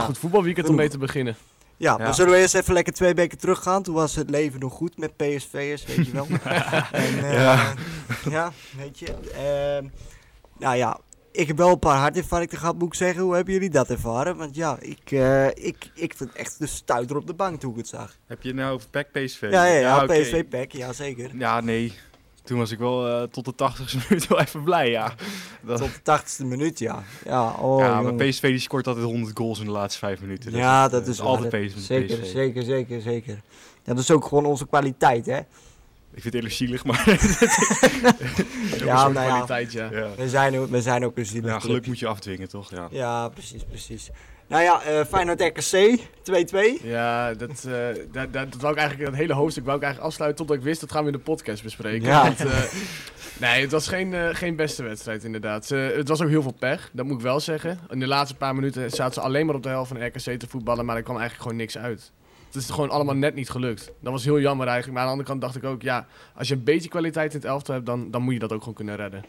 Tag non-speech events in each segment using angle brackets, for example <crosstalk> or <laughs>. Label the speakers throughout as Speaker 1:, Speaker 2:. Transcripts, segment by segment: Speaker 1: goed voetbalweekend om mee te beginnen.
Speaker 2: Ja,
Speaker 3: Ja.
Speaker 2: maar zullen we eerst even lekker twee weken teruggaan? Toen was het leven nog goed met PSV'ers, weet je
Speaker 3: <laughs>
Speaker 2: wel. en, eh,
Speaker 3: Ja.
Speaker 2: ja. weet je. ehm, nou ja, ik heb wel een paar hartinfarcten gehad, moet ik zeggen. Hoe hebben jullie dat ervaren? Want ja, ik, eh, ik, ik vond echt de stuiter op de bank toen ik het zag.
Speaker 3: Heb je het nou over PEC PSV?
Speaker 2: Ja, ja, ja,
Speaker 3: oké.
Speaker 2: PSV-pack, ja zeker.
Speaker 3: Ja, nee. Toen was ik wel eh, tot de 80ste <laughs> minuut wel even blij, ja. Dat,
Speaker 2: Tot de tachtigste minuut, ja. Ja, oh,
Speaker 3: ja, maar
Speaker 2: jongen.
Speaker 3: PSV die scoort altijd 100 goals in de laatste 5 minuten.
Speaker 2: ja, dat is
Speaker 3: is eh, altijd
Speaker 2: waar.
Speaker 3: PSV.
Speaker 2: Zeker,
Speaker 3: PSV.
Speaker 2: zeker, zeker, zeker. Ja, dat is ook gewoon onze kwaliteit, hè.
Speaker 3: Ik vind het eerlijk zielig, maar... dat is ook een
Speaker 2: Ja,
Speaker 3: soort-
Speaker 2: nou ja,
Speaker 1: Kwaliteit, ja.
Speaker 3: <laughs> ja.
Speaker 2: we zijn, ook- we zijn ook een zielig
Speaker 3: Ja,
Speaker 2: club.
Speaker 3: geluk moet je afdwingen, toch? Ja.
Speaker 2: Ja, precies, precies. Nou ja, eh Feyenoord RKC, 2-2.
Speaker 1: Ja, dat, eh, dat, dat, dat wou ik eigenlijk, dat hele hoofdstuk wou ik eigenlijk afsluiten totdat ik wist, dat gaan we in de podcast bespreken.
Speaker 2: Ja.
Speaker 1: Want, eh, nee, het was geen, eh, geen beste wedstrijd inderdaad. Ze- het was ook heel veel pech, dat moet ik wel zeggen. In de laatste paar minuten zaten ze alleen maar op de helft van RKC te voetballen, maar er kwam eigenlijk gewoon niks uit. Het is gewoon allemaal net niet gelukt. Dat was heel jammer eigenlijk. Maar aan de andere kant dacht ik ook, ja, als je een beetje kwaliteit in het elftal hebt, dan, dan moet je dat ook gewoon kunnen redden.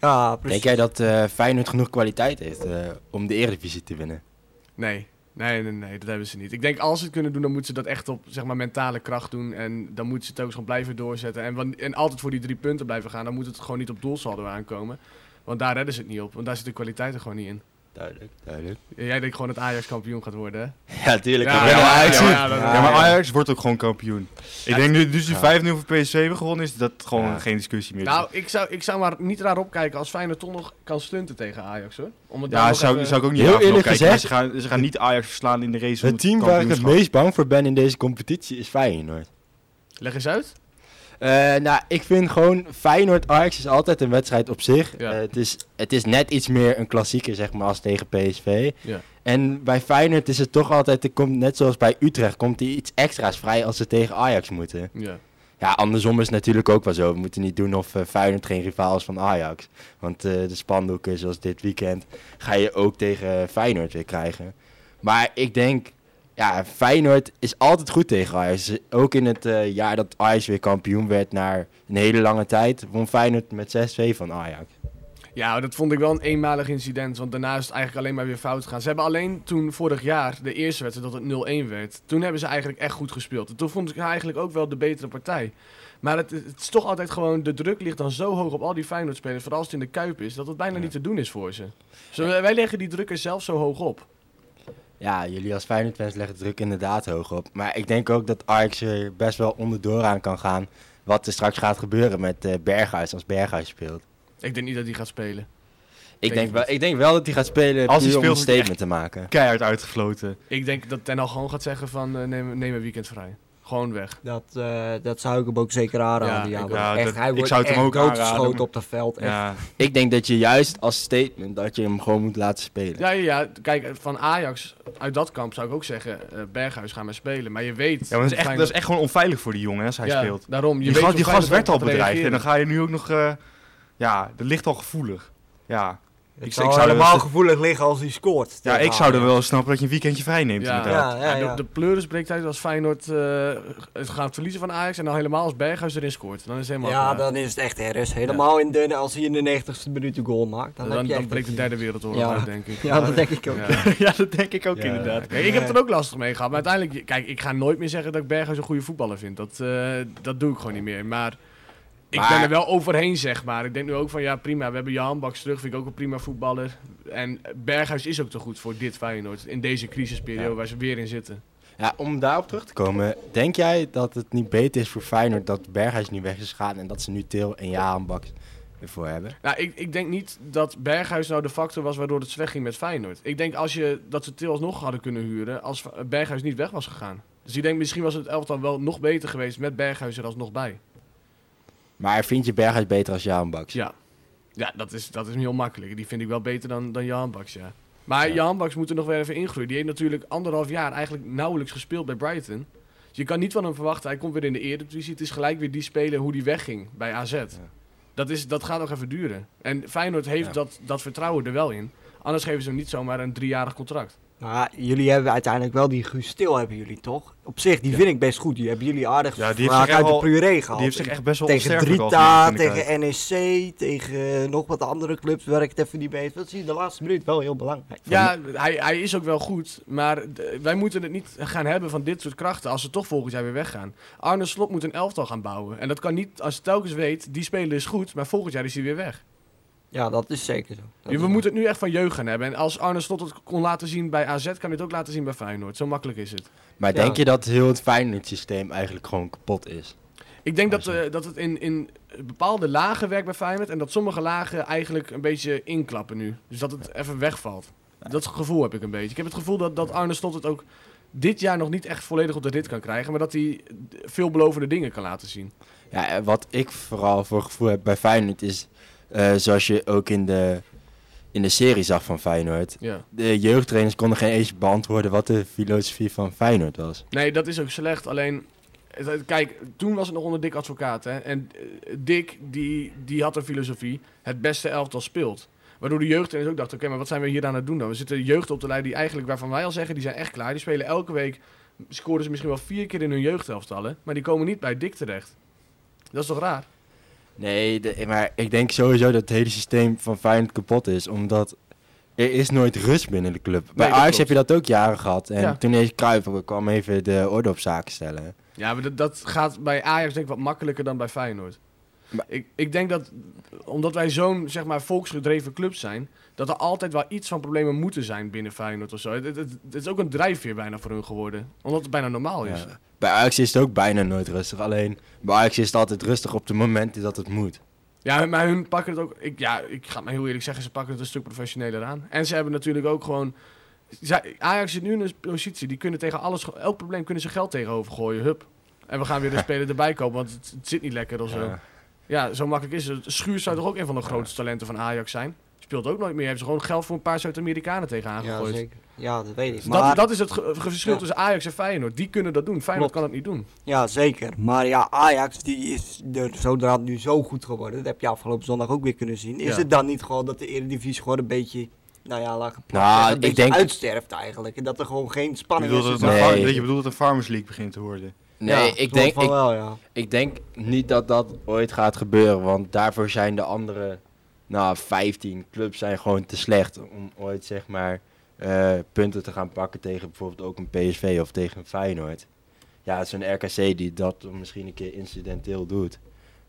Speaker 2: Ja, precies.
Speaker 4: Denk jij dat eh, Feyenoord genoeg kwaliteit heeft eh, om de Eredivisie te winnen?
Speaker 1: Nee. Nee, nee, nee, dat hebben ze niet. Ik denk als ze het kunnen doen, dan moeten ze dat echt op zeg maar, mentale kracht doen. En dan moeten ze het ook gewoon blijven doorzetten. En, wan- en altijd voor die drie punten blijven gaan. Dan moet het gewoon niet op doelsaldo aankomen. Want daar redden ze het niet op. Want daar zit de kwaliteit er gewoon niet in.
Speaker 4: Duidelijk, duidelijk.
Speaker 1: Jij denkt gewoon dat Ajax kampioen gaat worden, hè?
Speaker 4: <laughs> Ja, tuurlijk.
Speaker 1: Ja,
Speaker 4: Ja,
Speaker 1: ja,
Speaker 4: Ajax.
Speaker 1: ja, ja, dat-
Speaker 3: Ja, maar Ajax wordt ook gewoon kampioen. Ik denk nu, dus die 5-0 voor PSV hebben gewonnen is, dat gewoon
Speaker 4: Ja.
Speaker 3: geen discussie meer.
Speaker 1: Nou, ik zou, ik zou maar niet raar opkijken als Feyenoord toch nog kan stunten tegen Ajax, hoor. Om het daar
Speaker 3: ja,
Speaker 1: nog
Speaker 3: zou,
Speaker 1: even-
Speaker 3: zou ik ook niet
Speaker 4: Heel
Speaker 3: raar van
Speaker 4: eerlijk
Speaker 3: kijken,
Speaker 4: gezegd-
Speaker 3: maar Ze gaan, ze gaan niet Ajax verslaan in de race om
Speaker 4: Het team waar ik het
Speaker 3: kampioenschap.
Speaker 4: meest bang voor ben in deze competitie is Feyenoord.
Speaker 1: Leg eens uit.
Speaker 4: Eh, nou, ik vind gewoon Feyenoord-Ajax is altijd een wedstrijd op zich.
Speaker 1: Ja.
Speaker 4: Eh, het, is, het is net iets meer een klassieker, zeg maar, als tegen PSV.
Speaker 1: Ja.
Speaker 4: En bij Feyenoord is het toch altijd, er komt, net zoals bij Utrecht, komt er iets extra's vrij als ze tegen Ajax moeten.
Speaker 1: Ja.
Speaker 4: Ja, andersom is het natuurlijk ook wel zo. We moeten niet doen of eh, Feyenoord geen rivaal is van Ajax. Want eh, de spandoeken zoals dit weekend ga je ook tegen Feyenoord weer krijgen. Maar ik denk, ja, Feyenoord is altijd goed tegen Ajax. Ook in het eh, jaar dat Ajax weer kampioen werd na een hele lange tijd, won Feyenoord met 6-2 van Ajax.
Speaker 1: Ja, maar dat vond ik wel een eenmalig incident. Want daarna is het eigenlijk alleen maar weer fout gegaan. Ze hebben alleen toen vorig jaar, de eerste wedstrijd, dat het 0-1 werd. Toen hebben ze eigenlijk echt goed gespeeld. En toen vond ik haar eigenlijk ook wel de betere partij. Maar het, het is toch altijd gewoon, de druk ligt dan zo hoog op al die Feyenoord-spelers. Vooral als het in de Kuip is, dat het bijna
Speaker 4: Ja.
Speaker 1: niet te doen is voor ze. Zo, wij leggen die druk er zelf zo hoog op.
Speaker 4: Ja, jullie als Feyenoord-fans leggen de druk inderdaad hoog op. Maar ik denk ook dat Ajax er best wel onderdoor aan kan gaan. Wat er straks gaat gebeuren met eh, Berghuis als Berghuis speelt.
Speaker 1: Ik denk niet dat die gaat spelen.
Speaker 4: Ik
Speaker 1: Denk
Speaker 4: denk,
Speaker 1: ik
Speaker 4: wel, ik denk wel dat hij gaat spelen
Speaker 3: Als
Speaker 4: Als
Speaker 3: hij
Speaker 4: puur om een
Speaker 3: speelt, moet hij
Speaker 4: statement te maken.
Speaker 3: Keihard uitgefloten.
Speaker 1: Ik denk dat Ten Hag gewoon gaat zeggen van, eh, neem, neem een weekend vrij. Gewoon weg.
Speaker 2: Dat, eh, dat zou ik hem ook zeker aanraden.
Speaker 1: Ja,
Speaker 2: Ja,
Speaker 1: ik-
Speaker 2: want
Speaker 3: ja,
Speaker 2: echt,
Speaker 3: dat-
Speaker 2: hij
Speaker 3: ik
Speaker 2: wordt
Speaker 3: zou het hem
Speaker 2: echt
Speaker 3: ook aanraden,
Speaker 2: doodgeschoten
Speaker 3: maar-
Speaker 2: op dat veld. echt.
Speaker 3: Ja.
Speaker 4: Ik denk dat je juist als statement dat je hem gewoon moet laten spelen.
Speaker 1: Ja, ja, ja. Kijk, van Ajax, uit dat kamp zou ik ook zeggen, eh, Berghuis gaan maar spelen. Maar je weet...
Speaker 3: Ja, maar dat is, echt,
Speaker 1: Feyenoord-
Speaker 3: dat is echt gewoon onveilig voor die jongen hè, als hij
Speaker 1: ja,
Speaker 3: speelt.
Speaker 1: Daarom, je
Speaker 3: Die
Speaker 1: weet
Speaker 3: gast,
Speaker 1: hoe
Speaker 3: die
Speaker 1: fijn
Speaker 3: gast
Speaker 1: het
Speaker 3: werd al
Speaker 1: wordt om te
Speaker 3: bedreigd en dan
Speaker 1: reageren.
Speaker 3: ga je nu ook nog... eh, ja, dat ligt al gevoelig. Ja,
Speaker 2: Het
Speaker 3: ik
Speaker 2: zou,
Speaker 3: zou er
Speaker 2: helemaal
Speaker 3: wel-
Speaker 2: gevoelig liggen als hij scoort.
Speaker 3: ja ik
Speaker 2: tegen
Speaker 3: zou er
Speaker 2: Ajax.
Speaker 3: wel snappen dat je een weekendje vrij neemt
Speaker 1: Ja.
Speaker 3: inderdaad.
Speaker 2: Ja, ja,
Speaker 1: Ja,
Speaker 2: ja.
Speaker 1: De, de pleuris breekt uit als Feyenoord eh, het gaat verliezen van Ajax en dan helemaal als Berghuis erin scoort. Dan is het helemaal
Speaker 2: Ja,
Speaker 1: klaar.
Speaker 2: dan is het echt ergens. Helemaal in de, als hij in de 90ste minuut een goal maakt. Dan,
Speaker 1: dan,
Speaker 2: heb
Speaker 1: dan,
Speaker 2: je echt...
Speaker 1: breekt de derde wereldoorlog
Speaker 2: Ja.
Speaker 1: uit, denk ik.
Speaker 2: Ja, dat denk ik ook.
Speaker 1: <laughs> Ja.
Speaker 3: Ja, dat denk ik ook
Speaker 4: Ja.
Speaker 3: inderdaad.
Speaker 1: Kijk, ik heb er ook lastig mee gehad, maar uiteindelijk, kijk, ik ga nooit meer zeggen dat ik Berghuis een goede voetballer vind. Dat, eh, dat doe ik gewoon niet meer. Maar ik
Speaker 4: Maar-
Speaker 1: ben er wel overheen, zeg maar. Ik denk nu ook van, ja prima, we hebben Jan Baks terug, vind ik ook een prima voetballer. En Berghuis is ook te goed voor dit Feyenoord, in deze crisisperiode
Speaker 4: Ja.
Speaker 1: waar ze weer in zitten.
Speaker 4: Ja, om daarop terug te komen. Denk jij dat het niet beter is voor Feyenoord dat Berghuis nu weg is gegaan en dat ze nu Til en Jarenbak ervoor hebben?
Speaker 1: Nou, ik, ik denk niet dat Berghuis nou de factor was waardoor het slecht ging met Feyenoord. Ik denk als je, dat ze Til nog hadden kunnen huren als Berghuis niet weg was gegaan. Dus ik denk misschien was het elftal wel nog beter geweest met Berghuis er alsnog bij.
Speaker 4: Maar vind je Berghuis beter als Jarenbak?
Speaker 1: Ja, ja dat, is, dat is heel makkelijk. Die vind ik wel beter dan, dan Jan Baks, ja. Maar
Speaker 4: Ja.
Speaker 1: Jan Baks moet er nog weer even ingroeien. Die heeft natuurlijk anderhalf jaar eigenlijk nauwelijks gespeeld bij Brighton. Dus je kan niet van hem verwachten, hij komt weer in de Eredivisie. Het is gelijk weer die speler hoe die wegging bij AZ. Dat, is, dat gaat nog even duren. En Feyenoord heeft
Speaker 4: Ja.
Speaker 1: dat, dat vertrouwen er wel in. Anders geven ze hem niet zomaar een driejarig contract.
Speaker 2: Maar jullie hebben uiteindelijk wel die Guus Stil, hebben jullie toch? Op zich, die vind ik best goed. Die hebben jullie aardig
Speaker 3: Ja, die
Speaker 2: ja,
Speaker 3: heeft zich echt
Speaker 2: uit de
Speaker 3: al-
Speaker 2: puree gehaald.
Speaker 3: Die heeft zich echt best wel
Speaker 2: tegen
Speaker 3: onsterfelijk al
Speaker 2: Drita,
Speaker 3: gemaakt, vind ik
Speaker 2: tegen NEC, tegen eh, nog wat andere clubs waar ik het even niet mee eens. Dat zie je de laatste minuut wel heel belangrijk.
Speaker 1: Ja, hij, hij is ook wel goed. Maar d- wij moeten het niet gaan hebben van dit soort krachten als ze toch volgend jaar weer weggaan. Arne Slot moet een elftal gaan bouwen. En dat kan niet als je telkens weet, die speler is goed, maar volgend jaar is hij weer weg.
Speaker 2: Ja, dat is zeker zo. Dat
Speaker 1: we
Speaker 2: is
Speaker 1: moeten het nu echt van jeugd gaan hebben. En als Arne Slot het kon laten zien bij AZ, kan hij het ook laten zien bij Feyenoord. Zo makkelijk is het.
Speaker 4: Maar
Speaker 2: Ja.
Speaker 4: denk je dat heel het Feyenoord systeem eigenlijk gewoon kapot is?
Speaker 1: Ik denk dat, eh, dat het in, in bepaalde lagen werkt bij Feyenoord. En dat sommige lagen eigenlijk een beetje inklappen nu. Dus dat het even wegvalt. Dat gevoel heb ik een beetje. Ik heb het gevoel dat, dat Arne Slot het ook dit jaar nog niet echt volledig op de rit kan krijgen. Maar dat hij veelbelovende dingen kan laten zien.
Speaker 4: Ja, eh, wat ik vooral voor gevoel heb bij Feyenoord is, eh, zoals je ook in de, in de serie zag van Feyenoord,
Speaker 1: Ja.
Speaker 4: de jeugdtrainers konden geen eens beantwoorden wat de filosofie van Feyenoord was.
Speaker 1: Nee, dat is ook slecht. Alleen, het- het- kijk, toen was het nog onder Dick Advocaat. Hè? En eh, Dick, die, die had een filosofie. Het beste elftal speelt. Waardoor de jeugd ineens ook dacht, oké, maar wat zijn we hier aan het doen dan? We zitten jeugd op te leiden die eigenlijk, waarvan wij al zeggen, die zijn echt klaar. Die spelen elke week, scoren ze misschien wel vier keer in hun jeugdelftallen. Maar die komen niet bij Dick terecht. Dat is toch raar?
Speaker 4: Nee, de- maar ik denk sowieso dat het hele systeem van Feyenoord kapot is, omdat er is nooit rust binnen de club. Bij
Speaker 1: dat
Speaker 4: Ajax heb
Speaker 1: klopt.
Speaker 4: je dat ook jaren gehad en
Speaker 1: Ja.
Speaker 4: toen is Cruijff kwam even de orde op zaken stellen.
Speaker 1: Ja, maar dat, dat gaat bij Ajax denk ik wat makkelijker dan bij Feyenoord.
Speaker 4: Maar-
Speaker 1: Ik, ik denk dat, omdat wij zo'n zeg maar, volksgedreven club zijn, dat er altijd wel iets van problemen moeten zijn binnen Feyenoord of zo. Het, het, het- het is ook een drijfveer bijna voor hun geworden, omdat het bijna normaal is.
Speaker 4: Oh, Ja. Bij Ajax is het ook bijna nooit rustig, alleen bij Ajax is het altijd rustig op het moment dat het moet.
Speaker 1: Ja, maar hun pakken het ook. Ik, ja, ik ga het maar heel eerlijk zeggen, ze pakken het een stuk professioneler aan. En ze hebben natuurlijk ook gewoon. zij- Ajax zit nu in een positie, die kunnen tegen alles, elk probleem kunnen ze geld tegenover gooien. Hup. En we gaan
Speaker 4: <laughs>
Speaker 1: weer de speler erbij kopen, want het, het zit niet lekker of zo.
Speaker 4: Ja.
Speaker 1: Ja, zo makkelijk is het. Schuur zou toch ook een van de grootste talenten van Ajax zijn? Speelt ook nooit meer. Heeft ze gewoon geld voor een paar Zuid-Amerikanen tegen
Speaker 2: waar.
Speaker 1: aangegooid.
Speaker 2: Ja, zeker. Ja, dat weet ik.
Speaker 1: Dus dat,
Speaker 2: Maar,
Speaker 1: dat is het ge- ge- verschil
Speaker 2: Ja.
Speaker 1: tussen Ajax en Feyenoord. Die kunnen dat doen. Feyenoord kan dat niet doen.
Speaker 2: Ja, zeker. Maar ja, Ajax die is er zodra nu zo goed geworden. Dat heb je afgelopen zondag ook weer kunnen zien. Is
Speaker 1: Ja.
Speaker 2: het dan niet gewoon dat de Eredivisie gewoon een beetje... Nou ja, laat ik het plat
Speaker 4: Nou,
Speaker 2: zeggen, een
Speaker 4: ik
Speaker 2: beetje
Speaker 4: denk-
Speaker 2: uitsterft eigenlijk. En dat er gewoon geen
Speaker 3: Ik
Speaker 2: spanning
Speaker 3: bedoel
Speaker 2: is.
Speaker 3: dat het
Speaker 4: Nee.
Speaker 3: een farm- dat je bedoelt dat een Farmers League begint te worden.
Speaker 4: Nee,
Speaker 2: Ja,
Speaker 4: ik,
Speaker 2: soort
Speaker 4: denk,
Speaker 2: van
Speaker 4: ik,
Speaker 2: wel, ja.
Speaker 4: ik denk niet dat dat ooit gaat gebeuren. Want daarvoor zijn de andere nou, 15 clubs zijn gewoon te slecht om ooit zeg maar, eh, punten te gaan pakken tegen bijvoorbeeld ook een PSV of tegen een Feyenoord. Ja, zo'n RKC die dat misschien een keer incidenteel doet.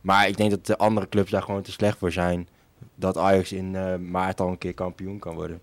Speaker 4: Maar ik denk dat de andere clubs daar gewoon te slecht voor zijn. Dat Ajax in eh, maart al een keer kampioen kan worden.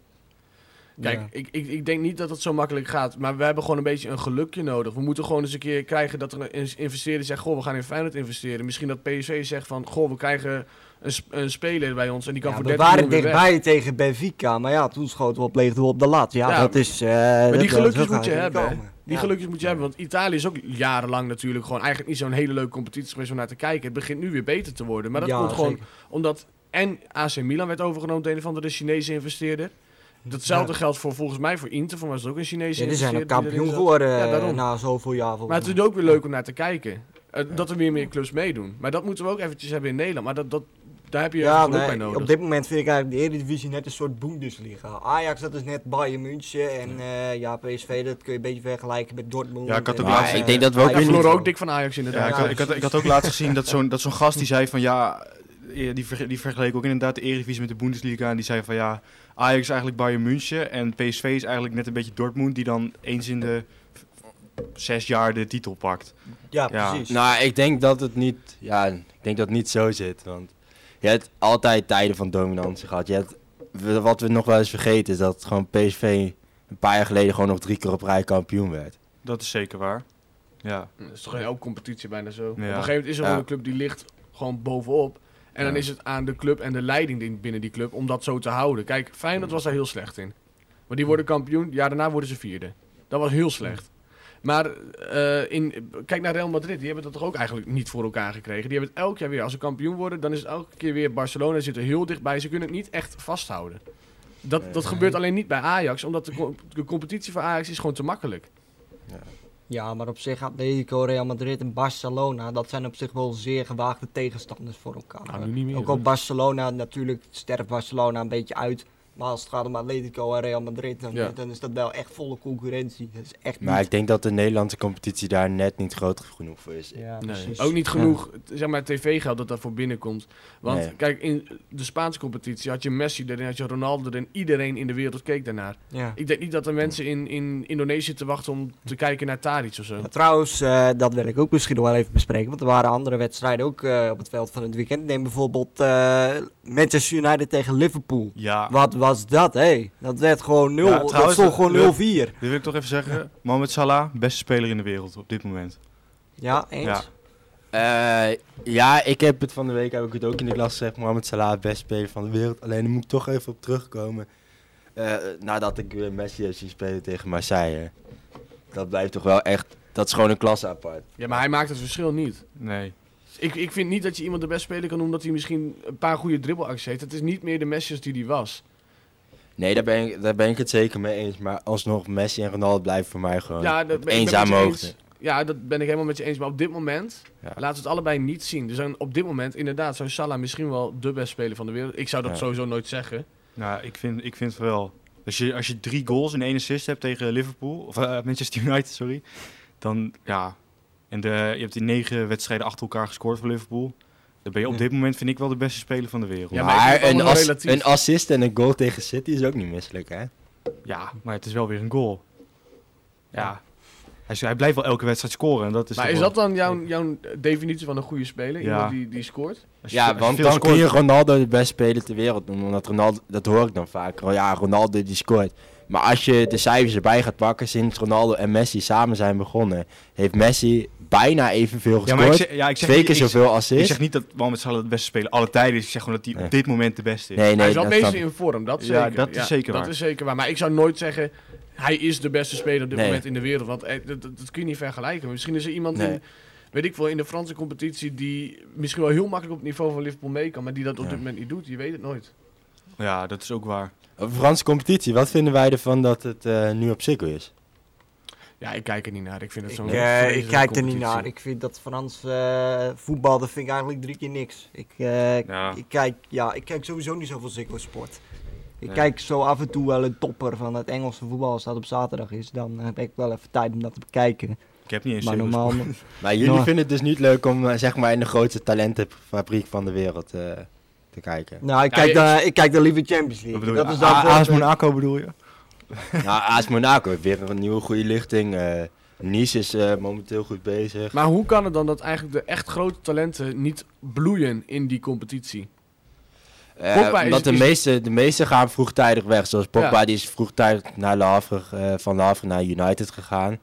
Speaker 1: Kijk,
Speaker 2: Ja.
Speaker 1: ik, ik, ik denk niet dat het zo makkelijk gaat. Maar we hebben gewoon een beetje een gelukje nodig. We moeten gewoon eens een keer krijgen dat er een ins- investeerder zegt... Goh, we gaan in Feyenoord investeren. Misschien dat PSV zegt van... Goh, we krijgen een, sp- een speler bij ons en die kan
Speaker 2: Ja,
Speaker 1: voor
Speaker 2: we
Speaker 1: 30
Speaker 2: waren
Speaker 1: miljoen weer weg.
Speaker 2: dichtbij tegen Benfica, maar ja, toen schoten we op leeg doel op de lat. Ja,
Speaker 1: Ja,
Speaker 2: dat is... eh maar
Speaker 1: die gelukjes moet je hebben, hè? Die gelukjes moet je hebben, want Italië is ook jarenlang natuurlijk gewoon eigenlijk niet zo'n hele leuke competitie geweest om naar te kijken. Het begint nu weer beter te worden, maar dat komt gewoon omdat en AC Milan werd overgenomen door een of andere Chinese investeerder. Datzelfde geldt voor volgens mij voor Inter, van was het ook een Chinese
Speaker 2: Ja, die zijn ook
Speaker 1: investeerder. die erin
Speaker 2: kampioen
Speaker 1: zat.
Speaker 2: geworden
Speaker 1: Ja,
Speaker 2: eh,
Speaker 1: daarom.
Speaker 2: na zoveel jaar. volgens
Speaker 1: Maar het
Speaker 2: mij.
Speaker 1: is ook weer leuk om naar te kijken. Eh, Dat er weer meer clubs meedoen. Maar dat moeten we ook eventjes hebben in Nederland. Maar dat, dat, daar heb je
Speaker 2: Ja,
Speaker 1: geluk
Speaker 2: nee,
Speaker 1: bij eh, nodig.
Speaker 2: op dit moment vind ik eigenlijk de Eredivisie net een soort Bundesliga. Ajax, dat is net Bayern München. En eh, ja, PSV, dat kun je een beetje vergelijken met Dortmund.
Speaker 3: Ja, ik had
Speaker 2: en,
Speaker 3: ook laatst-
Speaker 2: eh,
Speaker 4: ik denk dat we ook
Speaker 1: Hij
Speaker 4: weer
Speaker 2: Feyenoord.
Speaker 1: verloor ook dik van Ajax
Speaker 3: Ja,
Speaker 1: inderdaad.
Speaker 3: ik, had, ik, had, ik had ook laatst gezien dat zo'n dat zo'n gast die zei van ja, eh, die, verge- die vergeleek ook inderdaad de Eredivisie met de Bundesliga. En die zei van ja, Ajax is eigenlijk Bayern München en PSV is eigenlijk net een beetje Dortmund die dan eens in de v- zes jaar de titel pakt.
Speaker 2: Ja,
Speaker 3: Ja.
Speaker 2: precies.
Speaker 4: Nou, ik denk dat het niet, ja, ik denk dat het niet zo zit. Want je hebt altijd tijden van dominantie gehad. Je hebt, we- wat we nog wel eens vergeten is dat gewoon PSV een paar jaar geleden gewoon nog drie keer op rij kampioen werd.
Speaker 3: Dat is zeker waar. Ja,
Speaker 1: Dat is toch in elke competitie bijna zo. Op een
Speaker 3: Ja.
Speaker 1: gegeven moment is er
Speaker 4: Ja.
Speaker 1: gewoon een club die ligt gewoon bovenop. En dan
Speaker 4: Ja.
Speaker 1: is het aan de club en de leiding die- binnen die club om dat zo te houden. Kijk, Feyenoord
Speaker 4: Mm.
Speaker 1: was daar heel slecht in. Maar die worden kampioen, ja daarna worden ze vierde. Dat was heel slecht. Maar eh, in, kijk naar Real Madrid, die hebben dat toch ook eigenlijk niet voor elkaar gekregen. Die hebben het elk jaar weer. Als ze kampioen worden, dan is het elke keer weer Barcelona zit er heel dichtbij. Ze kunnen het niet echt vasthouden. Dat, dat gebeurt alleen niet bij Ajax, omdat de, co- de competitie voor Ajax is gewoon te makkelijk.
Speaker 2: Ja, maar op zich Atletico, Real Madrid en Barcelona, dat zijn op zich wel zeer gewaagde tegenstanders voor elkaar.
Speaker 1: Nou, nu niet meer.
Speaker 2: ook
Speaker 1: hoor.
Speaker 2: al Barcelona, natuurlijk sterft Barcelona een beetje uit Maar als het gaat om Atletico en Real Madrid, dan,
Speaker 1: Ja.
Speaker 2: dan is dat wel echt volle concurrentie. Dat is echt
Speaker 4: Maar
Speaker 2: niet...
Speaker 4: ik denk dat de Nederlandse competitie daar net niet groot genoeg voor is.
Speaker 2: Ja,
Speaker 1: Nee,
Speaker 2: precies.
Speaker 1: Ook niet genoeg, t- zeg maar, tv-geld dat daarvoor binnenkomt. Want
Speaker 4: Nee.
Speaker 1: kijk, in de Spaanse competitie had je Messi erin, had je Ronaldo erin. Iedereen in de wereld keek daarnaar.
Speaker 2: Ja.
Speaker 1: Ik denk niet dat er mensen in, in Indonesië te wachten om te kijken naar Tadic of zo.
Speaker 2: Maar trouwens, eh, dat wil ik ook misschien nog wel even bespreken. Want er waren andere wedstrijden ook eh, op het veld van het weekend. Neem bijvoorbeeld eh, Manchester United tegen Liverpool.
Speaker 3: Ja,
Speaker 2: Wat was dat, hé? Dat werd gewoon 0.
Speaker 3: Ja,
Speaker 2: dat
Speaker 3: trouwens,
Speaker 2: stond gewoon
Speaker 3: Lu-
Speaker 2: 0-4.
Speaker 3: dit wil ik toch even zeggen. Mohamed Salah, beste speler in de wereld op dit moment.
Speaker 2: Ja, eens?
Speaker 3: Ja.
Speaker 4: Eh, ja, ik heb het van de week heb ik het ook in de klas gezegd. Mohamed Salah, best speler van de wereld. Alleen daar moet ik toch even op terugkomen. Eh, nadat ik weer Messi heb zien spelen tegen Marseille. Dat blijft toch wel echt... Dat is gewoon een klasse apart.
Speaker 1: Ja, maar hij maakt het verschil niet.
Speaker 3: Nee.
Speaker 1: Ik, ik vind niet dat je iemand de beste speler kan noemen omdat hij misschien een paar goede dribbelacties heeft. Het is niet meer de Messi's die hij was.
Speaker 4: Nee, daar ben, ik, daar ben ik het zeker mee eens. Maar alsnog, Messi en Ronaldo blijven voor mij gewoon
Speaker 1: Ja,
Speaker 4: Oh, op
Speaker 1: dat ben ik met
Speaker 4: eenzame
Speaker 1: je
Speaker 4: hoogte.
Speaker 1: eens. Ja, dat ben ik helemaal met je eens. Maar op dit moment
Speaker 4: Ja.
Speaker 1: laten we het allebei niet zien. Dus dan op dit moment, inderdaad, zou Salah misschien wel de beste speler van de wereld. Ik zou dat
Speaker 4: Ja.
Speaker 1: sowieso nooit zeggen.
Speaker 3: Nou, ik vind, ik vind het wel. Als je, als je drie goals en één assist hebt tegen Liverpool, of eh, Manchester United, sorry. Dan, ja. En de, je hebt in negen wedstrijden achter elkaar gescoord voor Liverpool. Dan ben je op
Speaker 2: Ja.
Speaker 3: dit moment, vind ik, wel de beste speler van de wereld.
Speaker 1: Ja,
Speaker 3: Ja,
Speaker 1: maar
Speaker 4: maar
Speaker 1: ik vind het
Speaker 4: een,
Speaker 1: allemaal
Speaker 4: as-
Speaker 1: relatief.
Speaker 4: een assist en een goal tegen City is ook niet misselijk, hè?
Speaker 3: maar het is wel weer een goal. Ja. Hij, is- hij blijft wel elke wedstrijd scoren. En dat is
Speaker 1: maar
Speaker 3: toch
Speaker 1: is
Speaker 3: wel-
Speaker 1: dat dan jouw, jouw definitie van een goede speler?
Speaker 3: Ja.
Speaker 1: Iemand die, die scoort?
Speaker 3: als je- als
Speaker 4: Ja,
Speaker 3: je
Speaker 4: want
Speaker 3: veel
Speaker 4: dan
Speaker 3: scoort-
Speaker 4: kun je Ronaldo de beste speler ter wereld noemen. Omdat Ronaldo, dat hoor ik dan vaak. Oh Ja, Ronaldo die scoort. Maar als je de cijfers erbij gaat pakken sinds Ronaldo en Messi samen zijn begonnen, heeft Messi bijna evenveel
Speaker 3: Ja,
Speaker 4: gescoord.
Speaker 3: maar ik zeg, ja, ik zeg
Speaker 4: twee
Speaker 3: niet-
Speaker 4: keer
Speaker 3: ik zeg-
Speaker 4: zoveel
Speaker 3: Ik
Speaker 4: assists.
Speaker 3: zeg niet dat Mohamed Salah de beste speler alle tijden is. Ik zeg gewoon dat hij
Speaker 4: Nee.
Speaker 3: op dit moment de beste is.
Speaker 4: nee,
Speaker 1: hij
Speaker 4: nee,
Speaker 1: is wel
Speaker 4: dat
Speaker 1: het meest
Speaker 4: snap ik.
Speaker 1: in vorm, dat
Speaker 3: Ja,
Speaker 1: zeker.
Speaker 3: dat is zeker
Speaker 1: dat
Speaker 3: waar.
Speaker 1: is zeker waar. Maar ik zou nooit zeggen, hij is de beste speler op dit
Speaker 4: Nee.
Speaker 1: moment in de wereld. Want eh, dat, dat, dat kun je niet vergelijken. Misschien is er iemand
Speaker 4: Nee.
Speaker 1: in, weet ik veel, in de Franse competitie... die misschien wel heel makkelijk op het niveau van Liverpool mee kan... maar die dat op
Speaker 4: Ja.
Speaker 1: dit moment niet doet. Je weet het nooit.
Speaker 3: Ja, dat is ook waar.
Speaker 4: Over Franse competitie, wat vinden wij ervan dat het eh, nu op sikkel is?
Speaker 1: Ja, ik kijk er niet naar. Ik vind het
Speaker 2: Ik,
Speaker 1: zo'n...
Speaker 2: eh, ik
Speaker 1: vreselijke
Speaker 2: kijk er niet
Speaker 1: competitie.
Speaker 2: naar. Ik vind dat Frans eh, voetbal, dat vind ik eigenlijk drie keer niks. Ik, eh,
Speaker 3: Ja.
Speaker 2: ik, kijk, ja, ik kijk sowieso niet zoveel Ziggo Sport. Ik
Speaker 3: Nee.
Speaker 2: kijk zo af en toe wel een topper van het Engelse voetbal als dat op zaterdag is. Dan heb ik wel even tijd om dat te bekijken.
Speaker 3: Ik heb niet eens
Speaker 2: Maar
Speaker 3: serieus-
Speaker 2: normaal...
Speaker 4: Maar jullie
Speaker 2: Nou.
Speaker 4: vinden het dus niet leuk om eh, zeg maar in de grootste talentenfabriek van de wereld eh, te
Speaker 1: <laughs>
Speaker 4: kijken.
Speaker 2: Nou, ik
Speaker 1: Ja,
Speaker 2: kijk,
Speaker 1: je-
Speaker 2: dan, ik kijk dan liever Champions
Speaker 3: Wat
Speaker 2: League.
Speaker 3: bedoel
Speaker 2: Dat
Speaker 3: je?
Speaker 2: is
Speaker 3: A-
Speaker 2: dan voor-
Speaker 3: A- AS Monaco bedoel je?
Speaker 4: Nou, AS Monaco heeft weer een nieuwe goede lichting. eh nice is eh, momenteel goed bezig.
Speaker 1: Maar hoe kan het dan dat eigenlijk de echt grote talenten niet bloeien in die competitie?
Speaker 4: Eh,
Speaker 1: Pogba is-
Speaker 4: omdat de,
Speaker 1: is-
Speaker 4: meeste, de meeste gaan vroegtijdig weg. Zoals Pogba,
Speaker 1: Ja.
Speaker 4: die is vroegtijdig naar Le Havre, eh, van Le Havre naar United gegaan.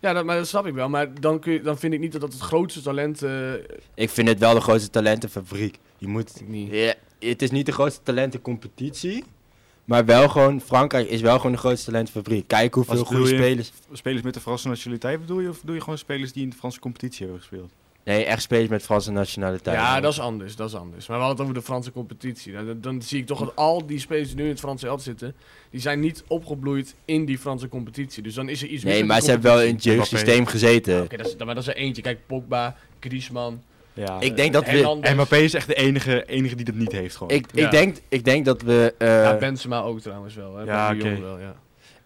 Speaker 1: Ja, dat, maar dat snap ik wel. Maar dan, kun je, dan vind ik niet dat dat het grootste talent... eh,
Speaker 4: Ik vind het wel de grootste talentenfabriek. Je moet,
Speaker 1: niet.
Speaker 4: Ja, het is niet de grootste talentencompetitie. Maar wel gewoon, Frankrijk is wel gewoon de grootste talentenfabriek. Kijk hoeveel
Speaker 3: Wat
Speaker 4: goede
Speaker 3: bedoel je?
Speaker 4: spelers.
Speaker 3: Spelers met de Franse nationaliteit bedoel je? Of bedoel je gewoon spelers die in de Franse competitie hebben gespeeld?
Speaker 4: Nee, echt spelers met Franse nationaliteit.
Speaker 1: Ja, dat is anders, dat is anders. Maar we hadden het over de Franse competitie. Nou, Dan, dan zie ik toch dat al die spelers die nu in het Franse elftal zitten... die zijn niet opgebloeid in die Franse competitie. Dus dan is er iets mis
Speaker 4: Nee,
Speaker 1: met
Speaker 4: maar
Speaker 1: die
Speaker 4: ze hebben wel in het
Speaker 1: competitie.
Speaker 4: jeugdsysteem gezeten.
Speaker 1: Oké, dat is, maar dat is er eentje. Kijk, Pogba, Griezmann...
Speaker 3: Ja.
Speaker 4: Ik denk dat we-
Speaker 1: Hernandez.
Speaker 3: Mbappé is echt de enige, enige die dat niet heeft gewoon.
Speaker 4: Ik,
Speaker 1: Ja.
Speaker 4: ik, denk, ik denk dat we... eh,
Speaker 1: Ja, Benzema ook trouwens wel. Hè.
Speaker 3: Ja,
Speaker 1: Bij de
Speaker 3: oké.
Speaker 1: jongen wel, ja.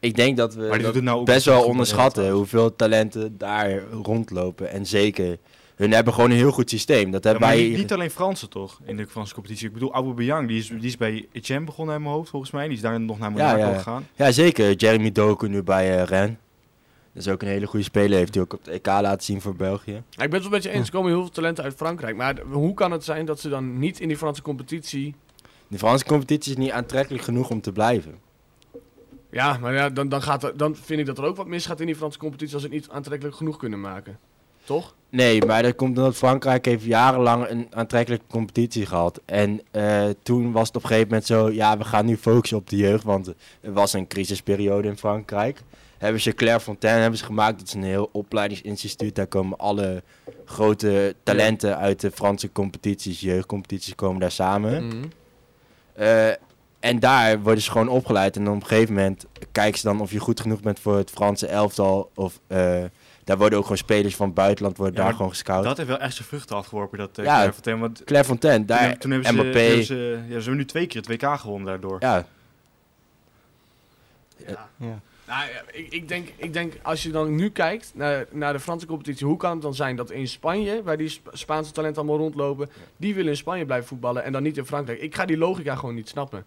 Speaker 4: Ik denk dat we
Speaker 3: maar die
Speaker 4: dat
Speaker 3: doet het nou ook
Speaker 4: eh, best
Speaker 3: goed
Speaker 4: wel
Speaker 3: bij
Speaker 4: onderschatten
Speaker 3: Nederland.
Speaker 4: hoeveel talenten daar rondlopen. En zeker, hun hebben gewoon een heel goed systeem. Dat
Speaker 3: Ja,
Speaker 4: hebben
Speaker 3: maar
Speaker 4: wij
Speaker 3: niet,
Speaker 4: hier-
Speaker 3: niet alleen Fransen toch, in de Franse competitie. Ik bedoel, Aubameyang, die is, die is bij Etienne begonnen in mijn hoofd volgens mij. Die is daar nog naar Monaco
Speaker 4: ja, ja.
Speaker 3: gegaan.
Speaker 4: Ja, zeker. Jeremy Doku nu bij eh, Rennes. Dat is ook een hele goede speler. Heeft hij ook op de EK laten zien voor België.
Speaker 1: Ja, ik ben het wel met je eens. Er komen heel veel talenten uit Frankrijk. Maar d- hoe kan het zijn dat ze dan niet in die Franse competitie...
Speaker 4: De Franse competitie is niet aantrekkelijk genoeg om te blijven.
Speaker 1: Ja, maar ja, dan, dan, gaat er, dan vind ik dat er ook wat misgaat in die Franse competitie... als ze het niet aantrekkelijk genoeg kunnen maken. Toch?
Speaker 4: Nee, maar dat komt omdat Frankrijk heeft jarenlang een aantrekkelijke competitie gehad. En eh, toen was het op een gegeven moment zo, ja, we gaan nu focussen op de jeugd, want er was een crisisperiode in Frankrijk. Hebben ze Clairefontaine hebben ze gemaakt, dat is een heel opleidingsinstituut. Daar komen alle grote talenten uit de Franse competities, jeugdcompetities komen daar samen.
Speaker 3: Mm.
Speaker 1: Mhm.
Speaker 4: Eh, en daar worden ze gewoon opgeleid. En op een gegeven moment kijken ze dan of je goed genoeg bent voor het Franse elftal. Of eh, daar worden ook gewoon spelers van het buitenland worden
Speaker 3: Ja,
Speaker 4: daar
Speaker 3: maar
Speaker 4: gewoon gescout.
Speaker 3: Dat heeft wel echt zijn vruchten afgeworpen, dat uh,
Speaker 4: Ja.
Speaker 3: ja. Want
Speaker 4: Clairefontaine, daar
Speaker 3: toen, toen hebben ze,
Speaker 4: Mbappé.
Speaker 3: hebben ze, ja, ze hebben nu twee keer het WK gewonnen daardoor.
Speaker 4: ja,
Speaker 1: Ja.
Speaker 2: Ja.
Speaker 1: Nou, ja, ik, ik, denk, ik denk, als je dan nu kijkt naar, naar de Franse competitie, hoe kan het dan zijn dat in Spanje, waar die Sp- Spaanse talenten allemaal rondlopen, die willen in Spanje blijven voetballen en dan niet in Frankrijk? Ik ga die logica gewoon niet snappen.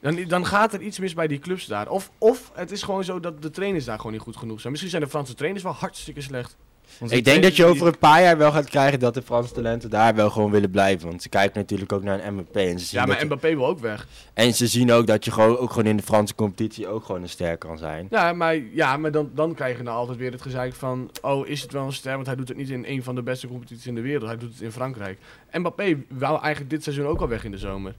Speaker 1: Dan, dan gaat er iets mis bij die clubs daar. Of, of het is gewoon zo dat de trainers daar gewoon niet goed genoeg zijn. Misschien zijn de Franse trainers wel hartstikke slecht.
Speaker 3: Onze
Speaker 4: Ik denk dat je
Speaker 3: trainers
Speaker 4: over een paar jaar wel gaat krijgen dat de Franse talenten daar wel gewoon willen blijven. Want ze kijken natuurlijk ook naar een MVP. En ze zien,
Speaker 1: Ja, maar
Speaker 4: dat je-
Speaker 1: Mbappé wil ook weg.
Speaker 4: en ze zien ook dat je gewoon, ook gewoon in de Franse competitie ook gewoon een ster kan zijn.
Speaker 1: Ja, maar, ja, maar dan, dan krijg je nou altijd weer het gezeik van... Oh, is het wel een ster? Want hij doet het niet in een van de beste competities in de wereld. Hij doet het in Frankrijk. Mbappé wou eigenlijk dit seizoen ook al weg in de zomer.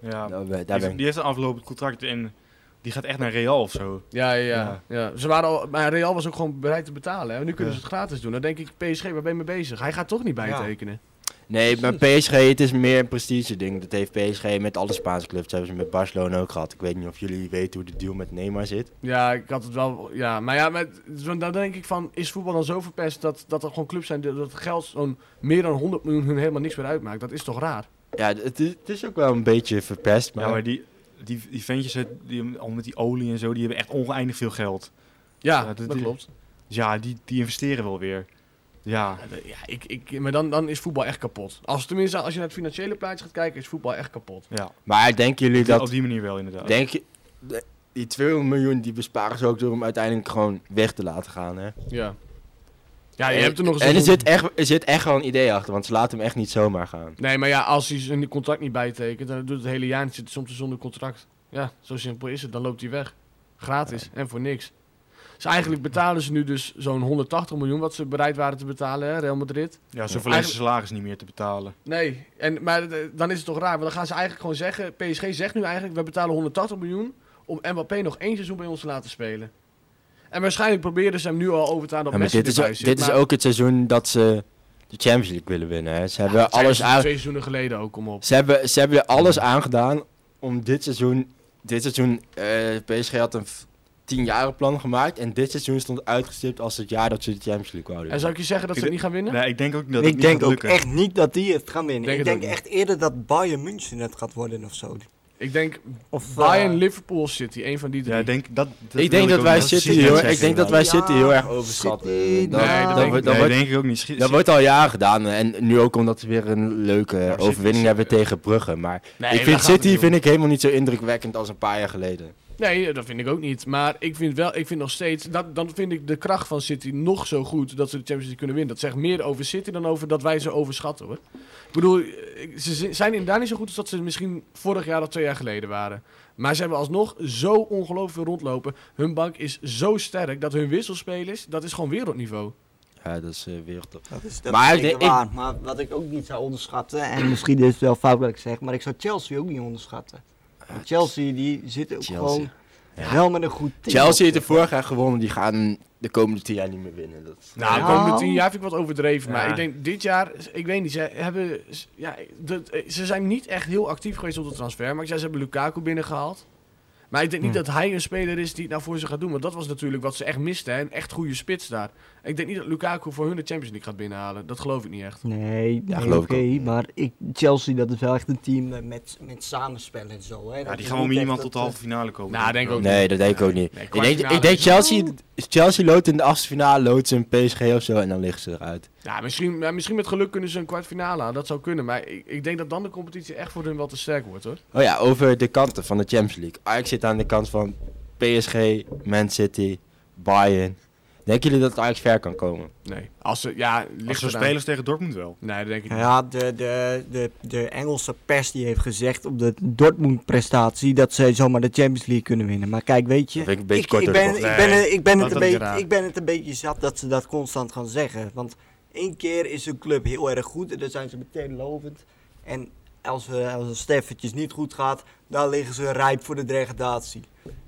Speaker 3: die- Ja,
Speaker 4: Nou, we-
Speaker 3: die,
Speaker 4: daar ben
Speaker 3: heeft,
Speaker 4: ik-
Speaker 3: die heeft een aflopend contract en die gaat echt naar Real of zo.
Speaker 1: Ja, ja, ja.
Speaker 3: Ja.
Speaker 1: ja. Ze waren al, maar Real was ook gewoon bereid te betalen. Hè? Nu kunnen
Speaker 3: Ja.
Speaker 1: ze het gratis doen. Dan denk ik, PSG, waar ben je mee bezig? Hij gaat toch niet bijtekenen.
Speaker 4: Nee, maar PSG, het is meer een prestige ding. Dat heeft PSG met alle Spaanse clubs. Dat hebben ze met Barcelona ook gehad. Ik weet niet of jullie weten hoe de deal met Neymar zit.
Speaker 1: Ja, ik had het wel... Ja, maar ja, maar, het- zo- dan denk ik van... Is voetbal dan zo verpest dat, dat er gewoon clubs zijn... die- dat geld zo'n meer dan 100 miljoen hun helemaal niks meer uitmaakt? Dat is toch raar?
Speaker 4: Ja, d- het is, het is ook wel een beetje verpest. Maar,
Speaker 3: Ja, maar die, die, die ventjes, hè, die, al met die olie en zo, die hebben echt oneindig veel geld.
Speaker 1: Ja,
Speaker 3: Ja, dat-
Speaker 1: dat
Speaker 3: die-
Speaker 1: klopt.
Speaker 3: Dus ja, die, die investeren wel weer. Ja,
Speaker 1: Ja, d- Ja, ik, ik, maar dan, dan is voetbal echt kapot. Als, tenminste, als je naar het financiële plaatje gaat kijken, is voetbal echt kapot.
Speaker 3: ja.
Speaker 4: maar denken jullie dat...
Speaker 3: op die manier wel inderdaad.
Speaker 4: Denk je... de- Die 200 miljoen die besparen ze ook door hem uiteindelijk gewoon weg te laten gaan, hè?
Speaker 1: Ja. Ja, je
Speaker 4: En-
Speaker 1: hebt er nog eens...
Speaker 4: En er zit, echt, er zit echt wel een idee achter, want ze laten hem echt niet zomaar gaan.
Speaker 1: Nee, maar ja, als hij zijn contract niet bijtekent, dan doet het hele jaar niet, zit hij soms zonder contract. Ja, zo simpel is het. Dan loopt hij weg. Gratis en voor niks. Dus eigenlijk betalen ze nu dus zo'n 180 miljoen, wat ze bereid waren te betalen, hè, Real Madrid.
Speaker 3: Ja, zoveel is de
Speaker 1: Eigenlijk-
Speaker 3: salaris niet meer te betalen.
Speaker 1: Nee, en, maar eh, dan is het toch raar. Want dan gaan ze eigenlijk gewoon zeggen... PSG zegt nu eigenlijk... we betalen 180 miljoen om Mbappé nog één seizoen bij ons te laten spelen. En waarschijnlijk proberen ze hem nu al over te halen
Speaker 4: Ja,
Speaker 1: dat Messi
Speaker 4: maar dit is,
Speaker 1: erbij
Speaker 4: ook-
Speaker 1: zit.
Speaker 4: dit is
Speaker 1: maar
Speaker 4: ook het seizoen dat ze de Champions League willen winnen, hè? Ze hebben,
Speaker 1: dat zeiden
Speaker 4: alles
Speaker 1: ze
Speaker 4: aan,
Speaker 1: Twee seizoenen geleden ook, kom op.
Speaker 4: ze, hebben, ze hebben alles aangedaan om dit seizoen... Dit seizoen, eh, PSG had een v- 10-jaren plan gemaakt en dit seizoen stond uitgestipt als het jaar dat ze de Champions League wouden.
Speaker 1: En zou ik je zeggen dat ze
Speaker 3: Ik
Speaker 1: het niet gaan winnen?
Speaker 3: Nee, ik denk ook dat het
Speaker 2: ik
Speaker 3: niet
Speaker 2: denk
Speaker 3: gaat
Speaker 2: ook
Speaker 3: lukken.
Speaker 2: echt niet dat die het gaan winnen.
Speaker 1: Denk
Speaker 2: ik
Speaker 1: het
Speaker 2: denk
Speaker 1: ook
Speaker 2: echt eerder dat Bayern München het gaat worden of zo.
Speaker 1: Ik denk
Speaker 2: Of
Speaker 1: Bayern,
Speaker 2: eh,
Speaker 1: Liverpool, City. één van die drie.
Speaker 3: Ja, ik denk dat, dat
Speaker 4: ik denk dat wij City,
Speaker 3: heel
Speaker 4: heel, ik denk dat wij
Speaker 2: Ja,
Speaker 4: City heel erg overschatten.
Speaker 2: City,
Speaker 4: Dan-
Speaker 1: nee, dat
Speaker 4: dan
Speaker 1: denk
Speaker 4: wordt-
Speaker 1: ik
Speaker 4: dan
Speaker 3: nee,
Speaker 4: wordt-
Speaker 3: denk ik ook
Speaker 1: <laughs>
Speaker 3: niet. Schi-
Speaker 4: Dat
Speaker 3: City-
Speaker 4: wordt al jaren gedaan eh, en nu ook omdat ze weer een leuke
Speaker 3: City-
Speaker 4: overwinning hebben tegen Brugge. Maar ik vind City vind ik helemaal niet zo indrukwekkend als een paar jaar geleden.
Speaker 1: Nee, eh, dat vind ik ook niet. Maar ik vind wel, ik vind nog steeds, dat, dan vind ik de kracht van City nog zo goed dat ze de Champions League kunnen winnen. Dat zegt meer over City dan over dat wij ze overschatten hoor. Ik bedoel, eh, ik- ze zi- zijn inderdaad niet zo goed als dat ze misschien vorig jaar of twee jaar geleden waren. Maar ze hebben alsnog zo ongelooflijk veel rondlopen. Hun bank is zo sterk dat hun wisselspelers, dat is gewoon wereldniveau.
Speaker 4: Ja, dat is eh, wereldtop.
Speaker 2: Dat is, dat
Speaker 4: Maar
Speaker 2: maar,
Speaker 4: ik denk- ik-
Speaker 2: waar. maar wat ik ook niet zou onderschatten, en misschien is het wel fout wat ik zeg, maar ik zou Chelsea ook niet onderschatten. Want Chelsea die zit ook
Speaker 4: Chelsea.
Speaker 2: gewoon
Speaker 4: Ja.
Speaker 2: wel met een goed team.
Speaker 4: Chelsea heeft er vorig jaar gewonnen, die gaan de komende tien jaar niet meer winnen. Dat...
Speaker 1: Nou, de
Speaker 2: Nou.
Speaker 1: komende tien jaar vind ik wat overdreven. Maar
Speaker 3: Ja.
Speaker 1: ik denk dit jaar, ik weet niet, ze hebben. s- Ja, dat- eh, ze zijn niet echt heel actief geweest op de transfermarkt. Ja, ze hebben Lukaku binnengehaald. Maar ik denk niet
Speaker 2: Hm.
Speaker 1: dat hij een speler is die het nou voor ze gaat doen. Want dat was natuurlijk wat ze echt misten. Hè? Een echt goede spits daar. Ik denk niet dat Lukaku voor hun de Champions League gaat binnenhalen. Dat geloof ik niet echt.
Speaker 2: Nee,
Speaker 4: Ja,
Speaker 2: nee,
Speaker 4: geloof ik
Speaker 2: oké,
Speaker 4: ook.
Speaker 2: maar ik, Chelsea dat is wel echt een team eh, met, met samenspel en zo. Hè.
Speaker 3: Ja,
Speaker 2: Dat
Speaker 3: die
Speaker 2: is
Speaker 3: gaan wel
Speaker 2: niet
Speaker 3: minimaal
Speaker 2: echt
Speaker 3: tot de
Speaker 2: dat, eh,
Speaker 3: halve finale komen.
Speaker 1: Nou, denk ik ook
Speaker 4: Nee, dat denk ik ook niet.
Speaker 1: Nee,
Speaker 4: ik denk,
Speaker 1: kwartfinale
Speaker 4: ik denk
Speaker 1: is-
Speaker 4: Chelsea, Chelsea loopt in de achtste finale, loopt ze een PSG of zo en dan liggen ze eruit.
Speaker 1: Ja, misschien, ja, misschien met geluk kunnen ze een kwartfinale aan. Dat zou kunnen. Maar ik, ik denk dat dan de competitie echt voor hun wel te sterk wordt hoor.
Speaker 4: Oh ja, over de kanten van de Champions League. Ajax zit aan de kant van PSG, Man City, Bayern. Denken jullie dat Ajax ver kan komen?
Speaker 1: Nee. Als ze, ja,
Speaker 3: Als
Speaker 1: ligt
Speaker 3: zo'n
Speaker 1: er
Speaker 3: spelers tegen Dortmund wel.
Speaker 1: Nee, dat denk ik
Speaker 2: eh,
Speaker 1: niet.
Speaker 2: Ja, de, de, de, de Engelse pers die heeft gezegd op de Dortmund-prestatie dat zij zomaar de Champions League kunnen winnen. Maar kijk, weet je,
Speaker 4: Dat vind ik een beetje
Speaker 2: ik,
Speaker 4: kort
Speaker 2: ik
Speaker 4: door de
Speaker 2: ben,
Speaker 4: bocht.
Speaker 2: ik, ben,
Speaker 1: Nee,
Speaker 2: ik, ben
Speaker 1: dat
Speaker 2: het een
Speaker 1: vind ik
Speaker 2: beetje,
Speaker 1: raar.
Speaker 2: ik ben het een beetje zat dat ze dat constant gaan zeggen. Want één keer is een club heel erg goed en dan zijn ze meteen lovend. En als, eh, als het steffertjes niet goed gaat, dan liggen ze rijp voor de degradatie.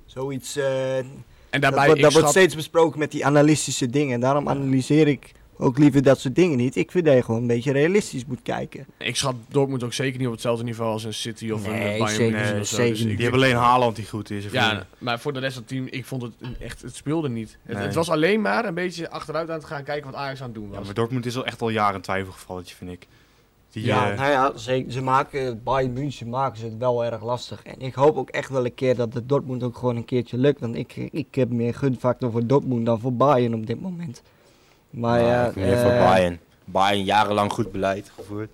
Speaker 2: Zoiets, eh,
Speaker 1: En
Speaker 2: dat,
Speaker 1: daarbij,
Speaker 2: wordt-
Speaker 1: ik
Speaker 2: dat wordt
Speaker 1: schat-
Speaker 2: steeds besproken met die analytische dingen. En daarom analyseer ik ook liever dat soort dingen niet. Ik vind dat je gewoon een beetje realistisch moet kijken.
Speaker 1: Ik schat Dortmund ook zeker niet op hetzelfde niveau als een City of
Speaker 2: Nee,
Speaker 1: een eh, Bayern
Speaker 2: zeker
Speaker 1: München
Speaker 2: niet,
Speaker 1: of zo.
Speaker 2: zeker
Speaker 1: Dus
Speaker 2: niet.
Speaker 1: ik-
Speaker 3: Die hebben alleen Haaland die goed is. of
Speaker 1: Ja,
Speaker 3: niet.
Speaker 1: maar voor de rest van het team, ik vond het echt, het speelde niet. Het,
Speaker 3: Nee.
Speaker 1: het was alleen maar een beetje achteruit aan het gaan kijken wat Ajax aan het doen
Speaker 3: Ja,
Speaker 1: was.
Speaker 3: maar Dortmund is al echt al jaren een twijfelgevalletje, vind ik. Die,
Speaker 2: Ja,
Speaker 3: eh,
Speaker 2: nou ja, ze, ze maken, Bayern München maken ze het wel erg lastig. En ik hoop ook echt wel een keer dat het Dortmund ook gewoon een keertje lukt. Want ik, ik heb meer gunfactor voor Dortmund dan voor Bayern op dit moment. Maar ja,
Speaker 4: ik ben hier voor
Speaker 2: eh,
Speaker 4: Bayern. Bayern jarenlang goed beleid gevoerd.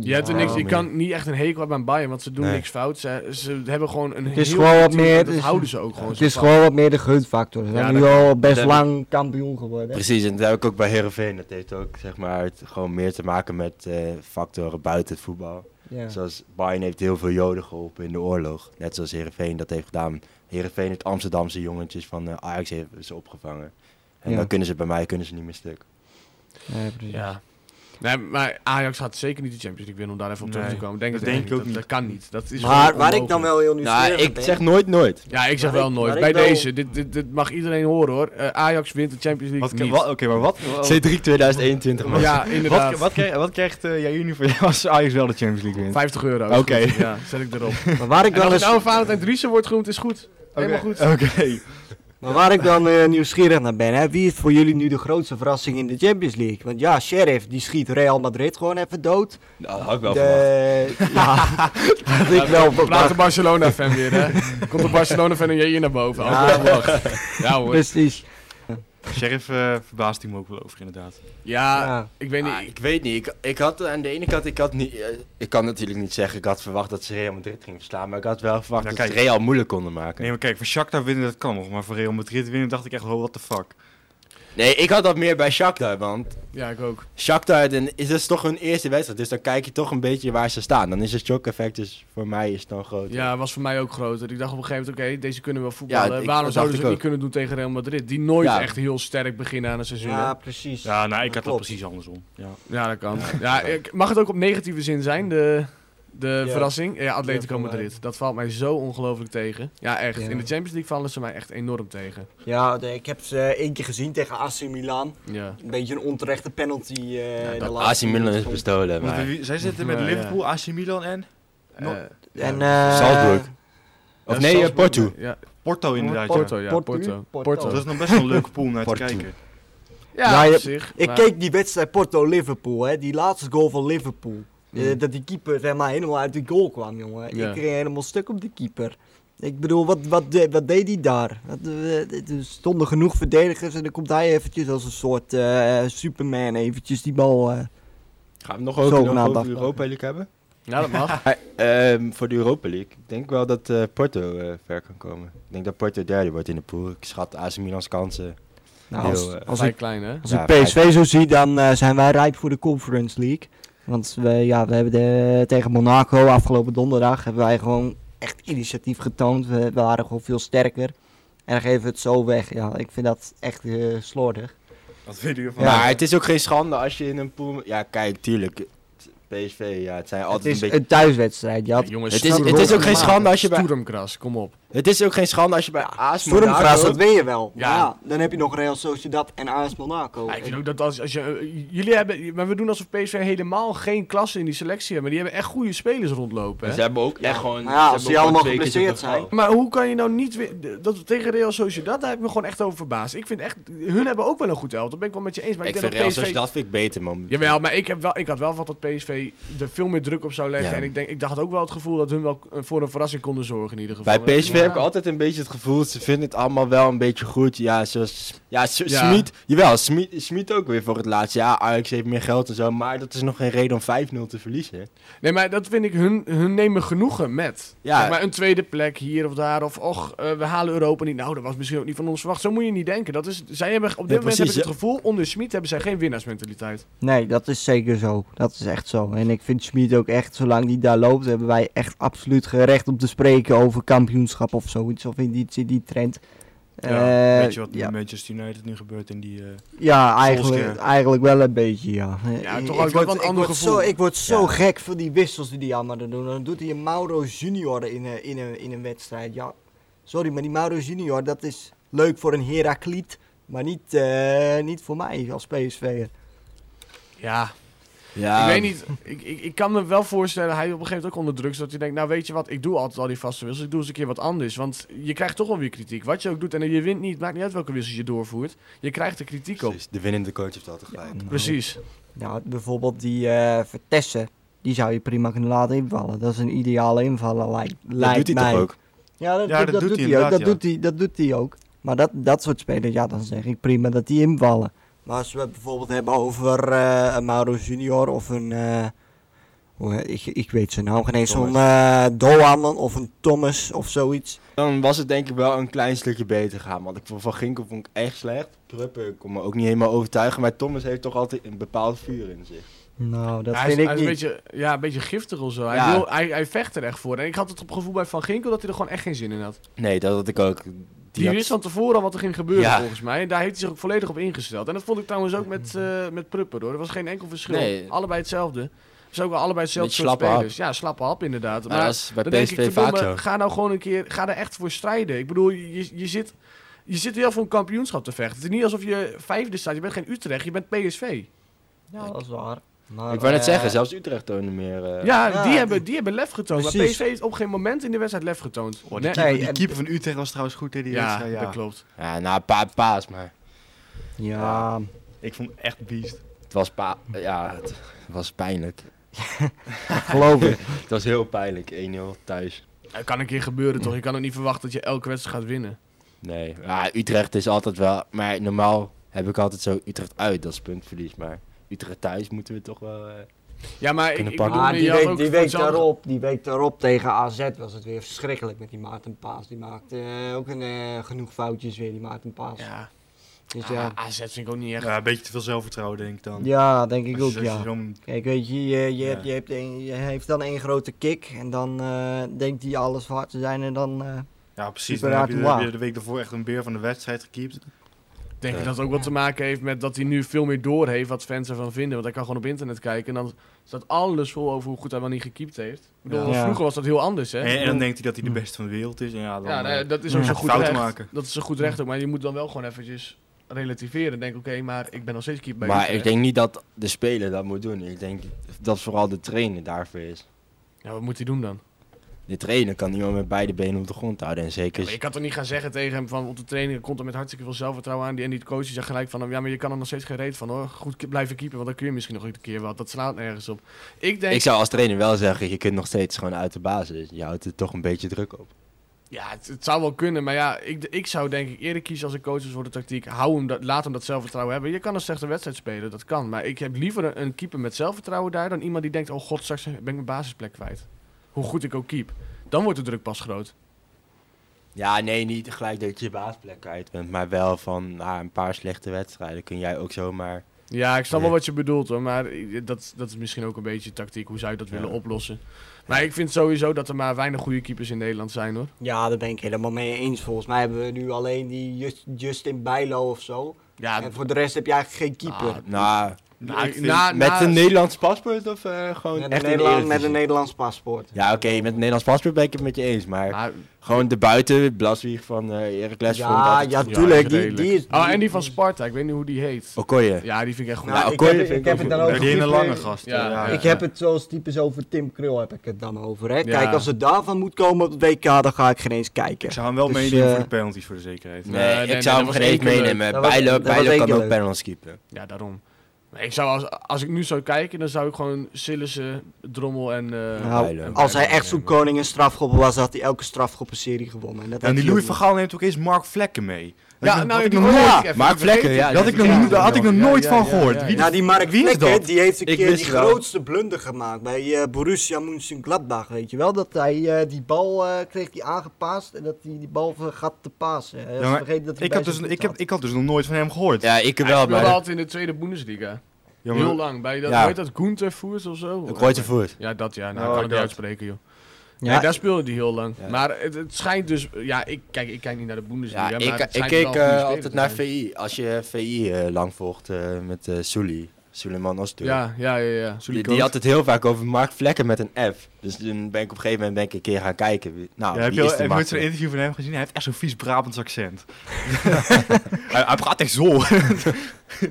Speaker 1: Je, hebt er
Speaker 2: ja,
Speaker 1: niks, je
Speaker 4: man.
Speaker 1: kan niet echt een hekel hebben aan Bayern, want ze doen
Speaker 4: Nee.
Speaker 1: niks fout. Ze, ze hebben gewoon een
Speaker 2: is
Speaker 1: heel
Speaker 2: gewoon
Speaker 1: goed
Speaker 2: wat
Speaker 1: team en
Speaker 2: meer-
Speaker 1: Dat
Speaker 2: het is-
Speaker 1: houden ze ook gewoon.
Speaker 2: Het
Speaker 1: zo
Speaker 2: is
Speaker 1: van.
Speaker 2: gewoon wat meer de gunfactor. Ze zijn
Speaker 1: Ja,
Speaker 2: nu
Speaker 1: dat-
Speaker 2: al best
Speaker 4: dat-
Speaker 2: lang kampioen geworden.
Speaker 4: Precies, en dat heb ik ook bij Herenveen. Dat heeft ook zeg maar, het gewoon meer te maken met eh, factoren buiten het voetbal.
Speaker 2: Ja.
Speaker 4: Zoals Bayern heeft heel veel Joden geholpen in de oorlog. Net zoals Herenveen dat heeft gedaan. Herenveen heeft Amsterdamse jongetjes van eh, Ajax heeft ze opgevangen. En
Speaker 2: Ja.
Speaker 4: dan kunnen ze bij mij kunnen ze niet meer stuk.
Speaker 2: Nee, precies.
Speaker 1: Ja. Nee, maar Ajax gaat zeker niet de Champions League winnen om daar even op terug
Speaker 3: Nee,
Speaker 1: te komen. Denk
Speaker 3: dat
Speaker 1: het
Speaker 3: denk
Speaker 1: echt niet.
Speaker 3: ik ook
Speaker 1: Dat, dat kan niet. Dat is
Speaker 2: Maar
Speaker 1: gewoon
Speaker 2: waar ik dan
Speaker 1: onmogelijk.
Speaker 2: wel heel
Speaker 4: Nou,
Speaker 2: nieuwsgierig
Speaker 4: ik
Speaker 2: ben-
Speaker 4: zeg nooit nooit.
Speaker 1: Ja, ik zeg
Speaker 2: waar
Speaker 1: wel
Speaker 2: ik-
Speaker 1: nooit.
Speaker 2: waar
Speaker 1: Bij
Speaker 2: ik wel-
Speaker 1: deze, dit, dit, dit mag iedereen horen hoor. Eh, Ajax wint de Champions League
Speaker 3: wat,
Speaker 1: niet.
Speaker 3: wat, Oké, maar wat, wat, wat,
Speaker 4: C3 2021 man.
Speaker 1: Ja, inderdaad.
Speaker 3: wat, krijg- wat krijgt eh jij nu voor jou als Ajax wel de Champions League wint?
Speaker 1: 50 euro. is
Speaker 3: Oké.
Speaker 1: goed. Ja, zet ik
Speaker 4: <laughs>
Speaker 1: erop.
Speaker 2: maar waar ik
Speaker 1: En
Speaker 2: wel
Speaker 1: als het
Speaker 2: eens
Speaker 1: nou Valentijn Driessen wordt genoemd, is goed. Helemaal goed.
Speaker 4: Eh,
Speaker 3: Oké. <laughs> oké.
Speaker 2: Maar waar ik dan eh, nieuwsgierig naar ben, hè, wie is voor jullie nu de grootste verrassing in de Champions League? Want ja, Sheriff die schiet Real Madrid gewoon even dood.
Speaker 4: Nou, dat had ik wel
Speaker 2: De,
Speaker 4: verwacht.
Speaker 2: <laughs> ja,
Speaker 4: <laughs>
Speaker 2: dat had ik wel
Speaker 1: Praat de
Speaker 2: verwacht.
Speaker 1: Barcelona-fan weer, hè? Komt de Barcelona-fan en jij hier naar boven.
Speaker 2: Ja.
Speaker 1: Ja, wacht. ja
Speaker 4: Dus-
Speaker 1: hoor.
Speaker 2: Precies.
Speaker 3: Sheriff eh, verbaast hij me ook wel over, inderdaad.
Speaker 1: Ja,
Speaker 2: Ja.
Speaker 1: ik weet niet.
Speaker 4: Ah, ik weet niet. Ik, ik had aan de ene kant, ik had niet. eh, ik kan natuurlijk niet zeggen, ik had verwacht dat ze Real Madrid ging verslaan. Maar ik had wel verwacht
Speaker 3: Ja,
Speaker 4: dat
Speaker 3: kijk.
Speaker 4: ze Real moeilijk konden maken.
Speaker 3: Nee,
Speaker 4: Nee,
Speaker 3: maar kijk, voor Shakhtar winnen, dat kan nog. Maar voor Real Madrid winnen, dacht ik echt, oh, what the fuck.
Speaker 4: ik had dat meer bij Shakhtar. Want
Speaker 1: Ja, ik ook.
Speaker 4: Shakhtar dan is dus toch hun eerste wedstrijd. Dus dan kijk je toch een beetje waar ze staan. Dan is het shock effect dus voor mij is het dan groot.
Speaker 1: Ja, was voor mij ook groter. Ik dacht op een gegeven moment, oké, deze kunnen wel voetballen.
Speaker 4: Ja, ik-
Speaker 1: Waarom
Speaker 4: dat
Speaker 1: zouden
Speaker 4: dacht
Speaker 1: ze het
Speaker 4: ik
Speaker 1: niet
Speaker 4: ook.
Speaker 1: kunnen doen tegen Real Madrid? Die nooit
Speaker 4: Ja.
Speaker 1: echt heel sterk beginnen aan een seizoen. hè?
Speaker 2: Ja, precies.
Speaker 3: Ja, nou, ik had dat
Speaker 2: Klopt.
Speaker 3: precies andersom. Ja.
Speaker 1: Ja, dat kan. Ja, ik- mag het ook op negatieve zin zijn, de, de
Speaker 2: Ja.
Speaker 1: verrassing? Ja, Atletico
Speaker 2: Ja, voor mij.
Speaker 1: Madrid. Dat valt mij zo ongelooflijk tegen. Ja, echt.
Speaker 2: Ja.
Speaker 1: In de Champions League vallen ze mij echt enorm tegen.
Speaker 2: Ja, de- ik heb ze eh, één keer gezien tegen AC Milan.
Speaker 1: Ja.
Speaker 2: Een beetje een onterechte penalty. eh
Speaker 1: dat-
Speaker 2: in de
Speaker 4: AC
Speaker 2: laatste
Speaker 4: Milan is
Speaker 2: minuut.
Speaker 4: bestolen.
Speaker 3: Want
Speaker 4: Maar...
Speaker 3: wie- zij zitten met
Speaker 1: Ja, ja.
Speaker 3: Liverpool, AC Milan en Nog-
Speaker 1: Eh,
Speaker 2: En,
Speaker 1: ja.
Speaker 2: eh,
Speaker 4: Salzburg. Of
Speaker 1: Ja,
Speaker 4: nee, eh,
Speaker 1: Salzburg,
Speaker 4: Porto.
Speaker 1: Ja,
Speaker 3: Porto inderdaad. ja.
Speaker 1: Porto, ja.
Speaker 2: Portu-
Speaker 1: Porto.
Speaker 2: Porto.
Speaker 1: Porto.
Speaker 3: Dat is nog best wel een leuke pool om naar te
Speaker 4: Porto.
Speaker 3: kijken.
Speaker 1: Ja,
Speaker 2: Ja, je-
Speaker 1: op zich.
Speaker 2: Ik
Speaker 1: maar-
Speaker 2: keek die wedstrijd Porto-Liverpool, hè, die laatste goal van Liverpool. Eh,
Speaker 1: Mm.
Speaker 2: dat die keeper zeg maar, helemaal uit die goal kwam, jongen.
Speaker 1: Ja.
Speaker 2: Ik ging helemaal stuk op die keeper. Ik bedoel, wat, wat, de- wat deed hij daar? Wat, eh, er stonden genoeg verdedigers en dan komt hij eventjes als een soort eh, Superman eventjes die bal... eh,
Speaker 4: Gaan we nog
Speaker 2: Zo,
Speaker 4: over
Speaker 2: nou,
Speaker 4: de
Speaker 2: dat-
Speaker 4: Europa League hebben?
Speaker 1: Ja, dat mag.
Speaker 4: Ehm, voor de Europa League. Ik denk wel dat eh, Porto eh, ver kan komen. Ik denk dat Porto derde wordt in de pool. Ik schat AC Milan's kansen.
Speaker 2: nou,
Speaker 4: Heel,
Speaker 2: als,
Speaker 4: eh,
Speaker 2: als,
Speaker 1: Vrij
Speaker 2: ik,
Speaker 1: klein, hè?
Speaker 2: als
Speaker 4: Ja,
Speaker 2: ik PSV zo zie, dan eh, zijn wij rijp voor de Conference League. Want we, ja, we hebben de, tegen Monaco afgelopen donderdag hebben wij gewoon echt initiatief getoond. We, we waren gewoon veel sterker. En dan geven we het zo weg. Ja, ik vind dat echt eh slordig.
Speaker 3: Wat vind je van?
Speaker 4: Maar het is ook geen schande als je in een pool... Ja, kijk, tuurlijk. het- PSV, ja, het zijn altijd
Speaker 2: Het is
Speaker 4: een beetje...
Speaker 2: een thuiswedstrijd. Je had
Speaker 1: Ja, jongens,
Speaker 4: Het is-
Speaker 1: Sturm-
Speaker 4: het is ook geen schande als je bij-
Speaker 1: Sturmgras, kom op.
Speaker 4: Het is ook geen schande als je bij AS
Speaker 2: Stormgras,
Speaker 4: Monaco...
Speaker 2: dat weet je wel. Maar
Speaker 1: Ja.
Speaker 2: Ja. dan heb je nog Real Sociedad en AS Monaco.
Speaker 1: Ja, ik vind ook dat als, als je, eh, jullie hebben, maar we doen alsof PSV helemaal geen klasse in die selectie hebben. Maar die hebben echt goede spelers rondlopen. Hè?
Speaker 4: Ze hebben ook echt gewoon...
Speaker 2: maar ja,
Speaker 4: ze hebben
Speaker 2: als die
Speaker 4: ook gewoon
Speaker 2: allemaal
Speaker 4: twee keer
Speaker 2: geblesseerd
Speaker 4: zoveel
Speaker 2: zijn.
Speaker 1: Maar hoe kan je nou niet win- de- dat tegen Real Sociedad? Daar heb ik me gewoon echt over verbaasd. Ik vind echt, hun hebben ook wel een goed elftal. Dat ben ik wel met je eens. Maar
Speaker 4: gehaald.
Speaker 1: ik,
Speaker 4: Ik
Speaker 1: denk
Speaker 4: vind Real
Speaker 1: dat PSV.
Speaker 4: Sociedad vind ik beter, man.
Speaker 1: Jawel, maar ik, heb wel, ik had wel wat dat PSV er veel meer druk op zou leggen.
Speaker 4: Ja.
Speaker 1: En ik, denk, ik dacht ook wel het gevoel dat hun wel eh, voor een verrassing konden zorgen in ieder geval.
Speaker 4: Bij PSV
Speaker 1: Ja.
Speaker 4: heb ik altijd een beetje het gevoel, ze vinden het allemaal wel een beetje goed. Ja, zoals... Ja, S-
Speaker 1: Ja.
Speaker 4: Smit... Jawel, Smit, Smit ook weer voor het laatst. Ja, Ajax heeft meer geld en zo, maar dat is nog geen reden om 5-0 te verliezen.
Speaker 1: Nee, maar dat vind ik, hun, hun nemen genoegen met.
Speaker 4: Ja.
Speaker 1: Zeg maar een tweede plek hier of daar. Of och, eh, we halen Europa niet. Nou, dat was misschien ook niet van ons verwacht. Zo moet je niet denken. Dat is, zij hebben, op dit moment
Speaker 4: precies,
Speaker 1: heb ik
Speaker 4: ja.
Speaker 1: het gevoel, onder Smit hebben zij geen winnaarsmentaliteit.
Speaker 2: Nee, dat is zeker zo. Dat is echt zo. En ik vind Schmid ook echt, zolang die daar loopt, hebben wij echt absoluut geen recht om te spreken over kampioenschap of zoiets. Of in die, in die trend.
Speaker 3: Ja,
Speaker 2: Eh,
Speaker 3: weet je wat
Speaker 2: ja.
Speaker 3: met Manchester United nu gebeurt in die... eh,
Speaker 2: Ja,
Speaker 3: Solskjaer.
Speaker 2: eigenlijk, eigenlijk wel een beetje, ja.
Speaker 1: Ja,
Speaker 2: Ik-
Speaker 1: toch
Speaker 2: ik
Speaker 1: ook wel
Speaker 2: word-
Speaker 1: een
Speaker 2: ik
Speaker 1: ander
Speaker 2: word
Speaker 1: gevoel.
Speaker 2: Zo, ik word zo
Speaker 4: Ja.
Speaker 2: gek van die wissels die die aan doen. Dan doet hij een Mauro Junior in een, in, een, in een wedstrijd. Ja, sorry, maar die Mauro Junior, dat is leuk voor een Herakliet. Maar niet, eh, niet voor mij als PSV'er.
Speaker 1: Ja,
Speaker 4: Ja,
Speaker 1: ik weet niet.
Speaker 4: Ehm.
Speaker 1: Ik, ik, ik kan me wel voorstellen, hij op een gegeven moment ook onder druk zat. Dat hij denkt, nou weet je wat, ik doe altijd al die vaste wissels. Ik doe eens een keer wat anders. Want je krijgt toch wel weer kritiek. Wat je ook doet en je wint niet. Maakt niet uit welke wissels je doorvoert. Je krijgt er kritiek op.
Speaker 4: Precies, de winnende coach heeft altijd gelijk.
Speaker 1: Precies.
Speaker 2: Nou, bijvoorbeeld die eh Vertessen. Die zou je prima kunnen laten invallen. Dat is een ideale invaller, lijkt,
Speaker 4: Dat
Speaker 2: lijkt
Speaker 4: doet hij
Speaker 2: mij.
Speaker 4: toch ook?
Speaker 2: Ja, dat,
Speaker 3: Ja,
Speaker 2: dat-
Speaker 3: dat
Speaker 2: dat
Speaker 3: doet
Speaker 2: doet
Speaker 3: hij
Speaker 2: hij ook. Dat
Speaker 3: inderdaad,
Speaker 2: doet hij, dat doet hij ook. Maar dat, dat soort spelers, ja, dan zeg ik prima dat die invallen. Maar als we het bijvoorbeeld hebben over eh, een Mauro Junior of een... eh, hoe he- ik, ik weet zijn naam geen eens. Zo'n eh Doan of een Thomas of zoiets.
Speaker 4: Dan was het denk ik wel een klein stukje beter gaan. Want ik vond Van Ginkel vond ik echt slecht. Kruppen kon me ook niet helemaal overtuigen. Maar Thomas heeft toch altijd een bepaald vuur in zich.
Speaker 2: Nou, dat
Speaker 1: hij
Speaker 2: vind
Speaker 1: is,
Speaker 2: ik
Speaker 1: hij is
Speaker 2: niet.
Speaker 1: een beetje, ja, een beetje giftig of zo. Hij,
Speaker 4: Ja.
Speaker 1: wil, hij, hij vecht er echt voor. En ik had het op gevoel bij Van Ginkel dat hij er gewoon echt geen zin in had.
Speaker 4: Nee, dat had ik ook.
Speaker 1: Die
Speaker 4: Die had-
Speaker 1: wist van tevoren al wat er ging gebeuren
Speaker 4: Ja.
Speaker 1: volgens mij. En daar heeft hij zich ook volledig op ingesteld. En dat vond ik trouwens ook met,
Speaker 2: Mm-hmm.
Speaker 1: eh met Prupper hoor. Er was geen enkel verschil.
Speaker 4: Nee.
Speaker 1: Allebei hetzelfde. Ze ook wel allebei hetzelfde
Speaker 4: Beetje
Speaker 1: soort
Speaker 4: slappe hap.
Speaker 1: spelers. Ja, slappe hap inderdaad.
Speaker 4: Maar
Speaker 1: Maar
Speaker 4: dat is bij
Speaker 1: dan denk
Speaker 4: PSV
Speaker 1: ik, verdomme,
Speaker 4: vaak zo.
Speaker 1: ga nou gewoon een keer, ga er echt voor strijden. Ik bedoel, je, je zit... Je zit heel voor een kampioenschap te vechten. Het is niet alsof je vijfde staat. Je bent geen Utrecht, je bent PSV.
Speaker 2: Ja, dat is waar. Maar,
Speaker 4: Ik wou net
Speaker 2: eh,
Speaker 4: zeggen, zelfs Utrecht toonde meer... eh,
Speaker 1: Ja,
Speaker 2: Ja,
Speaker 1: die,
Speaker 2: die-
Speaker 1: hebben, die hebben lef getoond. Maar
Speaker 2: Precies.
Speaker 1: PSV heeft op geen moment in de wedstrijd lef getoond.
Speaker 3: Oh, die,
Speaker 1: Nee.
Speaker 3: keeper,
Speaker 2: Nee,
Speaker 3: die
Speaker 2: en-
Speaker 3: keeper van Utrecht was trouwens goed, hè? Die
Speaker 1: ja,
Speaker 3: wedstrijd, ja.
Speaker 1: dat klopt.
Speaker 4: ja, nou, een paar paas, maar
Speaker 2: Ja,
Speaker 3: Ik vond hem echt beest.
Speaker 4: het was, pa ja, het was pijnlijk. Geloof ik. Het was heel pijnlijk, 1-0 thuis.
Speaker 1: Dat kan een keer gebeuren toch? Je kan ook niet verwachten dat je elke wedstrijd gaat winnen.
Speaker 4: Nee, ja, Utrecht is altijd wel... Maar normaal heb ik altijd zo Utrecht uit, dat is puntverlies. Maar Utrecht thuis moeten we toch wel... eh,
Speaker 1: Ja, maar ik,
Speaker 4: Kunnen
Speaker 1: ik
Speaker 4: pakken.
Speaker 1: bedoel,
Speaker 2: Maar
Speaker 1: nee,
Speaker 2: Ah, die
Speaker 1: je had ook
Speaker 2: week, die
Speaker 1: voor
Speaker 2: week
Speaker 1: hetzelfde-
Speaker 2: daarop, die week daarop tegen AZ was het weer verschrikkelijk met die Maarten Paas. Die maakte eh, ook een, eh, genoeg foutjes weer, die Maarten Paas.
Speaker 1: Ja,
Speaker 2: Dus ja,
Speaker 1: Ah, AZ vind ik ook niet echt.
Speaker 3: Ja, een beetje te veel zelfvertrouwen, denk ik dan.
Speaker 2: ja denk ik ook,
Speaker 3: Als je- als je
Speaker 2: ja.
Speaker 3: zo'n-
Speaker 2: Kijk, weet je, je, je,
Speaker 3: Ah. Ja.
Speaker 2: hebt, je, hebt een- je heeft dan één grote kick en dan eh, denkt hij alles hard te zijn en dan... eh,
Speaker 3: ja, precies.
Speaker 2: Super
Speaker 3: Dan heb je,
Speaker 2: Atoua.
Speaker 3: heb je de week daarvoor echt een beer van de wedstrijd gekiept.
Speaker 1: Ik denk dat het ook wat te maken heeft met dat hij nu veel meer door heeft wat fans ervan vinden. Want hij kan gewoon op internet kijken en dan staat alles vol over hoe goed hij wel niet gekiept heeft. Ik bedoel,
Speaker 2: Ja.
Speaker 1: vroeger was dat heel anders, hè?
Speaker 3: En, en dan denkt hij dat hij de beste van de wereld is. En ja, dan,
Speaker 1: ja, nou ja,
Speaker 3: eh,
Speaker 1: dat is ook
Speaker 2: Ja.
Speaker 1: zo goed
Speaker 3: Fouten
Speaker 1: recht.
Speaker 3: maken.
Speaker 1: Dat is zo goed recht ook, maar je moet dan wel gewoon eventjes relativeren. Denk, oké, maar ik ben nog steeds keeper bij
Speaker 4: Maar
Speaker 1: Utrecht.
Speaker 4: ik denk niet dat de speler dat moet doen. Ik denk dat vooral de trainer daarvoor is.
Speaker 1: Ja, wat moet hij doen dan?
Speaker 4: De trainer kan iemand met beide benen op de grond houden. En
Speaker 1: Ja,
Speaker 4: zeker...
Speaker 1: maar je kan toch niet gaan zeggen tegen hem van op de training komt er met hartstikke veel zelfvertrouwen aan. Die, en die coach die zegt gelijk van hem, ja, maar je kan er nog steeds geen reet van hoor. Goed ki- blijven keeper, want dan kun je misschien nog een keer wat. Dat slaat nergens op. Ik denk,
Speaker 4: Ik zou als trainer wel zeggen, je kunt nog steeds gewoon uit de basis. Dus Je houdt er toch een beetje druk op.
Speaker 1: ja, het, het zou wel kunnen, maar ja, ik, ik zou denk ik eerder kiezen als een coach is voor de tactiek. Hou hem dat, laat hem dat zelfvertrouwen hebben. Je kan een slechte wedstrijd spelen, dat kan. Maar ik heb liever een, een keeper met zelfvertrouwen daar dan iemand die denkt, oh god, straks ben ik mijn basisplek kwijt. Hoe goed ik ook keep. Dan wordt de druk pas groot.
Speaker 4: Ja, nee, niet gelijk dat je je baasplek uit bent. Maar wel van na een paar slechte wedstrijden kun jij ook zomaar...
Speaker 1: Ja, ik snap
Speaker 4: Ja.
Speaker 1: wel wat je bedoelt hoor, maar i- dat, dat is misschien ook een beetje tactiek. Hoe zou je dat
Speaker 4: Ja.
Speaker 1: willen oplossen? Maar ik vind sowieso dat er maar weinig goede keepers in Nederland zijn hoor.
Speaker 2: ja, daar ben ik helemaal mee eens. Volgens mij hebben we nu alleen die Just- Justin Bijlo of zo.
Speaker 1: Ja,
Speaker 2: En voor de rest heb je eigenlijk geen keeper.
Speaker 4: Ah, nou,
Speaker 1: na,
Speaker 3: ik vind-
Speaker 1: na,
Speaker 4: met
Speaker 1: na-
Speaker 4: een Nederlands paspoort of eh, gewoon
Speaker 2: met,
Speaker 4: echt
Speaker 2: een
Speaker 4: in de
Speaker 2: Nederland, met een
Speaker 4: Eredivisie?
Speaker 2: Nederlands paspoort.
Speaker 4: Ja, oké, met een Nederlands paspoort ben ik het met je eens. Maar
Speaker 1: maar-
Speaker 4: gewoon de buiten, Blaswieg van eh Erik Les. vond ik
Speaker 2: Ja,
Speaker 4: altijd-
Speaker 2: ja,
Speaker 1: Ah. Ja,
Speaker 2: tuurlijk. die,
Speaker 1: redelijk.
Speaker 2: die is...
Speaker 1: Oh, en die van Sparta, ik weet niet hoe die heet.
Speaker 4: Okoye.
Speaker 1: Ja, die vind ik echt goed.
Speaker 2: Nou,
Speaker 4: Nou,
Speaker 2: ik
Speaker 4: Okoye
Speaker 2: heb-
Speaker 4: vind
Speaker 2: ik heb het dan
Speaker 4: ook-
Speaker 2: over-
Speaker 3: die hele
Speaker 2: keeper-
Speaker 3: lange gast. eh,
Speaker 1: Ja, ja,
Speaker 2: Ik heb het zoals typisch over Tim Krul heb ik het dan over. Hè? Kijk, als het daarvan moet komen op het WK, dan ga ik geen eens kijken.
Speaker 3: Ik zou hem wel
Speaker 2: Dus,
Speaker 3: meenemen
Speaker 2: eh,
Speaker 3: voor de penalties, voor de zekerheid.
Speaker 4: Nee,
Speaker 1: Nee, nee,
Speaker 4: ik
Speaker 1: nee, dat
Speaker 4: zou hem
Speaker 1: was
Speaker 4: geen eens
Speaker 1: één keer leuk.
Speaker 4: meenemen.
Speaker 2: Dat was-
Speaker 4: Bijlo,
Speaker 2: dat was
Speaker 4: Bijlo
Speaker 2: één
Speaker 4: kan
Speaker 2: keer
Speaker 4: ook
Speaker 2: leuk.
Speaker 4: penalty keepen.
Speaker 1: Ja, daarom. Maar ik zou als, als ik nu zou kijken, dan zou ik gewoon Sillissen, Drommel en... eh,
Speaker 2: Nou,
Speaker 1: en
Speaker 4: als
Speaker 2: Als hij
Speaker 1: Bijlo
Speaker 2: echt zo'n
Speaker 1: nemen.
Speaker 2: koning in strafgroepen was, had hij elke strafgroepenserie gewonnen. En dat
Speaker 3: En die
Speaker 2: heeft hij
Speaker 3: Louis
Speaker 2: ook
Speaker 3: van Gaal neemt ook eens Mark Vlekken mee. Dat
Speaker 1: Ja,
Speaker 3: ik-
Speaker 1: nou,
Speaker 3: dat
Speaker 1: die
Speaker 3: ik nog
Speaker 1: hoorde
Speaker 3: nooit-
Speaker 1: ik even.
Speaker 4: Mark
Speaker 1: Ik
Speaker 4: Vlekken,
Speaker 1: vergeet
Speaker 4: ja,
Speaker 1: die
Speaker 3: Dat
Speaker 1: van
Speaker 3: ik nog,
Speaker 1: Vlekken.
Speaker 3: niet- daar had ik nog
Speaker 1: Ja,
Speaker 3: nooit
Speaker 1: ja,
Speaker 3: van
Speaker 1: ja,
Speaker 3: gehoord.
Speaker 1: ja,
Speaker 3: Wie
Speaker 1: ja.
Speaker 2: Nou, die Mark
Speaker 3: Wie is
Speaker 2: Vlekken,
Speaker 3: dat?
Speaker 2: die heeft een
Speaker 4: Ik
Speaker 2: keer
Speaker 4: wist
Speaker 2: die
Speaker 4: het wel.
Speaker 2: grootste blunder gemaakt bij eh, Borussia Mönchengladbach, weet je wel? Dat hij eh, die bal eh, kreeg die aangepaast en dat hij die bal vergat te pasen. Hij was
Speaker 3: maar
Speaker 2: vergeten dat hij
Speaker 3: Ik
Speaker 2: bij
Speaker 3: heb, dus,
Speaker 2: zijn
Speaker 3: ik,
Speaker 2: voet
Speaker 3: heb,
Speaker 2: had.
Speaker 3: ik had dus nog nooit van hem gehoord.
Speaker 4: Ja, ik
Speaker 1: Hij
Speaker 4: wel,
Speaker 1: speelde
Speaker 4: maar...
Speaker 1: altijd in de tweede Bundesliga.
Speaker 3: Ja, maar-
Speaker 1: Heel lang. Bij dat,
Speaker 4: Ja.
Speaker 1: hoe heet dat? Gunther Voers of zo?
Speaker 4: Ik gooi het voort.
Speaker 1: Ja, dat ja. Nou,
Speaker 3: Oh,
Speaker 1: ik kan het
Speaker 3: dat.
Speaker 1: niet uitspreken, joh.
Speaker 2: Ja,
Speaker 1: Nee, daar speelde hij heel lang.
Speaker 4: Ja.
Speaker 1: Maar het, het schijnt dus... Ja, ik kijk, ik kijk niet naar de Bundesliga.
Speaker 4: Ja,
Speaker 1: maar
Speaker 4: ik,
Speaker 1: het
Speaker 4: ik
Speaker 1: schijnt
Speaker 4: keek
Speaker 1: wel een goede
Speaker 4: eh,
Speaker 1: speler
Speaker 4: altijd
Speaker 1: te
Speaker 4: naar
Speaker 1: zijn.
Speaker 4: VI. Als je VI eh, lang volgt eh, met eh Souli, Suleiman Öztürk.
Speaker 1: Ja, ja, ja, ja.
Speaker 4: Die, die had het heel vaak over Mark Vlekken met een F. Dus toen ben ik op een gegeven moment ben ik een keer gaan kijken. Wie- Nou,
Speaker 3: Ja, heb
Speaker 4: wie
Speaker 3: je al-
Speaker 4: is die
Speaker 3: heb je
Speaker 4: Mark
Speaker 3: ooit zo'n
Speaker 4: Vlekken?
Speaker 3: interview van hem gezien? Hij heeft echt zo'n vies Brabants
Speaker 4: <laughs>
Speaker 3: accent. hij, hij praat echt zo.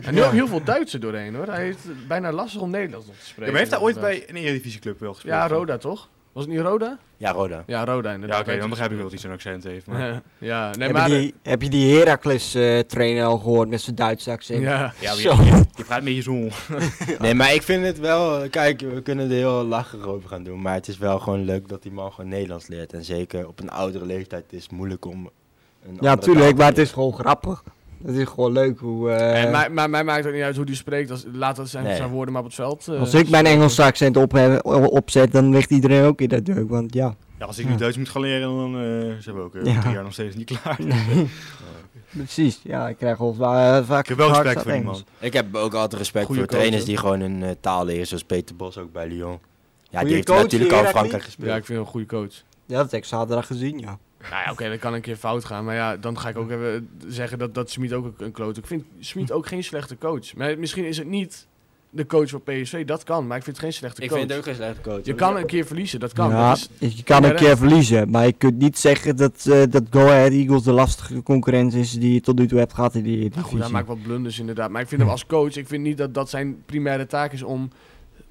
Speaker 1: En nu ook heel veel Duitsers doorheen, hoor. Hij heeft het bijna lastig om Nederlands nog te spreken.
Speaker 3: maar heeft hij ooit
Speaker 1: inderdaad.
Speaker 3: bij een Eredivisieclub wel gespeeld?
Speaker 1: Ja, Roda, toch? Was het niet Roda?
Speaker 4: Ja, Roda.
Speaker 1: Ja, Roda
Speaker 3: Ja,
Speaker 1: inderdaad.
Speaker 3: oké, dan begrijp ik wel dat hij zo'n accent heeft. Maar...
Speaker 1: <laughs> ja, nee,
Speaker 2: heb,
Speaker 1: maar...
Speaker 2: je die, heb je die Heracles eh, trainer al gehoord met zijn Duitse accent?
Speaker 1: Ja.
Speaker 4: Ja, maar
Speaker 2: Zo.
Speaker 4: je, je
Speaker 3: praat met je zoon.
Speaker 4: Nee, maar ik vind het wel... eh, Kijk, we kunnen er heel lacherig over gaan doen. Maar het is wel gewoon leuk dat die man gewoon Nederlands leert. En zeker op een oudere leeftijd is het moeilijk om... een
Speaker 2: Ja,
Speaker 4: andere taal
Speaker 2: tuurlijk,
Speaker 4: te
Speaker 2: maar het
Speaker 4: leren.
Speaker 2: is gewoon grappig. Het is gewoon leuk hoe... eh,
Speaker 1: En mij- maar mij maakt het niet uit hoe die spreekt. Als, laat dat zijn,
Speaker 4: Nee.
Speaker 1: zijn woorden maar op het veld. eh,
Speaker 2: als ik mijn Engelse accent ophe- opzet, dan ligt iedereen ook in dat deuk, want ja.
Speaker 3: Ja, als ik nu
Speaker 2: Ja.
Speaker 3: Duits moet gaan leren, dan eh zijn we ook eh,
Speaker 2: Ja.
Speaker 3: drie jaar nog steeds niet klaar.
Speaker 2: Precies, ja, ik krijg al va- vaak...
Speaker 3: Ik heb wel respect
Speaker 2: hardstaat
Speaker 3: voor die
Speaker 2: Engels.
Speaker 3: man.
Speaker 4: Ik heb ook altijd respect
Speaker 3: Goeie
Speaker 4: voor
Speaker 3: coach,
Speaker 4: trainers
Speaker 3: hè?
Speaker 4: die gewoon een taal leren. Zoals Peter Bos ook bij Lyon. Ja,
Speaker 2: Goeie
Speaker 4: die heeft
Speaker 2: coach,
Speaker 4: natuurlijk al in
Speaker 2: Heracles.
Speaker 4: Frankrijk gespeeld.
Speaker 1: ja, ik vind hem een goede coach.
Speaker 2: Ja, dat heb ik zaterdag gezien, ja.
Speaker 1: Nou ja, oké, dat kan een keer fout gaan. Maar ja, dan ga ik ook even eh, zeggen dat, dat Smit ook een- een kloot. Ik vind Smit ook geen slechte coach. Maar misschien is het niet de coach van PSV. Dat kan, maar ik vind het geen slechte coach.
Speaker 4: geen slechte coach.
Speaker 1: Je kan een keer verliezen, dat kan.
Speaker 2: ja,
Speaker 1: Dat is-
Speaker 2: je kan een
Speaker 1: Ja,
Speaker 2: keer
Speaker 1: dat-
Speaker 2: verliezen, maar je kunt niet zeggen dat, eh, dat Go Ahead Eagles de lastige concurrent is die je tot nu toe hebt gehad in die
Speaker 1: nou goed, hij
Speaker 2: divisie.
Speaker 1: maakt wat blunders inderdaad. Maar ik vind hem als coach, ik vind niet dat dat zijn primaire taak is om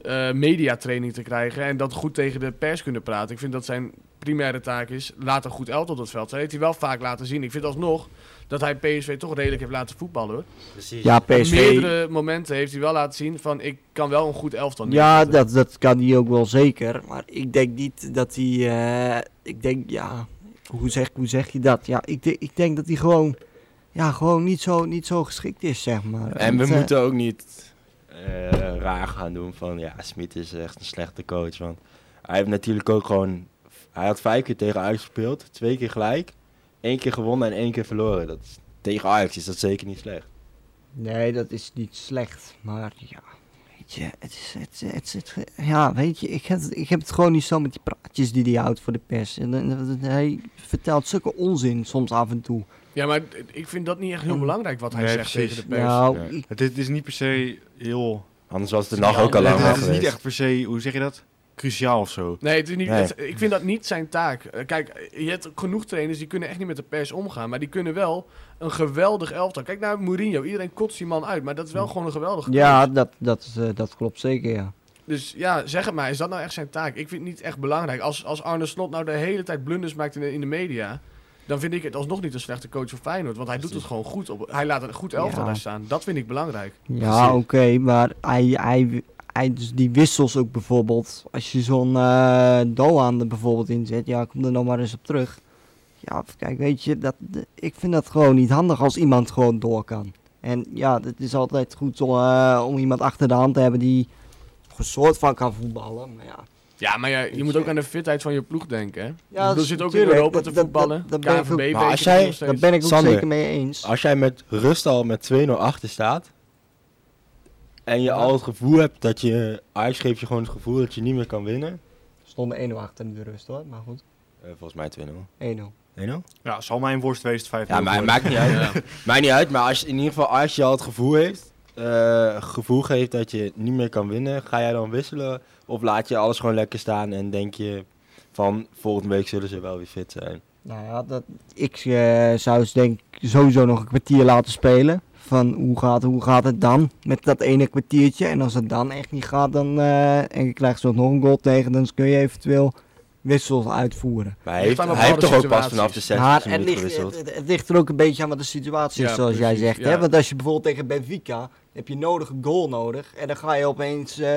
Speaker 1: eh, mediatraining te krijgen. En dat goed tegen de pers kunnen praten. Ik vind dat zijn primaire taak is, laat een goed elftal op het veld. Dat heeft hij wel vaak laten zien. Ik vind alsnog dat hij PSV toch redelijk heeft laten voetballen. hoor.
Speaker 4: Precies.
Speaker 2: Ja,
Speaker 1: Op
Speaker 2: PSV...
Speaker 1: meerdere momenten heeft hij wel laten zien van ik kan wel een goed elftal
Speaker 2: Ja,
Speaker 1: neerzetten.
Speaker 2: dat, dat kan hij ook wel zeker, maar ik denk niet dat hij... eh, ik denk, ja... Hoe zeg, hoe zeg je dat? Ja, ik, de- ik denk dat hij gewoon... Ja, gewoon niet zo, niet zo geschikt is, zeg maar.
Speaker 4: En we
Speaker 2: Want, eh,
Speaker 4: moeten ook niet eh, raar gaan doen van ja, Smit is echt een slechte coach. Want hij heeft natuurlijk ook gewoon. Hij had vijf keer tegen Ajax gespeeld, twee keer gelijk, één keer gewonnen en één keer verloren. Dat is- tegen Ajax is dat zeker niet slecht.
Speaker 2: Nee, dat is niet slecht, maar ja. Weet je, het is. Het, het, het, ja, weet je, ik heb, het- ik heb het gewoon niet zo met die praatjes die hij houdt voor de pers. En, dan- dan- dan- hij vertelt zulke onzin soms af en toe.
Speaker 1: Ja, maar d- ik vind dat niet echt heel
Speaker 2: Mm.
Speaker 1: belangrijk wat hij
Speaker 3: Nee,
Speaker 1: zegt
Speaker 3: precies.
Speaker 1: tegen de pers.
Speaker 2: Nou,
Speaker 4: ja.
Speaker 2: ik-
Speaker 3: <laughs> Het is, het is niet per se heel...
Speaker 4: Anders was het er
Speaker 1: Ja,
Speaker 4: nog ook al
Speaker 1: nee,
Speaker 4: lang
Speaker 3: het,
Speaker 1: wel
Speaker 3: is
Speaker 4: geweest.
Speaker 3: niet echt per se, hoe zeg je dat? Cruciaal of zo.
Speaker 1: Nee, het is niet,
Speaker 4: Nee.
Speaker 1: het- ik vind dat niet zijn taak. Eh, Kijk, je hebt genoeg trainers die kunnen echt niet met de pers omgaan. Maar die kunnen wel een geweldig elftal. Kijk naar Mourinho. Iedereen kotst die man uit. Maar dat is wel gewoon een geweldige
Speaker 2: ja,
Speaker 1: coach.
Speaker 2: dat, dat, is, eh, dat klopt zeker, ja.
Speaker 1: Dus ja, zeg het maar. Is dat nou echt zijn taak? Ik vind het niet echt belangrijk. Als, als Arne Slot nou de hele tijd blunders maakt in de, in de media... dan vind ik het alsnog niet een slechte coach voor Feyenoord. Want hij doet het gewoon goed. Op, hij laat een goed elftal
Speaker 2: Ja.
Speaker 1: daar staan. Dat vind ik belangrijk.
Speaker 2: Ja, oké, maar hij, hij, hij, dus die wissels ook bijvoorbeeld. Als je zo'n eh Doan er bijvoorbeeld inzet, ja, kom er nog maar eens op terug. Ja, kijk, weet je, dat, de- ik vind dat gewoon niet handig als iemand gewoon door kan. En ja, het is altijd goed om, eh, om iemand achter de hand te hebben die een soort van kan voetballen. Maar ja,
Speaker 1: Ja, maar ja, je
Speaker 2: Weet
Speaker 1: moet
Speaker 2: je.
Speaker 1: ook aan de fitheid van je ploeg denken. Hè?
Speaker 2: Ja,
Speaker 1: er
Speaker 2: dat is-
Speaker 1: zit ook in
Speaker 2: tuurlijk,
Speaker 1: Europa
Speaker 2: dat-
Speaker 1: te
Speaker 2: dat-
Speaker 1: voetballen.
Speaker 2: dat- dat ben ik ook-
Speaker 1: KNVB
Speaker 4: Maar als
Speaker 1: beker
Speaker 4: jij-
Speaker 1: nog steeds.
Speaker 2: daar ben ik ook
Speaker 4: Sander.
Speaker 2: zeker mee eens.
Speaker 4: Als jij met rust al met 2-0 achter staat. En je al het gevoel hebt dat je. Ajax geeft je gewoon het gevoel dat je niet meer kan winnen.
Speaker 2: Stonden 1-0 achter in de rust hoor, maar goed,
Speaker 4: Eh, volgens mij 2-0.
Speaker 2: 1-0.
Speaker 4: 1-0?
Speaker 3: Ja, zal mijn worst 2005
Speaker 4: Ja, maar maakt niet uit. Maakt niet uit, maar als, in ieder geval als je al het gevoel heeft, eh, gevoel geeft dat je niet meer kan winnen, ga jij dan wisselen? Of laat je alles gewoon lekker staan en denk je van volgende week zullen ze wel weer fit zijn?
Speaker 2: Nou ja, dat, ik eh, zou ze denk ik sowieso nog een kwartier laten spelen. Van hoe gaat, hoe gaat het dan met dat ene kwartiertje? En als het dan echt niet gaat, dan, eh, en je krijgt zo nog een goal tegen, dan kun je eventueel wissels uitvoeren.
Speaker 4: Maar hij
Speaker 1: Ligt
Speaker 4: heeft,
Speaker 1: aan op
Speaker 4: hij heeft
Speaker 1: alle
Speaker 4: toch ook pas
Speaker 1: situaties.
Speaker 4: vanaf de 60
Speaker 2: Maar het
Speaker 4: minuten
Speaker 2: ligt,
Speaker 4: gewisseld?
Speaker 2: het, het ligt er ook een beetje aan wat de situatie is,
Speaker 1: Ja,
Speaker 2: zoals jij
Speaker 1: precies,
Speaker 2: zegt.
Speaker 1: ja.
Speaker 2: Hè? Want als je bijvoorbeeld tegen Benfica, heb je nodig een goal nodig. En dan ga je opeens eh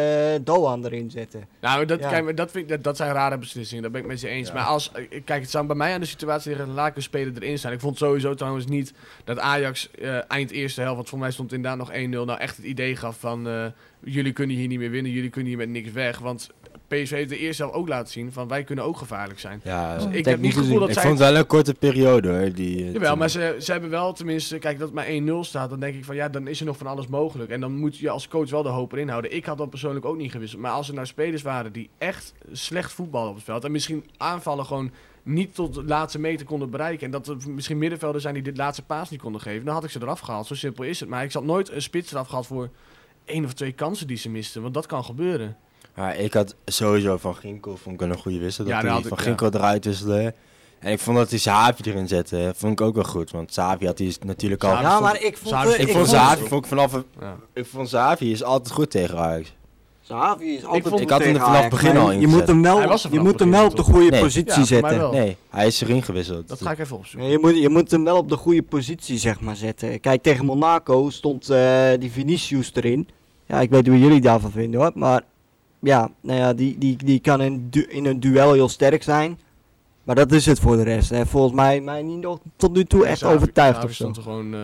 Speaker 2: Doan erin zetten.
Speaker 1: Nou, maar dat,
Speaker 2: Ja.
Speaker 1: kijk, maar dat, vind ik, dat, dat zijn rare beslissingen, daar ben ik met je eens.
Speaker 4: Ja.
Speaker 1: Maar als, eh, kijk, het zou bij mij aan de situatie liggen dat Laken spelen erin staan. Ik vond sowieso trouwens niet dat Ajax eh, eind eerste helft, want voor mij stond inderdaad nog 1-0, nou echt het idee gaf van eh, jullie kunnen hier niet meer winnen, jullie kunnen hier met niks weg. Want PSV heeft de eerste helft ook laten zien van wij kunnen ook gevaarlijk zijn.
Speaker 4: Ja,
Speaker 1: Dus
Speaker 4: ik,
Speaker 1: ik
Speaker 2: heb
Speaker 1: heb
Speaker 2: ik
Speaker 1: niet
Speaker 2: niet
Speaker 1: het gevoel
Speaker 2: gezien.
Speaker 1: dat zij...
Speaker 4: vond het wel een korte periode hoor. Die, eh,
Speaker 1: Jawel,
Speaker 4: toen-
Speaker 1: maar ze, ze hebben wel tenminste, kijk, dat het maar 1-0 staat, dan denk ik van ja, dan is er nog van alles mogelijk. En dan moet je als coach wel de hoop erin houden. Ik had dat persoonlijk ook niet gewisseld. Maar als er nou spelers waren die echt slecht voetballen op het veld en misschien aanvallen gewoon niet tot de laatste meter konden bereiken en dat er misschien middenvelden zijn die dit laatste paas niet konden geven, dan had ik ze eraf gehaald. Zo simpel is het. Maar ik had nooit een spits eraf gehad voor één of twee kansen die ze misten, want dat kan gebeuren.
Speaker 4: Ja, ik had sowieso van Ginkel vond ik een goede wissel.
Speaker 1: Ja,
Speaker 4: Dat
Speaker 1: daar
Speaker 4: hij
Speaker 1: had ik-
Speaker 4: van
Speaker 1: ja.
Speaker 4: Ginkel eruit wisselde. En ik vond dat hij Savi erin zette. Vond ik ook wel goed. Want Savi had hij natuurlijk al.
Speaker 1: Savi
Speaker 2: Ja,
Speaker 1: vond-
Speaker 2: maar ik vond...
Speaker 1: Savi
Speaker 2: eh,
Speaker 1: vond-
Speaker 4: ik, vond
Speaker 1: vond-
Speaker 4: Savi vond ik vanaf
Speaker 1: Ja.
Speaker 4: Ik vond Xavi is altijd goed tegen Ajax.
Speaker 2: Sahavi is altijd
Speaker 1: vond-
Speaker 2: goed
Speaker 4: Ik had hem er
Speaker 2: tegen
Speaker 4: vanaf
Speaker 2: Ajax,
Speaker 4: begin
Speaker 2: maar
Speaker 4: al
Speaker 2: Je moet
Speaker 4: ingezet.
Speaker 2: hem
Speaker 1: Hij
Speaker 2: wel,
Speaker 1: was er
Speaker 2: je
Speaker 1: vanaf
Speaker 2: moet hem
Speaker 1: begin,
Speaker 2: wel op de
Speaker 1: toch?
Speaker 2: goede
Speaker 1: Ja,
Speaker 4: Nee.
Speaker 2: positie
Speaker 1: voor mij
Speaker 2: zetten.
Speaker 1: wel.
Speaker 4: Nee, hij is erin gewisseld.
Speaker 1: Dat ga ik even opzoeken.
Speaker 2: Nee, je, moet, je moet hem wel op de goede positie zeg maar, zetten. Kijk, tegen Monaco stond eh, die Vinicius erin. Ja, ik weet hoe jullie daarvan vinden hoor. Maar ja, nou ja die, die, die kan in, du- in een duel heel sterk zijn. Maar dat is het voor de rest. Hè. Volgens mij, mij niet nog tot nu toe echt
Speaker 1: Sahavi-
Speaker 2: overtuigd
Speaker 1: Sahavi
Speaker 2: of zo.
Speaker 1: stond er gewoon, eh,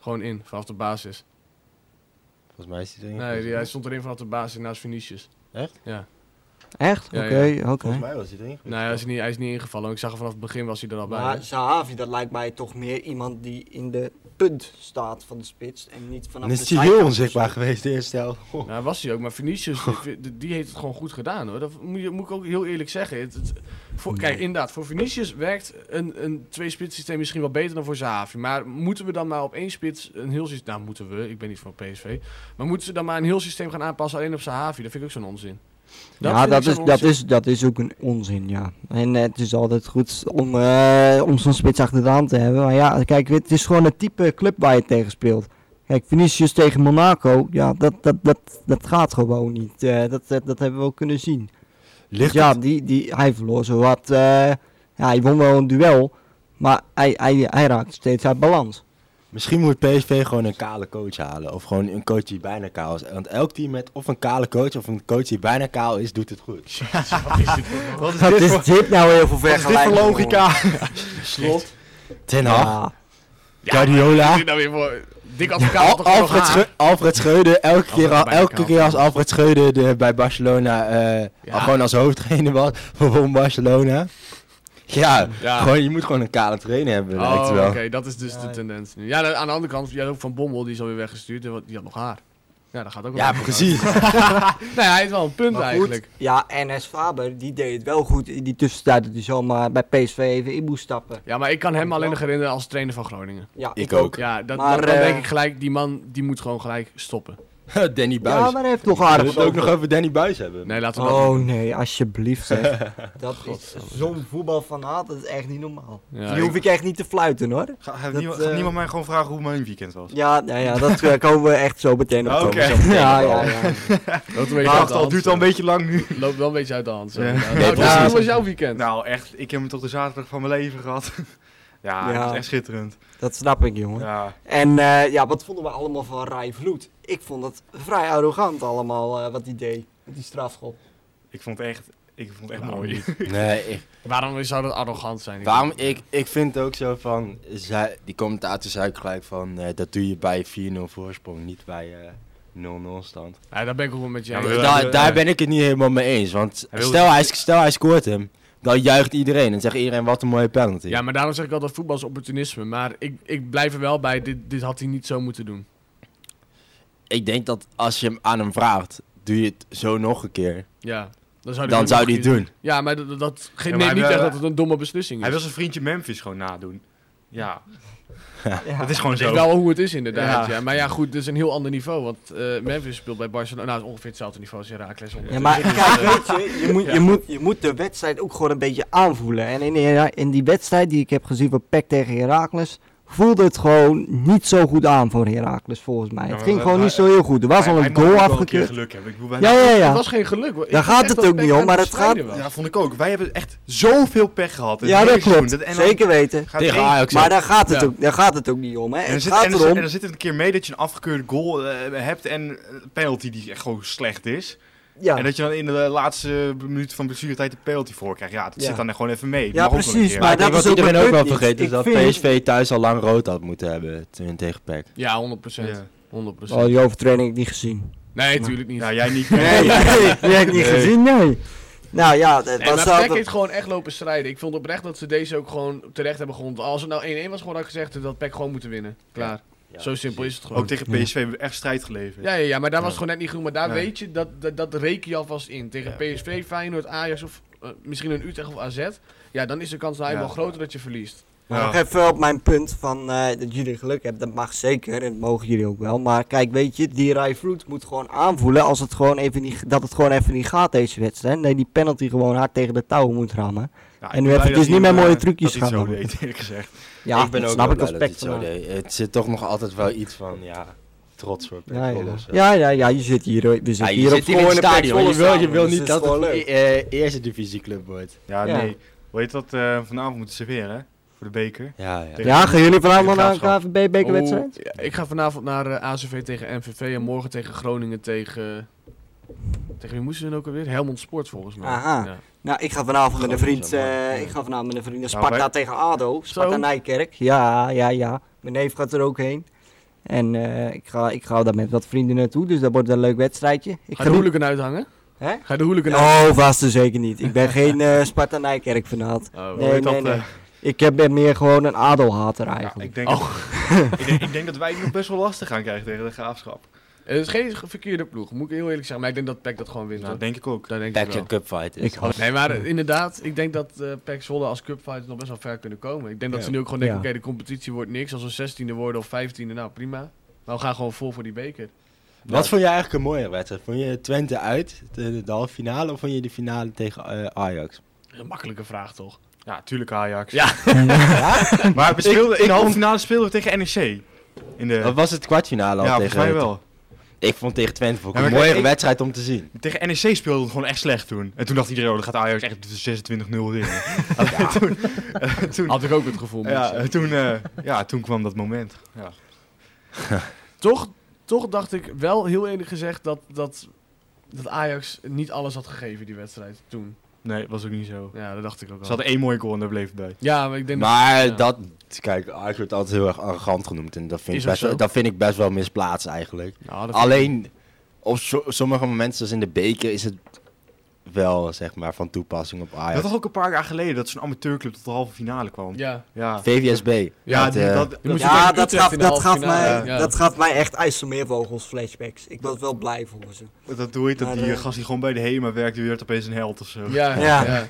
Speaker 1: gewoon in, vanaf de basis.
Speaker 4: Volgens mij is hij erin.
Speaker 1: Nee, die- hij stond erin vanaf de basis naast Vinicius.
Speaker 4: Echt?
Speaker 1: Ja.
Speaker 2: Echt?
Speaker 1: Ja,
Speaker 2: Oké,
Speaker 1: ja.
Speaker 2: oké.
Speaker 4: Volgens mij was hij erin.
Speaker 1: Nee, hij is, niet, hij is niet ingevallen. Ik zag er vanaf het begin was hij er al bij.
Speaker 2: Maar
Speaker 1: hè?
Speaker 2: Zahavi, dat lijkt mij toch meer iemand die in de punt staat van de spits. En niet vanaf
Speaker 4: Dan
Speaker 2: de
Speaker 4: is hij
Speaker 2: zijkant
Speaker 4: heel
Speaker 2: of
Speaker 4: onzichtbaar
Speaker 2: zo.
Speaker 4: geweest, de eerste helft.
Speaker 1: Nou, was hij ook, maar Vinicius, die- die, die heeft het gewoon goed gedaan hoor. Dat moet, je, moet ik ook heel eerlijk zeggen. Het, het- voor, Kijk, inderdaad, voor Vinicius werkt een, een twee-spits systeem misschien wel beter dan voor Zahavi. Maar moeten we dan maar op één spits een heel systeem... Nou, moeten we, ik ben niet van PSV. Maar moeten ze dan maar een heel systeem gaan aanpassen alleen op Zahavi? Dat vind ik ook zo'n onzin.
Speaker 2: ja,
Speaker 1: vind
Speaker 2: dat
Speaker 1: ik
Speaker 2: is,
Speaker 1: zo'n
Speaker 2: dat,
Speaker 1: onzin.
Speaker 2: is, dat is ook een onzin, ja. En eh, het is altijd goed om, eh, om zo'n spits achter de hand te hebben. Maar ja, kijk, het is gewoon het type club waar je tegen speelt. Kijk, Vinicius tegen Monaco, ja, dat, dat, dat, dat gaat gewoon niet. Eh, dat, dat, dat hebben we ook kunnen zien.
Speaker 4: Ligt
Speaker 2: ja, die, die, hij verloor zowat. eh ja, hij won wel een duel, maar hij, hij, hij raakt steeds uit balans.
Speaker 4: Misschien moet PSV gewoon een kale coach halen. Of gewoon een coach die bijna kaal is. Want elk team met of een kale coach of een coach die bijna kaal is, doet het goed.
Speaker 1: <laughs>
Speaker 2: <laughs>
Speaker 3: Wat is
Speaker 2: Wat
Speaker 3: dit
Speaker 2: is
Speaker 3: voor,
Speaker 2: dit nou heel veel vergelijking?
Speaker 3: logica?
Speaker 4: <laughs> Slot. Ten Hag.
Speaker 2: Ja,
Speaker 1: Wat
Speaker 4: Guardiola.
Speaker 1: is dit nou weer voor... Dik advocaat
Speaker 4: Al-
Speaker 1: toch gewoon
Speaker 4: Alfred,
Speaker 1: haar?
Speaker 4: Scheu- Alfred Schreuder, elke
Speaker 1: Alfred
Speaker 4: keer, al,
Speaker 1: bijna
Speaker 4: elke
Speaker 1: kaal.
Speaker 4: keer als Alfred Schreuder de- bij Barcelona eh,
Speaker 1: Ja.
Speaker 4: al gewoon als hoofdtrainer was <laughs> van Barcelona. Ja,
Speaker 1: Ja.
Speaker 4: Gewoon, je moet gewoon een kale trainer hebben,
Speaker 1: Oh,
Speaker 4: lijkt het
Speaker 1: oké,
Speaker 4: wel.
Speaker 1: dat is dus de tendens nu. Ja, aan de andere kant, jij ook Van Bommel, die is alweer weggestuurd. en wat- Die had nog haar. Ja, dat gaat ook wel
Speaker 4: Ja,
Speaker 1: weer.
Speaker 4: precies.
Speaker 1: Nee, hij heeft wel een punt
Speaker 2: Maar goed,
Speaker 1: eigenlijk.
Speaker 2: Ja, NS Faber, die deed het wel goed in die tussentijd dat hij zomaar bij PSV even in moest stappen.
Speaker 1: Ja, maar ik kan hem alleen nog herinneren als trainer van Groningen.
Speaker 2: Ja,
Speaker 4: Ik ook.
Speaker 1: Ja, dat,
Speaker 2: Maar,
Speaker 1: dan, dan
Speaker 2: eh,
Speaker 1: denk ik gelijk, die man die moet gewoon gelijk stoppen.
Speaker 4: <laughs> Danny
Speaker 2: Ja,
Speaker 4: Buis.
Speaker 2: maar hij heeft toch
Speaker 4: we
Speaker 2: aardig
Speaker 4: moeten het ook
Speaker 2: gestoken.
Speaker 4: nog over Danny Buis hebben.
Speaker 1: Nee, laten we dat
Speaker 2: Oh
Speaker 1: niet
Speaker 2: nee, alsjeblieft zeg. dat is zo'n voetbal van haat, dat is echt niet normaal.
Speaker 1: doen. Ja,
Speaker 2: Die hoef ik echt niet te fluiten hoor.
Speaker 3: Ga, gaat
Speaker 2: Dat,
Speaker 3: niemand,
Speaker 2: eh,
Speaker 3: gaat niemand mij gewoon vragen hoe mijn weekend was?
Speaker 2: Ja, nou ja, dat eh, komen we echt zo meteen op.
Speaker 3: Oké.
Speaker 2: komen we zo meteen
Speaker 4: Ja,
Speaker 2: op.
Speaker 4: ja,
Speaker 1: ik- loopt een beetje
Speaker 3: Ja,
Speaker 2: Nou,
Speaker 1: uit de
Speaker 3: al
Speaker 1: hand,
Speaker 3: duurt al een
Speaker 1: zo.
Speaker 3: beetje lang nu.
Speaker 1: Loopt wel een beetje uit de hand. zo.
Speaker 3: Ja.
Speaker 1: Ja.
Speaker 3: Nee,
Speaker 1: Nou,
Speaker 4: precies.
Speaker 1: Hoe was jouw weekend?
Speaker 3: <laughs> Nou, echt, ik heb hem toch de zaterdag van mijn leven gehad. <laughs> ja,
Speaker 2: Ja.
Speaker 3: dat is echt schitterend.
Speaker 2: Dat snap ik jongen.
Speaker 3: Ja.
Speaker 2: En eh, ja, wat vonden we allemaal van Rai Vloed? Ik vond het vrij arrogant allemaal eh, wat hij deed. Met die strafschop.
Speaker 3: Ik vond het echt, ik vond het echt
Speaker 1: Nou,
Speaker 3: mooi.
Speaker 4: Nee, ik-
Speaker 1: Waarom zou dat arrogant zijn? Ik
Speaker 4: Waarom,
Speaker 1: denk-
Speaker 4: ik, ik vind ook zo van, zij, die commentator zei ook gelijk van, eh, dat doe je bij 4-0 voorsprong, niet bij eh, 0-0 stand.
Speaker 1: Ja, daar ben ik ook wel met je
Speaker 3: Ja,
Speaker 1: eens.
Speaker 3: maar-
Speaker 4: Daar-
Speaker 3: eh,
Speaker 4: daar ben ik het niet helemaal mee eens, want
Speaker 3: Hij wilde-
Speaker 4: stel hij, stel hij scoort hem, dan juicht iedereen en zegt iedereen wat een mooie penalty.
Speaker 1: Ja, maar daarom zeg ik altijd voetbal is opportunisme. Maar ik, ik blijf er wel bij, dit, dit had hij niet zo moeten doen.
Speaker 4: Ik denk dat als je hem aan hem vraagt, doe je het zo nog een keer,
Speaker 1: Ja, dan zou hij
Speaker 4: dan
Speaker 1: nog
Speaker 4: zou hij
Speaker 1: iets-
Speaker 4: het doen.
Speaker 1: Ja, maar dat, dat ge-
Speaker 3: Ja, maar
Speaker 1: neemt
Speaker 3: hij
Speaker 1: niet
Speaker 3: wil-
Speaker 1: echt dat het een domme beslissing is.
Speaker 3: Hij wil zijn vriendje Memphis gewoon nadoen. Ja,
Speaker 2: Ja.
Speaker 3: dat is gewoon
Speaker 1: Het
Speaker 3: zo.
Speaker 1: is wel hoe het is inderdaad.
Speaker 3: Ja.
Speaker 1: Ja. Maar ja, goed, dat is een heel ander niveau. Want eh, Memphis speelt bij Barcelona. Nou, is ongeveer hetzelfde niveau als Heracles.
Speaker 2: Ja, maar kijk, weet je, je moet,
Speaker 3: Ja.
Speaker 2: je, moet, je moet de wedstrijd ook gewoon een beetje aanvoelen. En in, die- in die wedstrijd die ik heb gezien van PEC tegen Heracles, voelde het gewoon niet zo goed aan voor Heracles volgens mij.
Speaker 3: Ja,
Speaker 2: het
Speaker 3: maar
Speaker 2: ging
Speaker 3: we-
Speaker 2: gewoon
Speaker 3: we-
Speaker 2: niet zo heel goed. Er was
Speaker 3: Hij-
Speaker 2: al
Speaker 3: hij
Speaker 2: een
Speaker 3: mag ook
Speaker 2: goal
Speaker 3: wel een keer
Speaker 2: afgekeurd.
Speaker 3: geluk hebben. Ik bedoel, wij-
Speaker 2: Ja, ja,
Speaker 1: Het
Speaker 2: ja.
Speaker 1: was geen geluk. hoor. Ik
Speaker 2: Daar
Speaker 1: vond
Speaker 2: gaat
Speaker 1: echt
Speaker 2: het
Speaker 1: dat
Speaker 2: ook niet
Speaker 1: PEC
Speaker 2: om, maar
Speaker 1: aan
Speaker 2: het gaat-
Speaker 1: strijden was.
Speaker 3: Ja, vond ik ook. Wij hebben echt zoveel pech gehad. het
Speaker 2: Ja,
Speaker 3: hele
Speaker 2: dat
Speaker 3: seizoen.
Speaker 2: klopt.
Speaker 3: en dan-
Speaker 2: Zeker weten.
Speaker 3: Gaat
Speaker 4: Tegen
Speaker 3: één-
Speaker 4: Ajax
Speaker 2: Maar
Speaker 4: ook.
Speaker 2: daar gaat, het
Speaker 1: Ja.
Speaker 2: ook, daar gaat het ook niet om. Hè.
Speaker 3: En dan,
Speaker 2: Het
Speaker 3: zit,
Speaker 2: gaat
Speaker 3: en, dan,
Speaker 2: erom.
Speaker 3: en dan zit het een keer mee dat je een afgekeurde goal eh, hebt en een penalty die echt gewoon slecht is. En
Speaker 2: Ja,
Speaker 3: dat je dan in de laatste minuut van blessuretijd de penalty voor krijgt. Ja, dat
Speaker 2: Ja.
Speaker 3: zit dan er gewoon even mee.
Speaker 2: Ja,
Speaker 3: Mag ook wel een
Speaker 2: precies,
Speaker 3: keer.
Speaker 4: Maar
Speaker 2: maar
Speaker 4: ik denk
Speaker 2: dat
Speaker 4: wat
Speaker 2: is ook
Speaker 4: iedereen
Speaker 2: mijn
Speaker 4: ook wel
Speaker 2: punt
Speaker 4: vergeet
Speaker 2: niet.
Speaker 4: is dat
Speaker 2: Ik vind-
Speaker 4: PSV thuis al lang rood had moeten hebben toen tegen E PEC.
Speaker 1: Ja, 100 procent.
Speaker 3: Ja.
Speaker 1: 100 procent.
Speaker 2: oh, die overtraining niet gezien.
Speaker 1: Nee, tuurlijk niet.
Speaker 3: Nou, jij niet.
Speaker 2: Nee, <laughs> die heb ik niet
Speaker 3: Nee.
Speaker 2: gezien, nee. Nou ja, dat
Speaker 1: Nee,
Speaker 2: dat
Speaker 1: maar
Speaker 2: zou-
Speaker 1: PEC heeft gewoon echt lopen strijden. Ik vond oprecht dat ze deze ook gewoon terecht hebben gewonnen. Als het nou 1-1 was, gewoon had ik gezegd dat PEC gewoon moeten winnen. Klaar. Zo simpel is het gewoon.
Speaker 3: Ook tegen PSV hebben we echt strijd geleverd.
Speaker 1: Ja, ja, ja, maar daar was het gewoon net niet goed. Maar daar
Speaker 3: Ja.
Speaker 1: weet je, dat, dat, dat reken je alvast in. Tegen PSV, Feyenoord, Ajax of eh, misschien een Utrecht of AZ. Ja, dan is de kans nou
Speaker 3: Ja.
Speaker 1: helemaal groter dat je verliest.
Speaker 2: Maar
Speaker 3: Ja.
Speaker 2: nog even op mijn punt van eh, dat jullie geluk hebben, dat mag zeker en dat mogen jullie ook wel. Maar kijk, weet je, die Rai Fruit moet gewoon aanvoelen als het gewoon even niet, dat het gewoon even niet gaat deze wedstrijd. Nee, die penalty gewoon hard tegen de touwen moet rammen.
Speaker 3: Nou,
Speaker 2: En
Speaker 3: ik
Speaker 2: nu
Speaker 3: ben
Speaker 2: even
Speaker 3: blij
Speaker 2: dus
Speaker 3: dat
Speaker 2: niet meer
Speaker 3: hij,
Speaker 2: mooie
Speaker 3: eh,
Speaker 2: trucjes
Speaker 3: dat hij het
Speaker 2: gaan
Speaker 3: zo deed, eerlijk gezegd.
Speaker 2: Ja,
Speaker 4: ik ben
Speaker 2: dat
Speaker 4: ook
Speaker 2: snap
Speaker 4: wel
Speaker 2: ik
Speaker 4: blij
Speaker 2: als
Speaker 4: dat hij het
Speaker 2: pek
Speaker 4: zo
Speaker 2: van haar.
Speaker 4: deed. Het zit toch nog altijd wel iets van, ja, trots op.
Speaker 2: Ja
Speaker 4: Ik wil
Speaker 2: ja.
Speaker 4: ons, eh,
Speaker 2: ja, ja, ja, je zit hier, hoor. we
Speaker 4: Ja,
Speaker 2: zitten
Speaker 4: je
Speaker 2: hier op
Speaker 4: zit hier in het
Speaker 2: gewone plek
Speaker 4: stadion. Je
Speaker 2: volle
Speaker 4: wil, je
Speaker 2: stadion,
Speaker 4: wil
Speaker 2: dus
Speaker 4: niet dat
Speaker 2: gewoon
Speaker 4: het
Speaker 2: leuk.
Speaker 4: e- eh, eerste divisieclub wordt.
Speaker 3: Ja,
Speaker 2: Ja.
Speaker 3: nee. Hoe heet dat? eh, vanavond moeten ze weer, hè? Voor de beker.
Speaker 4: Ja, ja.
Speaker 2: Ja, gaan jullie vanavond naar een
Speaker 3: Graafschap.
Speaker 2: KVB-bekerwedstrijd?
Speaker 1: Oeh, ja, ik ga vanavond naar eh, ACV tegen MVV en morgen tegen Groningen tegen... Tegen wie moesten ze dan ook alweer? Helmond Sport volgens mij.
Speaker 2: Aha.
Speaker 1: Ja.
Speaker 2: Nou, ik ga vanavond met een
Speaker 4: Gewoon
Speaker 2: vriend,
Speaker 4: zo, maar-
Speaker 2: eh,
Speaker 4: ja.
Speaker 2: ik ga vanavond met een vriend naar
Speaker 3: Nou,
Speaker 2: Sparta tegen ADO, Sparta
Speaker 1: Zo.
Speaker 2: Nijkerk. Ja, ja, ja. Mijn neef gaat er ook heen. En eh, ik, ga, ik ga daar met wat vrienden naartoe, dus dat wordt een leuk wedstrijdje. Ik
Speaker 1: Ga je de
Speaker 2: geniet-
Speaker 1: hooligan uithangen?
Speaker 2: Hè?
Speaker 1: Ga je de hooligan uithangen?
Speaker 2: Oh, vast en zeker niet. Ik ben geen eh, Sparta Nijkerk fanaat.
Speaker 1: Oh.
Speaker 3: Hoe
Speaker 2: Nee,
Speaker 3: heet
Speaker 2: nee,
Speaker 3: dat,
Speaker 2: nee.
Speaker 3: eh?
Speaker 2: Ik heb- ben meer gewoon een ADO-hater
Speaker 3: Ja,
Speaker 2: eigenlijk.
Speaker 3: ik, denk
Speaker 2: Oh.
Speaker 3: dat, <laughs> ik, denk, ik denk dat wij het nog best wel lastig gaan krijgen tegen de graafschap.
Speaker 1: Het is geen verkeerde ploeg, moet ik heel eerlijk zeggen. Maar ik denk dat PEC dat gewoon wint.
Speaker 3: Nou,
Speaker 1: hoor.
Speaker 3: denk ik ook.
Speaker 1: dat denk ik
Speaker 4: Pack
Speaker 1: wel.
Speaker 4: een cupfight is.
Speaker 2: Ik had-
Speaker 1: Nee, maar eh, inderdaad, ik denk dat eh PEC Zwolle als cupfighters nog best wel ver kunnen komen. Ik denk dat
Speaker 4: Ja.
Speaker 1: ze nu ook gewoon denken,
Speaker 2: Ja.
Speaker 1: oké, de competitie wordt niks. Als we 16e worden of 15e, nou prima. Maar we gaan gewoon vol voor die beker.
Speaker 4: Wat vond je eigenlijk een mooie wedstrijd? Vond je Twente uit, de, de halve finale, of vond je de finale tegen eh,
Speaker 3: <laughs>
Speaker 4: Ajax?
Speaker 1: Een makkelijke vraag toch?
Speaker 3: Ja, tuurlijk Ajax.
Speaker 1: Ja.
Speaker 3: Maar we
Speaker 2: <laughs>
Speaker 3: speelden, in de halve finale speelden we tegen NEC. In de,
Speaker 4: Of was het kwartfinale al
Speaker 3: ja, volgens
Speaker 4: tegen...
Speaker 3: mij wel.
Speaker 4: Ik vond tegen Twente vond ik
Speaker 3: Ja,
Speaker 4: een
Speaker 3: maar kijk,
Speaker 4: mooie
Speaker 3: ik-
Speaker 4: wedstrijd om te zien.
Speaker 3: Tegen NEC speelde het gewoon echt slecht toen. En toen dacht iedereen, oh, dan gaat Ajax echt
Speaker 1: <laughs>
Speaker 3: 26-0 winnen. Alleen toen, eh, toen,
Speaker 1: Had ik ook het gevoel. moet ik
Speaker 3: ja, eh,
Speaker 1: zeggen.
Speaker 3: toen, eh, ja, toen kwam dat moment. Ja.
Speaker 1: Toch, toch dacht ik wel heel eerlijk gezegd dat, dat, dat Ajax niet alles had gegeven die wedstrijd toen.
Speaker 3: Nee, was ook niet zo.
Speaker 1: Ja, dat dacht ik ook
Speaker 3: Ze
Speaker 1: al.
Speaker 3: hadden één mooie goal en daar bleef het bij.
Speaker 1: Ja, maar ik denk
Speaker 4: Maar
Speaker 1: ja.
Speaker 4: dat, kijk, Ajax wordt altijd heel erg arrogant genoemd. En dat vind,
Speaker 1: Is
Speaker 4: ik
Speaker 1: ook
Speaker 4: best wel,
Speaker 1: zo.
Speaker 4: dat vind ik best wel misplaatst eigenlijk.
Speaker 1: dat... Nou, dat-
Speaker 4: Alleen, op zo- sommige momenten, zoals in de beker, is het wel, zeg maar, van toepassing op Ajax.
Speaker 3: Dat was ook een paar jaar geleden dat zo'n amateurclub tot de halve finale kwam. Ja,
Speaker 1: Ja.
Speaker 3: ja.
Speaker 4: VVSB.
Speaker 1: Ja,
Speaker 4: Met,
Speaker 3: die-
Speaker 4: eh,
Speaker 3: dat,
Speaker 1: Je moest
Speaker 2: Ja,
Speaker 1: tegen
Speaker 2: dat
Speaker 1: Utrecht
Speaker 2: gaf,
Speaker 1: in de
Speaker 2: dat,
Speaker 1: halve
Speaker 2: gaf
Speaker 1: finale.
Speaker 2: mij,
Speaker 1: Ja.
Speaker 2: dat gaf mij echt IJsselmeervogels flashbacks. Ik was wel blij voor ze.
Speaker 3: dat, dat doe je, dat
Speaker 2: Ja,
Speaker 3: die eh,
Speaker 2: dat-
Speaker 3: gast die gewoon bij de HEMA werkt, die werd opeens een held of zo.
Speaker 1: Ja,
Speaker 2: Ja.
Speaker 1: ja.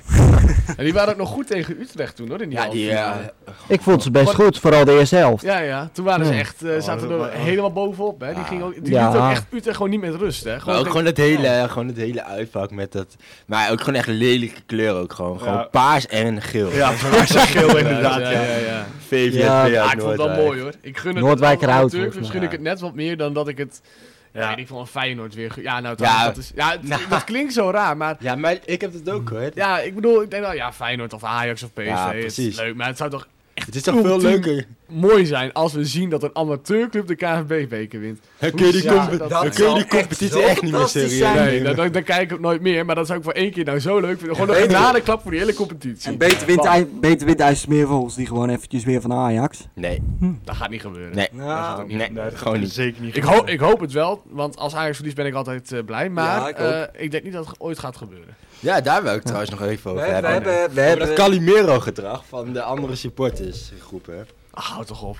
Speaker 1: En die waren ook nog goed tegen Utrecht toen, hoor. In die
Speaker 4: ja,
Speaker 1: halve
Speaker 4: die,
Speaker 1: finale.
Speaker 4: eh,
Speaker 2: Ik vond ze best
Speaker 1: Wat-
Speaker 2: goed, vooral de eerste helft.
Speaker 1: ja, ja. Toen waren ze
Speaker 2: Ja.
Speaker 1: echt, eh,
Speaker 3: Oh,
Speaker 1: zaten
Speaker 3: dat-
Speaker 1: er
Speaker 3: oh.
Speaker 1: helemaal bovenop, hè. Die,
Speaker 4: Ja.
Speaker 1: ging ook, die
Speaker 2: Ja.
Speaker 1: liet ook echt Utrecht gewoon niet met rust, hè.
Speaker 4: maar ook
Speaker 1: tegen-
Speaker 4: gewoon het hele,
Speaker 1: Ja.
Speaker 4: gewoon het hele uitvak met dat... Maar ook gewoon echt lelijke kleur ook gewoon. Gewoon
Speaker 3: Ja.
Speaker 4: paars en geel.
Speaker 3: Ja, <laughs> zo'n geel inderdaad.
Speaker 1: <laughs> Ja,
Speaker 3: Ja,
Speaker 1: ja, ja. ja.
Speaker 4: VVSB
Speaker 2: Ja.
Speaker 4: ja,
Speaker 1: Ja, ik vond het wel mooi, hoor. Ik gun het
Speaker 2: Noordwijk
Speaker 1: het
Speaker 2: eruit,
Speaker 1: amateurclubs
Speaker 2: volgens mij.
Speaker 1: gun ik het net wat meer dan dat ik het... Ja.
Speaker 3: Ja.
Speaker 1: ik vond een Feyenoord weer... ge- Ja, nou, trouwens,
Speaker 4: Ja.
Speaker 1: dat is... Ja, het-
Speaker 4: Nou.
Speaker 1: dat klinkt zo raar, maar...
Speaker 4: Ja, maar ik heb het ook, hoor. Het-
Speaker 1: Ja, ik bedoel, ik denk wel, ja, Feyenoord of Ajax of PSV,
Speaker 4: Ja,
Speaker 1: het is
Speaker 4: precies.
Speaker 1: leuk. Maar het zou toch
Speaker 4: Het is toch veel
Speaker 1: ultiem.
Speaker 4: leuker.
Speaker 1: mooi zijn als we zien dat een amateurclub de KNVB-beker wint.
Speaker 4: Dan kun je die,
Speaker 1: Ja,
Speaker 4: compe-
Speaker 1: dat-
Speaker 4: dan
Speaker 1: dat
Speaker 4: kun je
Speaker 2: zou
Speaker 4: die
Speaker 2: echt
Speaker 4: competitie
Speaker 2: zo
Speaker 4: echt niet meer
Speaker 2: fantastisch
Speaker 4: serieus
Speaker 2: zijn.
Speaker 4: nemen.
Speaker 1: Nee, dan, dan, dan kijk ik ook nooit meer. Maar dat zou ik voor één keer nou zo leuk vinden. Gewoon een
Speaker 2: Beter-
Speaker 1: genadeklap voor die hele competitie.
Speaker 2: En beter wint,
Speaker 1: Bam.
Speaker 2: IJ- beter wint IJsselmeervogels die gewoon eventjes weer van Ajax.
Speaker 4: Nee,
Speaker 1: Dat gaat niet gebeuren.
Speaker 4: nee,
Speaker 2: Nou,
Speaker 4: nee,
Speaker 3: Nee, dat
Speaker 4: gewoon
Speaker 3: gaat
Speaker 4: niet.
Speaker 3: Zeker niet.
Speaker 1: Ik, ho
Speaker 3: gebeuren.
Speaker 1: ik hoop het wel, want als Ajax verliest ben ik altijd eh, blij. Maar
Speaker 2: Ja, ik
Speaker 1: eh, ik, denk niet dat het ooit gaat gebeuren.
Speaker 4: Ja, daar wil ik trouwens nog even
Speaker 2: we,
Speaker 4: over
Speaker 2: hebben- we
Speaker 4: hebben.
Speaker 2: hebben... We
Speaker 4: Over dat
Speaker 2: hebben
Speaker 4: Calimero-gedrag van de andere supportersgroepen.
Speaker 1: Ach, hou Ah, toch op.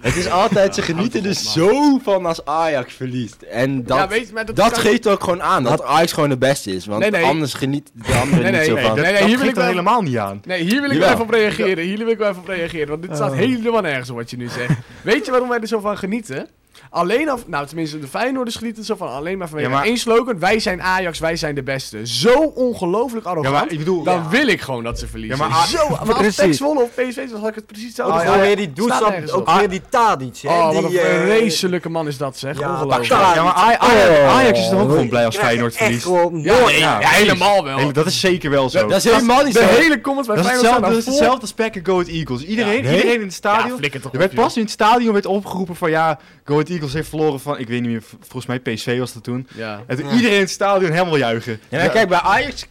Speaker 4: Het is altijd, ze
Speaker 1: Ja,
Speaker 4: genieten
Speaker 1: houd
Speaker 4: er
Speaker 1: toch op,
Speaker 4: zo van als Ajax verliest. En dat,
Speaker 1: ja, weet je, maar dat,
Speaker 4: dat
Speaker 1: kan-
Speaker 4: geeft ook gewoon aan dat Ajax gewoon de beste is. Want
Speaker 1: Nee, nee.
Speaker 4: anders geniet de anderen
Speaker 1: Nee,
Speaker 4: niet zo
Speaker 1: nee,
Speaker 4: van.
Speaker 1: nee, nee,
Speaker 3: dat
Speaker 1: hier wil
Speaker 3: geeft
Speaker 1: ik
Speaker 3: er
Speaker 1: wel-
Speaker 3: helemaal niet aan.
Speaker 1: Nee, hier wil ik wel
Speaker 4: Jawel.
Speaker 1: even op reageren. Hier wil ik wel even op reageren. Want dit
Speaker 2: Oh.
Speaker 1: staat helemaal nergens op wat je nu
Speaker 2: <laughs>
Speaker 1: zegt. Weet je waarom wij er zo van genieten? Alleen af, nou tenminste, de Feyenoorders genieten er zo van alleen maar vanwege
Speaker 3: Ja, maar-
Speaker 1: één slogan. Wij zijn Ajax, wij zijn de beste. Zo ongelooflijk
Speaker 3: Ja,
Speaker 1: arrogant.
Speaker 3: maar ik bedoel...
Speaker 1: Dan wil ik gewoon dat ze verliezen.
Speaker 3: Ja, maar A-
Speaker 1: Zo, maar als
Speaker 2: Precies.
Speaker 1: Pek Zwolle of PSV was, had ik het precies
Speaker 2: ook
Speaker 1: hetzelfde
Speaker 2: nog
Speaker 1: gedaan.
Speaker 2: weer die
Speaker 1: Oh, Staat
Speaker 2: Doezap,
Speaker 1: nergens
Speaker 2: ook
Speaker 1: op.
Speaker 2: weer die Tadic. hè,
Speaker 1: Oh, wat een
Speaker 2: die, eh,
Speaker 1: vreselijke man is dat zeg.
Speaker 2: Ja,
Speaker 1: Ongelooflijk.
Speaker 2: dat-
Speaker 3: Ja, maar Aj- Ajax, Ajax is toch ook
Speaker 2: Oh,
Speaker 3: gewoon blij als
Speaker 2: ik krijg
Speaker 3: Feyenoord
Speaker 2: echt
Speaker 3: verliest.
Speaker 2: gewoon
Speaker 1: Ja,
Speaker 2: nooit-
Speaker 1: nee,
Speaker 3: Ja,
Speaker 1: ja,
Speaker 3: precies.
Speaker 1: helemaal wel.
Speaker 3: Nee, dat is zeker wel zo.
Speaker 4: Dat is helemaal niet
Speaker 1: de
Speaker 4: zo.
Speaker 1: hele comments bij
Speaker 3: Dat is
Speaker 1: Feyenoord
Speaker 3: hetzelfde,
Speaker 1: staan
Speaker 3: dat
Speaker 1: nou
Speaker 3: is
Speaker 1: vol.
Speaker 3: hetzelfde als Pack en Go Ahead Eagles. Iedereen,
Speaker 4: Ja, nee.
Speaker 3: iedereen in het
Speaker 1: Ja,
Speaker 3: stadion.
Speaker 1: flikker toch
Speaker 3: er
Speaker 1: op,
Speaker 3: werd
Speaker 1: joh.
Speaker 3: pas in het stadion werd opgeroepen van ja, Go Ahead Eagles heeft verloren van, ik weet niet meer, v- volgens mij PSV was dat toen.
Speaker 1: Ja.
Speaker 3: En toen iedereen in het stadion helemaal juichen.
Speaker 4: Ja, maar kijk, bij Ajax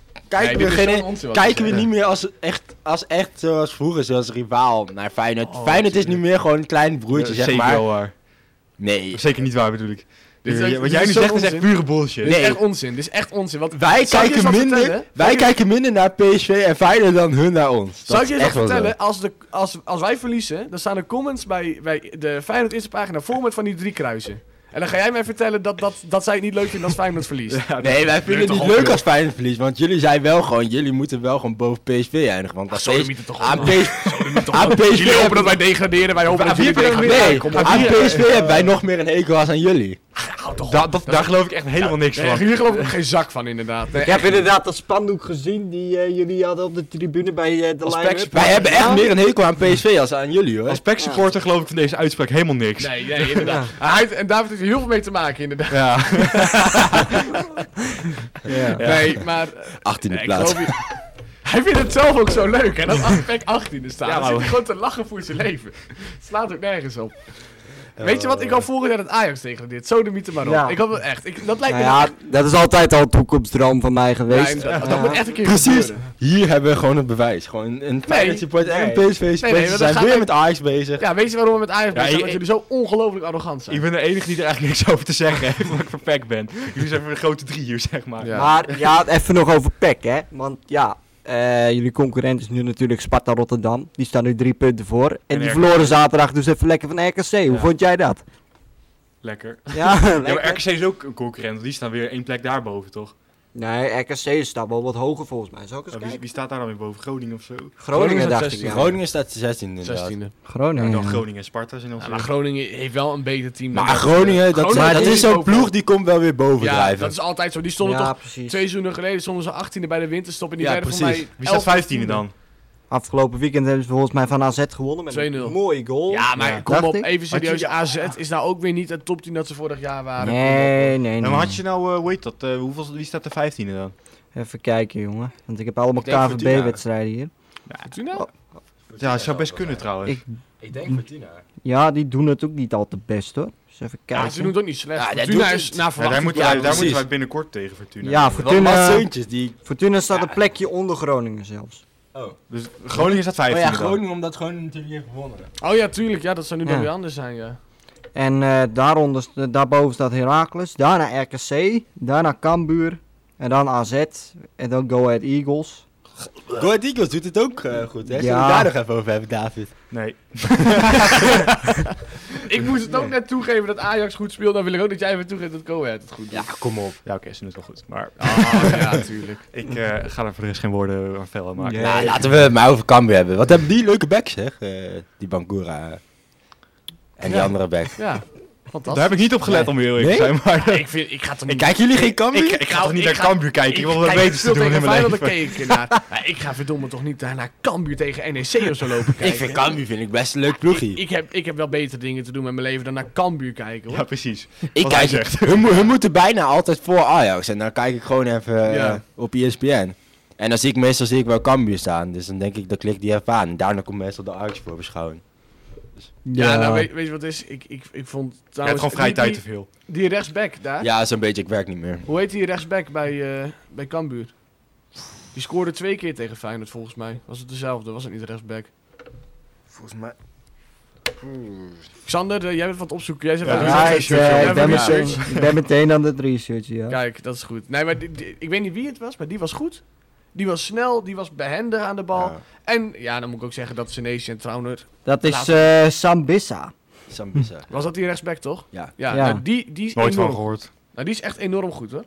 Speaker 1: Nee,
Speaker 4: kijken
Speaker 1: dit
Speaker 4: we,
Speaker 1: is
Speaker 4: geen,
Speaker 1: zo'n onzin wat
Speaker 4: kijken
Speaker 1: ze
Speaker 4: we niet meer als echt, als echt zoals vroeger, zoals rivaal naar Feyenoord.
Speaker 1: Oh,
Speaker 4: Feyenoord is nu
Speaker 1: tuurlijk.
Speaker 4: meer gewoon een klein broertje,
Speaker 3: Ja,
Speaker 4: zeg
Speaker 3: zeker
Speaker 4: maar.
Speaker 3: wel waar.
Speaker 4: Nee.
Speaker 3: Zeker niet waar bedoel ik.
Speaker 1: Dit is echt-
Speaker 3: Ja,
Speaker 1: dit
Speaker 3: Wat jij
Speaker 1: is
Speaker 3: nu
Speaker 1: zo'n
Speaker 3: zegt is echt
Speaker 1: onzin.
Speaker 3: pure bullshit.
Speaker 1: Dit is
Speaker 4: Nee.
Speaker 1: echt onzin. Dit is echt onzin. Want
Speaker 4: Wij,
Speaker 1: Zal ik je eens
Speaker 4: kijken
Speaker 1: wat
Speaker 4: minder,
Speaker 1: vertellen? Zal
Speaker 4: wij
Speaker 1: ik-
Speaker 4: kijken minder naar PSV en Feyenoord dan hun naar ons.
Speaker 1: Zou ik
Speaker 4: Dat
Speaker 1: je eens wat
Speaker 4: is echt wel zo.
Speaker 1: vertellen? Als, de, als, als wij verliezen, dan staan de comments bij, bij de Feyenoord eerste pagina vol met van die drie kruisen. En dan ga jij mij vertellen dat, dat, dat zij het niet leuk vinden als Feyenoord verliest.
Speaker 3: Ja,
Speaker 4: Nee, wij vinden het
Speaker 1: toch
Speaker 4: niet
Speaker 1: op,
Speaker 4: leuk
Speaker 1: joh.
Speaker 4: als Feyenoord verliest, want jullie zijn wel gewoon, jullie moeten wel gewoon boven PSV eindigen. Want als
Speaker 1: Zo
Speaker 4: PSV
Speaker 1: niet toch
Speaker 4: aan
Speaker 1: op.
Speaker 4: PSV
Speaker 1: Sodemiet <laughs> toch
Speaker 4: aan
Speaker 1: op.
Speaker 4: PSV
Speaker 1: Jullie hopen
Speaker 4: hebben-
Speaker 1: dat wij degraderen, wij hopen dat
Speaker 4: Nee,
Speaker 1: jullie degraderen.
Speaker 4: aan PSV hebben wij nog meer een hekel als aan jullie.
Speaker 1: Houd toch
Speaker 3: Da- dat, daar geloof ik echt helemaal niks
Speaker 1: Nee,
Speaker 3: van.
Speaker 1: hier geloof ik geen zak van, inderdaad. Nee,
Speaker 2: Ik heb inderdaad dat spandoek gezien die eh, jullie hadden op de tribune bij eh, de
Speaker 1: Als
Speaker 2: line-up.
Speaker 1: Pax-
Speaker 4: Wij hebben
Speaker 2: Ja.
Speaker 4: echt meer een hekel aan PSV als aan jullie hoor.
Speaker 3: Als PEC supporter geloof ik van deze uitspraak helemaal niks.
Speaker 1: nee, nee, inderdaad. Hij heeft- en David heeft er heel veel mee te maken, inderdaad.
Speaker 3: Ja.
Speaker 1: Nee, maar... eh,
Speaker 4: 18e
Speaker 1: nee, ik
Speaker 4: plaats.
Speaker 1: geloof je- <laughs> Hij vindt het zelf ook zo leuk, hè?
Speaker 3: <laughs>
Speaker 1: Dat aspect 18e staat.
Speaker 3: Ja,
Speaker 1: Ja,
Speaker 3: maar-
Speaker 1: zit hij gewoon te lachen voor zijn leven. Het slaat ook nergens op.
Speaker 4: Eh,
Speaker 1: Weet je wat? Ik al vorig jaar dat Ajax degradeert. Zo de mythe maar op.
Speaker 2: Ja.
Speaker 1: Ik had het echt. Ik, dat lijkt
Speaker 2: Nou
Speaker 1: me...
Speaker 2: ja, dat is altijd al een toekomstdroom van mij
Speaker 1: Ja,
Speaker 2: geweest.
Speaker 1: inderdaad. dat,
Speaker 2: Ja.
Speaker 1: moet echt een keer
Speaker 4: Precies,
Speaker 1: gebeuren.
Speaker 4: hier hebben we gewoon een bewijs. Gewoon een Feyenoord supporter en een
Speaker 2: nee.
Speaker 4: PSV supporter
Speaker 1: nee, want dan
Speaker 4: zijn
Speaker 1: gaat
Speaker 4: weer
Speaker 1: hij-
Speaker 4: met Ajax bezig.
Speaker 1: Ja, weet je waarom we met Ajax
Speaker 3: Ja,
Speaker 1: bezig zijn?
Speaker 3: ik-
Speaker 1: Omdat jullie zo ongelooflijk arrogant zijn.
Speaker 3: Ik ben de enige die er eigenlijk niks over te zeggen heeft, omdat ik van PEC ben. Jullie zijn voor de grote drie hier, zeg maar.
Speaker 1: Ja.
Speaker 2: Maar ja, even nog over PEC, hè. Want ja, eh, jullie concurrent is nu natuurlijk Sparta Rotterdam. Die staan nu drie punten voor. En,
Speaker 3: En
Speaker 2: die
Speaker 3: RKC.
Speaker 2: verloren zaterdag dus even lekker van RKC. Hoe
Speaker 3: Ja.
Speaker 2: vond jij dat?
Speaker 3: Lekker.
Speaker 2: <laughs> Ja,
Speaker 3: Ja, maar
Speaker 2: lekker.
Speaker 3: RKC is ook een concurrent, want die staan weer één plek daarboven, toch?
Speaker 1: Dus
Speaker 2: Nee, RKC staat wel wat hoger volgens mij. Zal ik eens
Speaker 3: Ja, wie,
Speaker 2: kijken?
Speaker 3: wie staat daar dan weer boven? Groningen of zo?
Speaker 2: Groningen dacht ik.
Speaker 4: staat
Speaker 2: ja.
Speaker 4: Groningen staat 16e inderdaad.
Speaker 1: 16e.
Speaker 3: Nou,
Speaker 2: Groningen.
Speaker 3: dan Groningen en Sparta zijn dan
Speaker 1: Ja, maar Groningen heeft wel een beter team. dan
Speaker 4: Maar
Speaker 1: dat-
Speaker 4: Groningen, dat,
Speaker 1: Groningen
Speaker 4: dat
Speaker 1: is
Speaker 4: is zo'n
Speaker 1: boven.
Speaker 4: ploeg die komt wel weer
Speaker 1: Ja,
Speaker 4: bovendrijven.
Speaker 1: dat is altijd zo. Die stonden
Speaker 2: ja,
Speaker 1: toch
Speaker 2: precies.
Speaker 1: twee seizoenen geleden stonden ze 18e bij de winterstop. En die
Speaker 4: Ja,
Speaker 1: werden voor
Speaker 4: precies.
Speaker 1: mij
Speaker 3: Wie staat
Speaker 1: 11e,
Speaker 3: vijftiende dan?
Speaker 2: Afgelopen weekend hebben ze volgens mij van AZ gewonnen met een
Speaker 1: 2-0.
Speaker 2: mooie goal.
Speaker 1: Ja, maar
Speaker 4: Ja.
Speaker 1: kom
Speaker 2: Dacht
Speaker 1: op,
Speaker 2: ik.
Speaker 1: even serieus.
Speaker 3: je-
Speaker 1: AZ is nou ook weer niet het topteam dat ze vorig jaar waren.
Speaker 2: Nee, nee,
Speaker 3: En
Speaker 2: nee.
Speaker 3: had je nou, eh, hoe heet dat? eh, hoeveel, wie staat de vijftiende dan?
Speaker 2: Even kijken, jongen. Want ik heb allemaal
Speaker 4: Ik denk Fortuna.
Speaker 2: KVB-wedstrijden hier.
Speaker 1: Fortuna?
Speaker 2: Oh.
Speaker 3: Ja, het zou best kunnen trouwens.
Speaker 2: Ik-
Speaker 4: Ik denk Fortuna.
Speaker 2: Ja, die doen het ook niet al te best, hoor. Dus even kijken.
Speaker 1: Ja, ze doen het ook niet slecht.
Speaker 4: Ja, dat
Speaker 1: Fortuna is
Speaker 4: doet
Speaker 1: nou,
Speaker 4: het.
Speaker 1: naar
Speaker 3: Ja, daar
Speaker 1: verwachting.
Speaker 3: moeten
Speaker 4: ja,
Speaker 3: wij, daar
Speaker 4: precies.
Speaker 3: moeten wij binnenkort tegen Fortuna.
Speaker 2: Ja,
Speaker 4: Fortuna.
Speaker 2: Fortuna,
Speaker 4: Zeuntjes die...
Speaker 2: Fortuna staat een plekje onder Groningen zelfs.
Speaker 4: Oh.
Speaker 3: Dus Groningen staat
Speaker 4: Oh
Speaker 3: vijftiende
Speaker 4: ja,
Speaker 3: dan.
Speaker 4: Groningen omdat Groningen natuurlijk heeft gewonnen.
Speaker 1: Oh ja, tuurlijk. Ja, dat zou nu dan
Speaker 2: Ja.
Speaker 1: weer anders zijn, ja.
Speaker 2: En eh, daaronder, st- daarboven staat Heracles, daarna RKC, daarna Cambuur en dan AZ en dan Go Ahead Eagles.
Speaker 4: Go Ahead Eagles doet het ook eh, goed, hè? Zullen we
Speaker 2: Ja.
Speaker 4: het daar nog even over hebben, David?
Speaker 3: Nee.
Speaker 1: Ik moest het ook net toegeven dat Ajax goed speelt. Dan wil ik ook dat jij even toegeeft dat Go Ahead het goed doet.
Speaker 4: kom op.
Speaker 3: Ja, oké, ze doen het wel goed. Maar
Speaker 1: Ah, ja, tuurlijk.
Speaker 3: ik eh, ga er voor de rest geen woorden aan fel aan maken.
Speaker 2: Nee.
Speaker 4: Nou, laten we het maar over Cambuur hebben. Wat hebben die leuke backs, zeg? Eh, die Bangura. En die
Speaker 1: Ja.
Speaker 4: andere back.
Speaker 1: Ja,
Speaker 3: Daar
Speaker 1: fantastisch.
Speaker 3: heb ik niet op gelet, om heel eerlijk te
Speaker 4: Nee?
Speaker 3: zijn. Maar
Speaker 1: Ik, vind, ik ga toch
Speaker 4: En
Speaker 1: niet...
Speaker 4: kijken jullie geen Cambuur?
Speaker 3: ik, ik ga
Speaker 1: Nou,
Speaker 3: toch niet
Speaker 1: ik
Speaker 3: naar
Speaker 1: ga-
Speaker 3: Cambuur kijken? Ik wil wat
Speaker 1: kijk,
Speaker 3: beters te
Speaker 1: veel
Speaker 3: doen in
Speaker 1: tegen
Speaker 3: mijn
Speaker 1: Feyenoord
Speaker 3: leven.
Speaker 1: keek ik ernaar. Maar ik ga verdomme toch niet naar Cambuur tegen NEC of zo
Speaker 3: <laughs>
Speaker 1: lopen kijken.
Speaker 4: Ik vind Cambuur vind ik best een leuk ploegje.
Speaker 1: Ik heb, ik heb wel betere dingen te doen met mijn leven dan naar Cambuur kijken, hoor.
Speaker 3: Ja, precies.
Speaker 4: Ik
Speaker 3: Wat hij
Speaker 4: kijk,
Speaker 3: zegt.
Speaker 4: hun, mo- hun moeten bijna altijd voor Ajax. En dan kijk ik gewoon even eh,
Speaker 1: Ja.
Speaker 4: op ESPN. En dan zie ik meestal zie ik wel Cambuur staan. Dus dan denk ik, dan klik die even aan. En daarna komt meestal de Ajax voor beschouwing.
Speaker 1: Ja, nou, weet, weet je wat het is? Ik, ik, ik vond
Speaker 3: Je hebt
Speaker 1: trouwens...
Speaker 3: gewoon vrije
Speaker 1: die-
Speaker 3: tijd
Speaker 1: die-
Speaker 3: te veel.
Speaker 1: Die rechtsback daar.
Speaker 4: Ja, zo'n beetje. Ik werk niet meer.
Speaker 1: Hoe heet die rechtsback bij, eh bij Cambuur? Die scoorde twee keer tegen Feyenoord volgens mij. Was het dezelfde? Was het niet rechtsback?
Speaker 4: Volgens mij...
Speaker 1: Xander, eh, jij bent van het opzoeken. Jij zegt
Speaker 3: Ja,
Speaker 1: aan
Speaker 3: doe
Speaker 1: het
Speaker 3: ja,
Speaker 1: researchen.
Speaker 2: ik, eh,
Speaker 3: research,
Speaker 1: Jij bent aan
Speaker 2: ik, ben
Speaker 1: het
Speaker 2: meteen,
Speaker 1: researchen.
Speaker 2: ik ben meteen aan het researchen, ja.
Speaker 1: Kijk, dat is goed. Nee, maar die- die- ik weet niet wie het was, maar die was goed. Die was snel, die was behendig aan de bal.
Speaker 4: Ja,
Speaker 1: En ja, dan moet ik ook zeggen dat Senesi en Trauner...
Speaker 2: Dat is
Speaker 1: Laatste.
Speaker 2: eh Sambissa.
Speaker 4: Sambisa.
Speaker 1: Was dat die rechtsback, toch?
Speaker 4: Ja.
Speaker 1: Ja,
Speaker 2: Ja.
Speaker 1: nou, die, die is
Speaker 3: Nooit van
Speaker 1: enorm...
Speaker 3: gehoord.
Speaker 1: nou, die is echt enorm goed, hoor.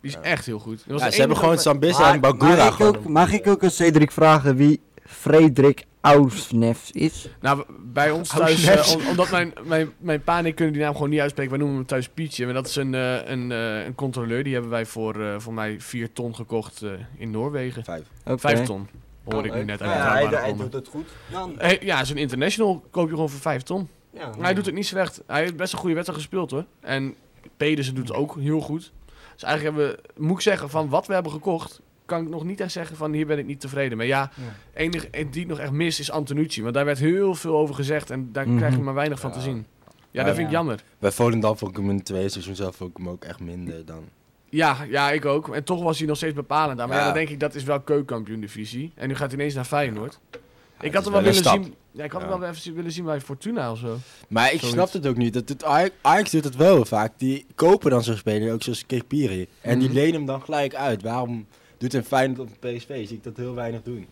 Speaker 1: Die is
Speaker 4: Ja.
Speaker 1: echt heel goed. Dat was
Speaker 4: Ja,
Speaker 1: de
Speaker 4: ze hebben
Speaker 1: enige
Speaker 4: gewoon
Speaker 1: bij-
Speaker 4: Sambisa en Bangura
Speaker 2: mag, ik ook,
Speaker 4: gewoon.
Speaker 2: mag ik ook aan Cedric vragen wie Frederik Ousnefs is?
Speaker 1: Nou, w- bij ons thuis, eh, om- omdat mijn, mijn, mijn pa en ik kunnen die naam gewoon niet uitspreken, wij noemen hem thuis Pietje. Maar dat is een, eh, een, eh, een controleur, die hebben wij voor, eh, voor mij 4 ton gekocht eh, in Noorwegen.
Speaker 4: Vijf.
Speaker 2: Oké. Oh,
Speaker 1: 5 ton, hoor ik nu net uit de drama komen.
Speaker 2: het goed. Jan.
Speaker 1: Hey, ja, zo'n international koop je gewoon voor 5 ton.
Speaker 2: Ja.
Speaker 1: Maar Hij doet het niet slecht. Hij heeft best een goede wedstrijd gespeeld hoor. En Pedersen doet het ook heel goed. Dus eigenlijk hebben we, moet ik zeggen, van wat we hebben gekocht, kan ik nog niet echt zeggen van hier ben ik niet tevreden mee. Ja,
Speaker 4: Ja.
Speaker 1: enig en eh, die ik nog echt mis is Antonucci. Want daar werd heel veel over gezegd en daar
Speaker 2: Mhm.
Speaker 1: krijg je maar weinig van te
Speaker 4: Ja.
Speaker 1: zien. Ja,
Speaker 4: Ja,
Speaker 1: dat vind ik
Speaker 2: ja.
Speaker 1: jammer.
Speaker 4: Bij Volendam vond ik hem in het tweede seizoen zelf vond ik hem ook echt minder dan...
Speaker 1: Ja, ja, ik ook. En toch was hij nog steeds bepalend daar. Maar ja,
Speaker 4: Ja.
Speaker 1: dan denk ik, dat is wel keukenkampioen divisie. En nu gaat hij ineens naar Feyenoord. ik had
Speaker 4: het is
Speaker 1: hem wel
Speaker 4: wel een
Speaker 1: willen
Speaker 4: stap.
Speaker 1: zien... Ja, ik had hem
Speaker 4: Ja.
Speaker 1: wel even zien- willen zien bij Fortuna of zo.
Speaker 4: Maar ik
Speaker 1: Zoiets.
Speaker 4: snap het ook niet. Dat doet Ajax, Ajax doet het wel heel vaak. Die kopen dan zo'n speler, ook zoals Kepiri. En die
Speaker 1: Mhm.
Speaker 4: lenen hem dan gelijk uit. Waarom doet een Feyenoord op een PSV? Zie ik dat heel weinig doen.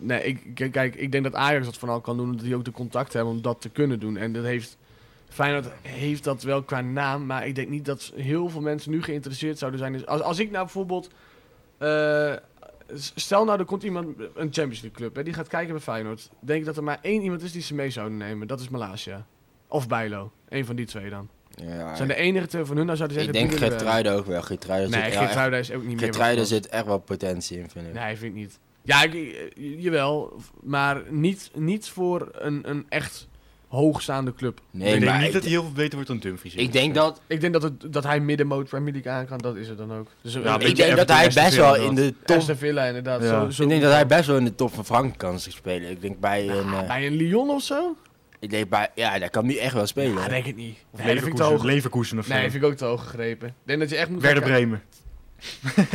Speaker 1: Nee, ik, k- kijk, ik denk dat Ajax dat vooral kan doen. Omdat die ook de contacten hebben om dat te kunnen doen. En dat heeft... Feyenoord heeft dat wel qua naam. Maar ik denk niet dat heel veel mensen nu geïnteresseerd zouden zijn. Dus als, als ik nou bijvoorbeeld... eh, s- stel nou, er komt iemand, een Champions League club, hè, die gaat kijken bij Feyenoord. Denk ik dat er maar één iemand is die ze mee zouden nemen. Dat is Malasia. Of Bijlo. Eén van die twee dan.
Speaker 4: Ja,
Speaker 1: Zijn de enige twee van hun, nou zouden
Speaker 4: ik
Speaker 1: zeggen...
Speaker 4: denk
Speaker 1: die willen we-
Speaker 4: Gertruida ook wel. Gertruida
Speaker 1: Nee,
Speaker 4: zit, wel echt-
Speaker 1: Gertruida is ook niet meer...
Speaker 4: Gertruida
Speaker 1: wat-
Speaker 4: zit echt wel potentie in, vind ik.
Speaker 1: Nee, vind ik niet. Ja, ik, eh, jawel. Maar niet, niet voor een, een echt hoogstaande club.
Speaker 4: Nee,
Speaker 3: ik denk
Speaker 4: maar
Speaker 3: niet
Speaker 4: ik,
Speaker 3: dat hij heel veel beter wordt dan Dumfries.
Speaker 4: ik denk dat,
Speaker 1: Ik denk dat, het, dat hij middenmoot Premier League aan kan. Dat is het dan ook. Dus een-
Speaker 3: Ja,
Speaker 1: een
Speaker 3: beetje
Speaker 4: ik denk dat
Speaker 3: Everton,
Speaker 4: hij
Speaker 3: Aston
Speaker 4: best
Speaker 3: Villa
Speaker 4: wel in de top...
Speaker 1: Aston Villa inderdaad.
Speaker 3: Ja.
Speaker 1: Zo, zo-
Speaker 4: Ik denk dat hij best wel in de top van Frankrijk kan spelen. Ik denk bij een... eh,
Speaker 1: Nou, Bij een Lyon of zo?
Speaker 4: ik denk bij... Ja, dat kan nu echt wel spelen.
Speaker 1: Ja,
Speaker 4: hè.
Speaker 1: denk ik niet.
Speaker 3: Of
Speaker 1: Nee, dat vind ik te
Speaker 3: Leverkusen,
Speaker 1: hoog.
Speaker 3: Leverkusen of zo.
Speaker 1: Nee, vind ik ook te hoog gegrepen. Ik denk dat je echt moet...
Speaker 3: Werder
Speaker 1: gaan-
Speaker 3: Bremen.
Speaker 4: <laughs>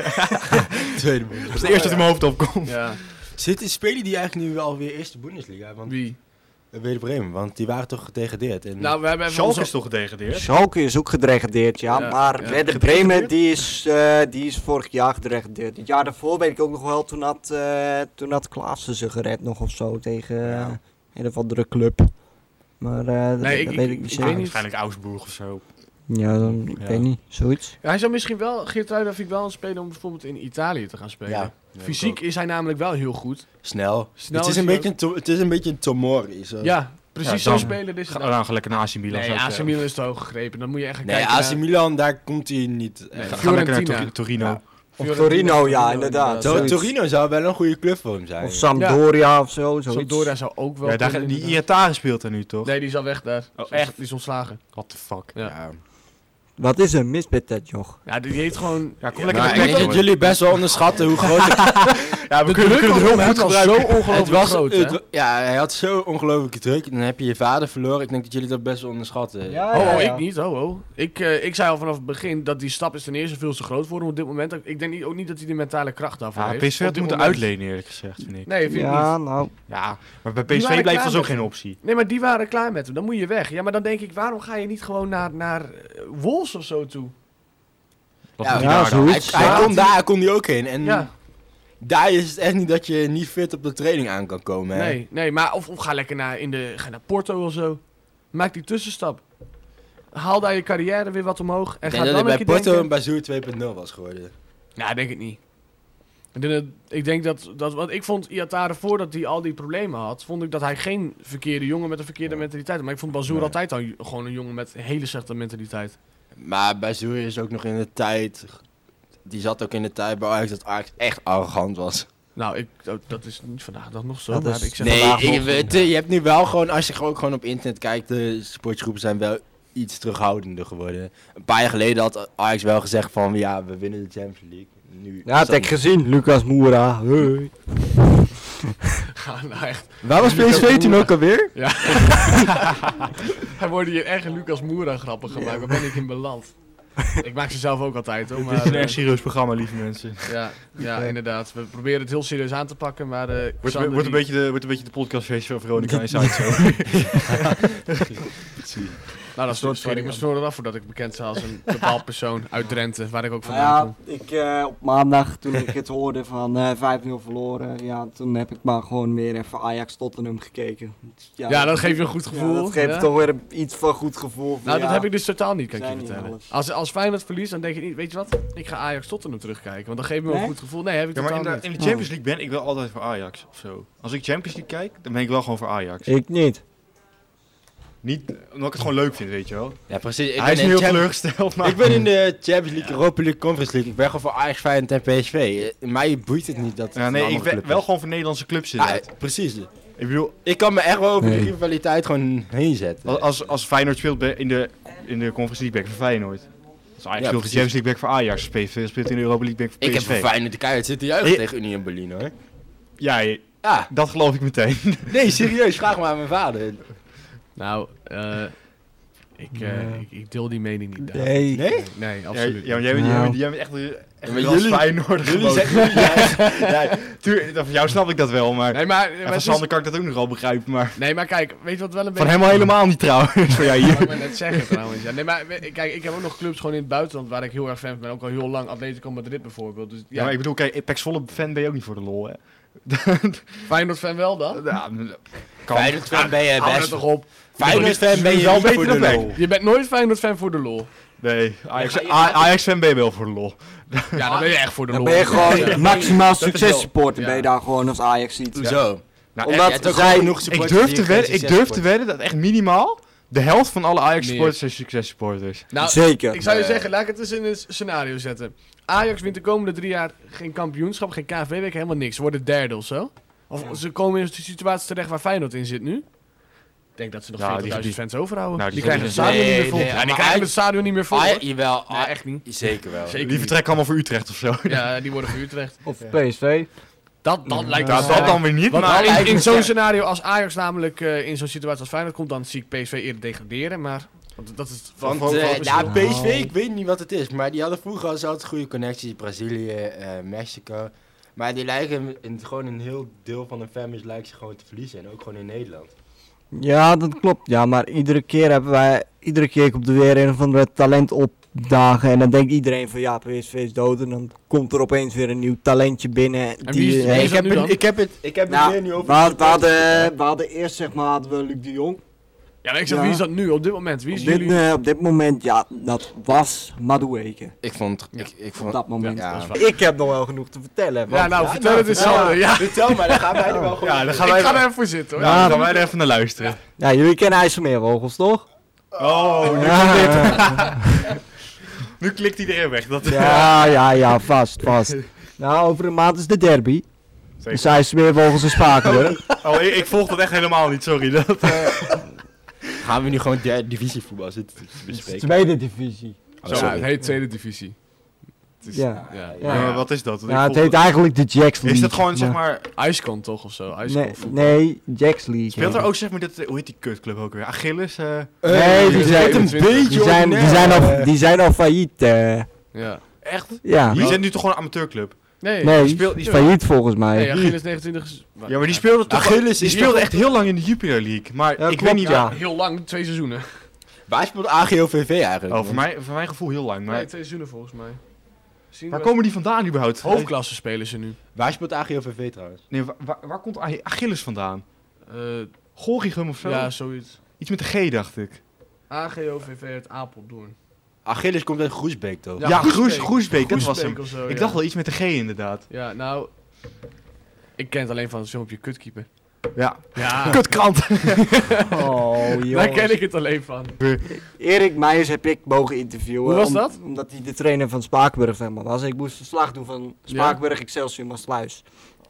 Speaker 4: Tweede
Speaker 3: Dat is het eerste dat in mijn hoofd opkomt.
Speaker 1: Ja,
Speaker 4: Zit die spelen die eigenlijk nu wel weer eerste Bundesliga? Want
Speaker 1: wie?
Speaker 4: Werder Bremen, want die waren toch gedegradeerd. En
Speaker 1: Nou, we hebben even
Speaker 3: Schalke
Speaker 1: onze-
Speaker 3: is toch gedegradeerd?
Speaker 2: Schalke is ook gedregadeerd, ja.
Speaker 1: Ja,
Speaker 2: maar
Speaker 1: ja.
Speaker 2: Werder Bremen die is, eh, die is vorig jaar gedregadeerd. Het jaar daarvoor weet ik ook nog wel, toen had, eh toen had Klaassen ze gered nog of zo tegen eh, een of andere club. Maar eh, dat,
Speaker 1: Nee,
Speaker 2: dat
Speaker 1: ik-
Speaker 2: weet
Speaker 1: ik-
Speaker 2: ik niet
Speaker 1: ik
Speaker 3: Ja,
Speaker 1: weet
Speaker 2: zeker.
Speaker 1: niet.
Speaker 3: waarschijnlijk Augsburg of zo.
Speaker 2: Ja, dan, ik
Speaker 3: Ja.
Speaker 2: weet niet, zoiets.
Speaker 1: Ja, hij zou misschien wel... Geertruida vind ik wel een speler om bijvoorbeeld in Italië te gaan spelen.
Speaker 4: Ja.
Speaker 1: Fysiek is hij namelijk wel heel goed.
Speaker 4: Snel.
Speaker 1: Snel
Speaker 4: het, is
Speaker 1: is
Speaker 4: een
Speaker 1: hij
Speaker 4: beetje een to- het is een beetje een Tomori. Zo.
Speaker 1: Ja, precies
Speaker 3: Ja,
Speaker 1: zo'n
Speaker 3: dan-
Speaker 1: speler is
Speaker 3: Nou, Ga
Speaker 1: het.
Speaker 3: dan gaan we lekker naar AC Milan.
Speaker 1: Nee,
Speaker 3: zou ik
Speaker 1: AC
Speaker 3: zeggen.
Speaker 1: Milan is te hoog gegrepen. Dan moet je echt gaan
Speaker 4: Nee,
Speaker 1: kijken
Speaker 4: AC
Speaker 1: naar-
Speaker 4: Milan, daar komt hij niet.
Speaker 1: Nee,
Speaker 4: echt.
Speaker 3: Ga lekker naar
Speaker 1: Fiorentina.
Speaker 3: Tor- Torino.
Speaker 4: Ja.
Speaker 2: Of
Speaker 1: Fiorentina,
Speaker 2: Torino, ja,
Speaker 1: Torino,
Speaker 2: inderdaad.
Speaker 4: Zo,
Speaker 2: Zoiets.
Speaker 4: Torino zou wel een goede club voor hem zijn.
Speaker 2: Of Sampdoria of zo, zoiets.
Speaker 1: Sampdoria zou ook wel...
Speaker 3: Ja, daar,
Speaker 1: kunnen,
Speaker 3: die
Speaker 1: inderdaad.
Speaker 3: Iatare speelt er nu toch?
Speaker 1: Nee, die is al weg daar.
Speaker 3: Oh, echt?
Speaker 1: Die is ontslagen.
Speaker 3: What the fuck.
Speaker 1: Ja.
Speaker 4: Ja.
Speaker 2: Wat is er mis met dat, joh?
Speaker 1: Ja, die heeft gewoon...
Speaker 3: Ja, kom
Speaker 1: Ja,
Speaker 3: lekker
Speaker 4: Maar
Speaker 3: naar
Speaker 4: ik denk dat
Speaker 3: Twente.
Speaker 4: jullie best wel onderschatten hoe groot de
Speaker 3: Ja, we kunnen we kunnen het heel goed gebruiken.
Speaker 1: zo ongelooflijk
Speaker 4: het was.
Speaker 1: groot,
Speaker 4: het wa- ja, hij had zo ongelooflijke druk. En dan heb je je vader verloren. Ik denk dat jullie dat best wel onderschatten.
Speaker 1: Oh, oh, ik niet. Oh, oh. Ik, eh, ik zei al vanaf het begin dat die stap is ten eerste veel te groot voor hem op dit moment. Ik denk niet, ook niet dat hij de mentale kracht daarvoor
Speaker 3: Ja,
Speaker 1: heeft.
Speaker 3: PSV
Speaker 1: Op
Speaker 3: had
Speaker 1: dit
Speaker 3: moeten
Speaker 1: moment-
Speaker 3: uitlenen eerlijk gezegd, vind ik.
Speaker 1: Nee, vind ik niet.
Speaker 2: Ja, nou,
Speaker 3: Ja, maar bij
Speaker 1: Die waren
Speaker 3: PSV blijft
Speaker 1: klaar
Speaker 3: dat dus ook
Speaker 1: met-
Speaker 3: geen optie.
Speaker 1: Nee, maar die waren klaar met hem. Dan moet je weg. Ja, maar dan denk ik, waarom ga je niet gewoon naar, naar eh, Wolves of zo toe?
Speaker 3: Wat
Speaker 4: Ja,
Speaker 3: moet hij
Speaker 2: ja,
Speaker 3: daar dan?
Speaker 2: zo.
Speaker 4: Hij, hij
Speaker 1: Ja.
Speaker 4: kon daar kon hij ook heen. En
Speaker 1: Ja,
Speaker 4: daar is het echt niet dat je niet fit op de training aan kan komen. hè.
Speaker 1: nee. nee maar of, of ga lekker naar, in de, ga naar Porto of zo. Maak die tussenstap. Haal daar je carrière weer wat omhoog. En
Speaker 4: Ik
Speaker 1: ga dan
Speaker 4: denk dat
Speaker 1: een
Speaker 4: hij bij
Speaker 1: keer
Speaker 4: Porto
Speaker 1: denken-
Speaker 4: een Bazoer 2.0 was geworden.
Speaker 1: Nou, denk ik niet. Ik denk dat, ik denk dat, dat want ik vond Iatare voordat hij al die problemen had, vond ik dat hij geen verkeerde jongen met een verkeerde
Speaker 4: Nee.
Speaker 1: mentaliteit had. Maar ik vond Bazoer
Speaker 4: Nee.
Speaker 1: altijd al j- gewoon een jongen met een hele slechte mentaliteit.
Speaker 4: Maar Bazoer is ook nog in de tijd... Die zat ook in de tijd bij Ajax dat Ajax echt arrogant was.
Speaker 1: Nou, ik, dat, dat is niet vandaag dan nog zo.
Speaker 2: Dat
Speaker 1: maar <laughs>
Speaker 2: is-
Speaker 1: ik zeg
Speaker 4: Nee,
Speaker 2: vandaag
Speaker 4: ik
Speaker 2: nog-
Speaker 4: weet- je hebt nu wel gewoon... Als je gewoon, gewoon op internet kijkt, de sportgroepen zijn wel iets terughoudender geworden. Een paar jaar geleden had Ajax wel gezegd van... Ja, we winnen de Champions League. Nu
Speaker 2: ja, dat heb ik gezien. Lucas Moura, hey.
Speaker 1: Ja, nou echt.
Speaker 4: Waar was PSV toen ook alweer?
Speaker 1: Hij wordt hier echt een Lucas Moura grappen gemaakt. Waar ben ik in
Speaker 4: <laughs>
Speaker 1: beland? ik maak ze zelf ook altijd hoor.
Speaker 3: Dit
Speaker 1: Maar,
Speaker 3: is een
Speaker 1: eh,
Speaker 3: erg serieus programma, lieve mensen.
Speaker 1: ja, ja,
Speaker 2: Eh.
Speaker 1: inderdaad. We proberen het heel serieus aan te pakken, maar... eh,
Speaker 3: Wordt,
Speaker 1: Xander,
Speaker 3: wordt, een
Speaker 1: die-
Speaker 3: beetje de, wordt een beetje de podcastfeest van Veronica en <laughs> Zuid zo.
Speaker 1: Nou, dat
Speaker 4: soort
Speaker 1: soort ik me
Speaker 4: dingen.
Speaker 1: snor af voordat ik bekend sta als
Speaker 2: <laughs>
Speaker 1: een bepaald persoon uit Drenthe, waar ik ook
Speaker 2: Nou
Speaker 1: vandaan kom.
Speaker 2: ja, ik, eh, op maandag toen ik het hoorde van eh 5-0 verloren, ja, toen heb ik maar gewoon weer even Ajax Tottenham gekeken.
Speaker 1: Ja, dat geeft je een goed gevoel.
Speaker 2: Ja, dat geeft
Speaker 1: ja.
Speaker 2: toch weer een- iets van goed gevoel. van,
Speaker 1: Nou, dat
Speaker 2: ja,
Speaker 1: heb ik dus totaal niet, kan ik je
Speaker 2: Zijn niet
Speaker 1: vertellen.
Speaker 2: alles.
Speaker 1: Als, als Feyenoord verliest, dan denk je niet, weet je wat? Ik ga Ajax Tottenham terugkijken, want dat geeft me wel een
Speaker 2: Nee?
Speaker 1: goed gevoel. Nee, heb ik
Speaker 3: Ja, maar in de,
Speaker 1: totaal
Speaker 3: in de
Speaker 1: niet.
Speaker 3: Champions League ben ik wel altijd voor Ajax of zo. Als ik Champions League kijk, dan ben ik wel gewoon voor Ajax.
Speaker 2: Ik niet.
Speaker 3: Niet omdat ik het gewoon leuk vind, weet je wel.
Speaker 4: Ja, precies. Ik
Speaker 3: Hij is
Speaker 4: ben in
Speaker 3: nu heel
Speaker 4: Champions-
Speaker 3: teleurgesteld, maar...
Speaker 4: Ik ben in de Champions League, Europa League, Conference League. Ik ben gewoon voor Ajax, Feyenoord en PSV. Eh, Mij boeit het niet dat het
Speaker 3: Ja, nee,
Speaker 4: een
Speaker 3: ik
Speaker 4: andere
Speaker 3: ben
Speaker 4: club dus.
Speaker 3: wel
Speaker 4: is.
Speaker 3: gewoon voor Nederlandse clubs
Speaker 4: Ja,
Speaker 3: inderdaad.
Speaker 4: eh, precies.
Speaker 3: Ik bedoel,
Speaker 4: Ik kan me echt wel over de
Speaker 2: Nee.
Speaker 4: rivaliteit gewoon heen zetten.
Speaker 3: Als- Als, als Feyenoord speelt bij- in de, in de Conference League, ben ik voor Feyenoord. Als Ajax
Speaker 4: Ja,
Speaker 3: speelt in de
Speaker 4: precies.
Speaker 3: Champions League, ben ik voor Ajax. Als PSV speelt in de Europa League, ben ik voor PSV.
Speaker 4: ik heb voor Feyenoord de keihard zitten juichen
Speaker 3: Ik-
Speaker 4: tegen Union Berlin hoor.
Speaker 3: Ja, je-
Speaker 4: Ja,
Speaker 3: dat geloof ik meteen. <laughs>
Speaker 4: nee, serieus. Vraag maar aan mijn vader.
Speaker 1: Nou, eh, ik, eh,
Speaker 2: Nee.
Speaker 1: ik, ik deel die mening niet. Daan.
Speaker 2: Nee.
Speaker 4: Nee?
Speaker 1: Nee,
Speaker 3: Ja,
Speaker 1: absoluut
Speaker 3: ja, maar
Speaker 1: niet.
Speaker 3: jij bent, jij
Speaker 2: Nou.
Speaker 3: bent, jij bent echt, eh, echt
Speaker 4: maar
Speaker 3: wel als
Speaker 4: jullie-
Speaker 3: Feyenoord
Speaker 4: Jullie
Speaker 3: gewoon.
Speaker 4: zijn... Ja,
Speaker 3: <laughs> Ja, tuur- dat- van jou snap ik dat wel, maar...
Speaker 1: Nee, maar, maar
Speaker 3: en van
Speaker 1: het
Speaker 3: Sander kan ik dat ook nog wel begrijpen, maar...
Speaker 1: is- nee, maar kijk, weet je wat wel een beetje...
Speaker 3: Van hem al helemaal niet trouwens, <laughs> voor jou
Speaker 1: Dat
Speaker 3: hier.
Speaker 1: wou ik maar net zeggen trouwens. Ja. Nee, maar we- kijk, ik heb ook nog clubs gewoon in het buitenland waar ik heel erg fan van ben. Ook al heel lang Atletico Madrid bijvoorbeeld. Dus
Speaker 3: Ja,
Speaker 1: ja,
Speaker 3: maar ik bedoel, kijk, Pax Volle fan ben je ook niet voor de lol, hè?
Speaker 1: Feyenoord fan wel dan?
Speaker 3: Ja, kan.
Speaker 4: Feyenoord fan ben je
Speaker 1: Hou dat
Speaker 4: best.
Speaker 1: toch op.
Speaker 4: Feyenoord fan ben je
Speaker 3: Wel
Speaker 4: wel
Speaker 3: beter
Speaker 4: voor de
Speaker 3: dan wij.
Speaker 4: lol.
Speaker 1: Je bent nooit Feyenoord fan voor de lol.
Speaker 3: Nee, Ajax, A- Ajax fan ben je wel voor de lol.
Speaker 1: Ja, dan ben je echt voor de
Speaker 2: Dan
Speaker 1: lol.
Speaker 2: ben je gewoon
Speaker 1: Ja.
Speaker 2: maximaal
Speaker 4: wel-
Speaker 2: succes supporter,
Speaker 1: Ja.
Speaker 2: ben je daar gewoon als Ajax ziet.
Speaker 4: Hoezo?
Speaker 3: Nou,
Speaker 2: Omdat
Speaker 4: Jij hebt ook
Speaker 2: zij-
Speaker 4: genoeg
Speaker 3: Ik
Speaker 4: supporters
Speaker 3: durf,
Speaker 4: die
Speaker 3: te
Speaker 4: geen
Speaker 3: wedden, ik
Speaker 4: succes
Speaker 3: durf te wedden dat echt minimaal de helft van alle Ajax-supporters
Speaker 1: Meer.
Speaker 3: zijn successupporters.
Speaker 1: Nou,
Speaker 2: Zeker.
Speaker 1: ik zou je
Speaker 4: Nee.
Speaker 1: zeggen, laat ik het eens in een scenario zetten. Ajax wint de komende drie jaar geen kampioenschap, geen KNVB, helemaal niks. Ze worden derde of zo. Of
Speaker 2: Ja.
Speaker 1: ze komen in een situatie terecht waar Feyenoord in zit nu. Ik denk dat ze nog
Speaker 3: Nou, die-
Speaker 1: 40.000
Speaker 3: die-
Speaker 1: fans overhouden.
Speaker 3: Nou, die
Speaker 1: die, krijgen het
Speaker 3: verdienen-
Speaker 1: stadion niet meer vol.
Speaker 4: Nee,
Speaker 1: Ja,
Speaker 4: nee, maar
Speaker 1: die krijgen
Speaker 4: Ajax-
Speaker 1: het stadion niet meer vol. hoor.
Speaker 4: jawel.
Speaker 1: Nee, echt niet.
Speaker 4: Zeker wel.
Speaker 1: Zeker
Speaker 3: Die
Speaker 1: niet.
Speaker 3: vertrekken allemaal voor Utrecht of zo. <laughs>
Speaker 1: Ja, die worden voor Utrecht.
Speaker 2: Of PSV.
Speaker 1: Dat, Mm. dat lijkt me
Speaker 3: Nou, dat dan weer niet,
Speaker 1: Want
Speaker 3: maar...
Speaker 1: in, in zo'n
Speaker 4: Ja.
Speaker 1: scenario, als Ajax namelijk eh, in zo'n situatie als Feyenoord komt, dan zie ik PSV eerder degraderen. Maar want dat is het
Speaker 4: Want
Speaker 1: van- van-
Speaker 4: eh,
Speaker 1: van-
Speaker 4: nou,
Speaker 1: verschil.
Speaker 4: PSV, ik weet niet wat het is, maar die hadden vroeger al altijd goede connecties. Brazilië, eh, Mexico. Maar die lijken in, gewoon een heel deel van hun families lijken ze gewoon te verliezen. En ook gewoon in Nederland.
Speaker 2: Ja, dat klopt. Ja, maar iedere keer hebben wij, iedere keer komt er weer een of andere talent opdagen. En dan denkt iedereen van ja, PSV is dood. En dan komt er opeens weer een nieuw talentje binnen.
Speaker 1: En wie is-
Speaker 2: eh,
Speaker 1: wie is
Speaker 4: ik,
Speaker 1: dat
Speaker 4: heb
Speaker 1: nu
Speaker 4: het,
Speaker 1: dan?
Speaker 4: ik heb het, ik heb het
Speaker 2: nou,
Speaker 4: weer nu over...
Speaker 2: we, had- we
Speaker 1: eh,
Speaker 2: hadden, we hadden eerst zeg maar hadden we Luc de Jong.
Speaker 1: Ja, maar ik zeg,
Speaker 2: Ja.
Speaker 1: wie is dat nu op dit moment? Wie is
Speaker 2: op, dit,
Speaker 1: jullie?
Speaker 2: eh, op dit moment, ja, dat was Madueke.
Speaker 4: Ik vond...
Speaker 1: Ja.
Speaker 4: Ik, ik
Speaker 2: Op
Speaker 4: vond
Speaker 2: dat moment.
Speaker 4: ja.
Speaker 1: Dat is waar.
Speaker 2: Ik heb nog wel genoeg te vertellen.
Speaker 1: Ja,
Speaker 2: want-
Speaker 1: nou,
Speaker 4: Ja,
Speaker 1: vertel
Speaker 4: nou,
Speaker 1: het eens
Speaker 4: vertel.
Speaker 1: Sander, Ja.
Speaker 4: Vertel maar, dan gaan wij er wel gewoon...
Speaker 3: Ja, dan gaan wij,
Speaker 1: Ik ga er even voor zitten, hoor.
Speaker 3: Ja, dan gaan wij er even naar luisteren.
Speaker 2: ja, jullie kennen IJsselmeervogels toch?
Speaker 3: Oh, nu,
Speaker 2: ja,
Speaker 3: nu klikt iedereen weg. Dat,
Speaker 2: ja, ja, ja, vast, vast. Nou, over een maand is de derby.
Speaker 3: Zeker.
Speaker 2: Dus IJsselmeervogels en Spakenburg. <laughs>
Speaker 3: Oh, ik, ik volg dat echt helemaal niet, sorry. Dat,
Speaker 4: Gaan we nu gewoon derde divisie voetbal zitten te bespreken?
Speaker 2: Tweede divisie.
Speaker 4: Oh,
Speaker 1: Zo,
Speaker 4: sorry.
Speaker 1: het heet tweede divisie. Het
Speaker 3: Dus
Speaker 1: is-
Speaker 2: Ja.
Speaker 1: ja.
Speaker 4: Ja.
Speaker 3: Ja, maar wat is dat? Want ik
Speaker 2: Ja, het
Speaker 3: volg
Speaker 2: heet
Speaker 3: dat-
Speaker 2: eigenlijk de Jacks League.
Speaker 3: Is dat gewoon, zeg maar...
Speaker 1: IJskan toch of zo? IJskan
Speaker 2: Nee,
Speaker 1: voetbal.
Speaker 2: nee Jacks League.
Speaker 3: Speelt er ook, zeg maar, dit, hoe heet die kutclub ook weer? Achilles? eh
Speaker 2: Nee, die
Speaker 4: Het
Speaker 2: zijn-
Speaker 4: een
Speaker 1: die zijn-
Speaker 4: beetje
Speaker 2: die, zijn, die, zijn
Speaker 4: ordinair.
Speaker 2: al, die zijn al failliet. eh.
Speaker 1: Ja.
Speaker 3: echt?
Speaker 2: ja,
Speaker 3: Die zijn nu toch gewoon een amateurclub?
Speaker 1: Nee.
Speaker 2: nee,
Speaker 3: die speelt- die
Speaker 2: failliet volgens mij.
Speaker 1: Nee, Achilles 29 is...
Speaker 3: Ja, maar die speelde toch...
Speaker 4: Achilles
Speaker 3: Die
Speaker 4: is
Speaker 3: speelde
Speaker 4: toch-
Speaker 3: echt heel lang in de Jupiler League. Maar
Speaker 2: Ja,
Speaker 3: ik
Speaker 2: klopt,
Speaker 3: weet niet...
Speaker 2: ja.
Speaker 1: Heel lang, twee seizoenen.
Speaker 4: Waar speelt AGOVV eigenlijk?
Speaker 3: Oh, voor, mij, voor mijn gevoel heel lang.
Speaker 1: Nee,
Speaker 3: Maar
Speaker 1: twee seizoenen volgens mij. Zien
Speaker 3: waar
Speaker 1: we-
Speaker 3: komen die vandaan überhaupt?
Speaker 1: Hoofdklasse spelen ze nu.
Speaker 4: Waar speelt AGOVV trouwens?
Speaker 3: Nee, waar, waar, waar komt Ach- Achilles vandaan?
Speaker 1: Eh,
Speaker 3: Gorgigum of zo?
Speaker 1: ja, zoiets.
Speaker 3: Iets met de G, dacht ik.
Speaker 1: AGOVV uit Apeldoorn.
Speaker 4: Achilles komt uit Groesbeek toch?
Speaker 3: Ja, Groes, Groesbeek, dat was hem.
Speaker 1: Groesbeek of zo,
Speaker 3: Ik
Speaker 1: ja.
Speaker 3: dacht wel iets met de G, inderdaad.
Speaker 1: Ja, nou... Ik ken het alleen van het filmpje Kutkeeper.
Speaker 3: Ja.
Speaker 1: <laughs> Ja,
Speaker 3: <laughs> Kutkrant! <laughs>
Speaker 2: Oh,
Speaker 1: daar ken
Speaker 2: jongens.
Speaker 1: ik het alleen van.
Speaker 2: Erik Meijers heb ik mogen interviewen.
Speaker 1: Hoe was
Speaker 2: om-
Speaker 1: dat?
Speaker 2: Omdat hij de trainer van Spakenburg zeg maar, was. Ik moest verslag doen van Spakenburg, Excelsior, Maasluis.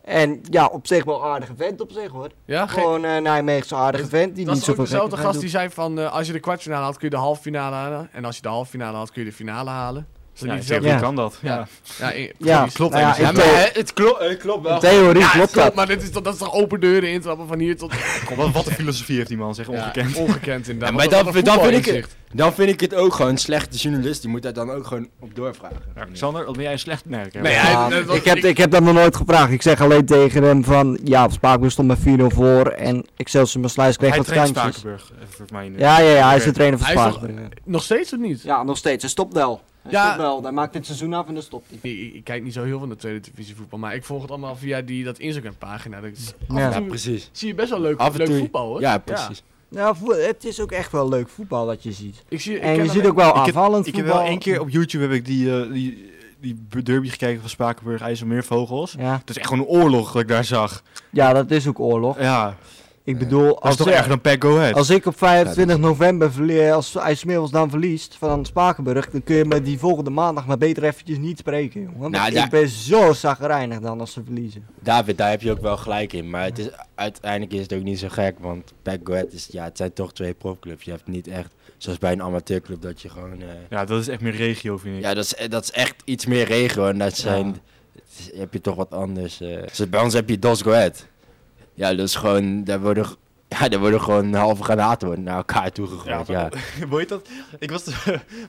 Speaker 2: En ja, op zich wel aardige vent op zich hoor.
Speaker 1: Ja, geen...
Speaker 2: Gewoon eh, een Nijmeegse aardige vent die
Speaker 1: Dat
Speaker 2: niet
Speaker 1: is ook
Speaker 2: zoveel
Speaker 1: dezelfde
Speaker 2: gekkigheid
Speaker 1: gast die zei van... eh, als je de kwartfinale haalt, kun je de halffinale halen. En als je de halffinale haalt, kun je de finale halen. Is dat
Speaker 3: Ja,
Speaker 1: niet
Speaker 3: zo
Speaker 1: dezelfde-
Speaker 3: goed
Speaker 2: Ja.
Speaker 3: kan dat.
Speaker 1: Ja.
Speaker 3: Ja.
Speaker 1: Ja, in-
Speaker 2: Ja,
Speaker 1: precies.
Speaker 3: Klopt,
Speaker 2: Nou ja,
Speaker 3: Emerson.
Speaker 2: ik-
Speaker 3: Ja,
Speaker 4: Ja, maar hè, het, klo- eh, klopt wel.
Speaker 2: doet. In theorie
Speaker 1: Ja,
Speaker 2: klopt dat.
Speaker 1: maar dit is, toch- dat is toch open deuren intrappen van hier tot...
Speaker 3: God, wat, wat een filosofie heeft die man, zeg.
Speaker 1: Ja,
Speaker 3: Ongekend.
Speaker 1: ongekend inderdaad.
Speaker 4: Ja, maar
Speaker 1: Wat een-
Speaker 4: dat-
Speaker 1: wat een
Speaker 4: dat vind ik-
Speaker 1: voetbalinzicht.
Speaker 4: Dan vind ik het ook gewoon slechte journalist. Die moet daar dan ook gewoon op doorvragen.
Speaker 3: Ja, Sander, wat ben jij een slecht merk? hè?
Speaker 1: Nee, ja,
Speaker 2: Ja,
Speaker 1: dat was-
Speaker 2: ik, heb,
Speaker 1: ik-
Speaker 2: ik heb dat nog nooit gevraagd. Ik zeg alleen tegen hem van... Ja, Spakenburg stond met 4-0 voor. En Excelsior Maasluis kreeg
Speaker 3: hij
Speaker 2: wat
Speaker 3: traint
Speaker 2: kansjes.
Speaker 3: Spakenburg, eh, voor mij.
Speaker 2: Ja,
Speaker 3: Ja.
Speaker 2: ja, ja, hij is
Speaker 3: Oké.
Speaker 2: de trainer van
Speaker 1: Hij is nog-
Speaker 2: Spakenburg. ja.
Speaker 1: Nog steeds of niet?
Speaker 2: Ja, nog steeds. Hij stopt wel. Hij
Speaker 1: Ja.
Speaker 2: stopt wel. Hij maakt dit seizoen af en dan stopt hij.
Speaker 1: Ik, ik- ik kijk niet zo heel veel naar tweede divisie voetbal, maar ik volg het allemaal via die, dat Instagram pagina. Dat is, af
Speaker 2: Ja.
Speaker 1: en
Speaker 4: Ja,
Speaker 1: toe
Speaker 4: precies.
Speaker 1: zie je best wel leuk,
Speaker 4: Af en
Speaker 1: leuk
Speaker 4: toe-
Speaker 1: voetbal hoor.
Speaker 4: Ja, precies.
Speaker 2: Nou, vo- het is ook echt wel leuk voetbal dat je ziet.
Speaker 1: Ik zie, ik
Speaker 2: En
Speaker 1: ken
Speaker 2: je
Speaker 1: alleen-
Speaker 2: ziet ook wel
Speaker 3: ik heb-
Speaker 2: aanvallend
Speaker 3: Ik heb
Speaker 2: voetbal.
Speaker 3: wel één keer op YouTube heb ik die, eh, die, die derby gekeken van Spakenburg, IJsselmeervogels.
Speaker 2: Ja.
Speaker 3: Dat is echt gewoon een oorlog wat ik daar zag.
Speaker 2: ja, dat is ook oorlog.
Speaker 3: Ja,
Speaker 2: Ik bedoel,
Speaker 3: dat is
Speaker 2: als,
Speaker 3: toch erger dan Pack Go Ahead.
Speaker 2: als ik op 25 november verleer, als IJsselmeervels dan verliest van Spakenburg, dan kun je me die volgende maandag maar beter eventjes niet spreken, jongen. Want
Speaker 4: Nou,
Speaker 2: ik
Speaker 4: ja.
Speaker 2: ben zo zagrijnig dan als ze verliezen.
Speaker 4: David, daar heb je ook wel gelijk in. Maar het is, uiteindelijk is het ook niet zo gek. Want Pack Goed is, ja, het zijn toch twee profclubs. Je hebt niet echt, zoals bij een amateurclub, dat je gewoon... eh,
Speaker 3: Ja, dat is echt meer regio, vind ik.
Speaker 4: ja, dat is, eh, dat is echt iets meer regio. En dat zijn...
Speaker 2: Ja.
Speaker 4: het is- heb je toch wat anders. eh. Dus bij ons heb je Dos Goed. Ja, dat is gewoon... Daar worden, g- ja, daar worden gewoon halve granaten naar elkaar toegegooid. Ja,
Speaker 3: Ja, <laughs> Hoe heet dat? Ik was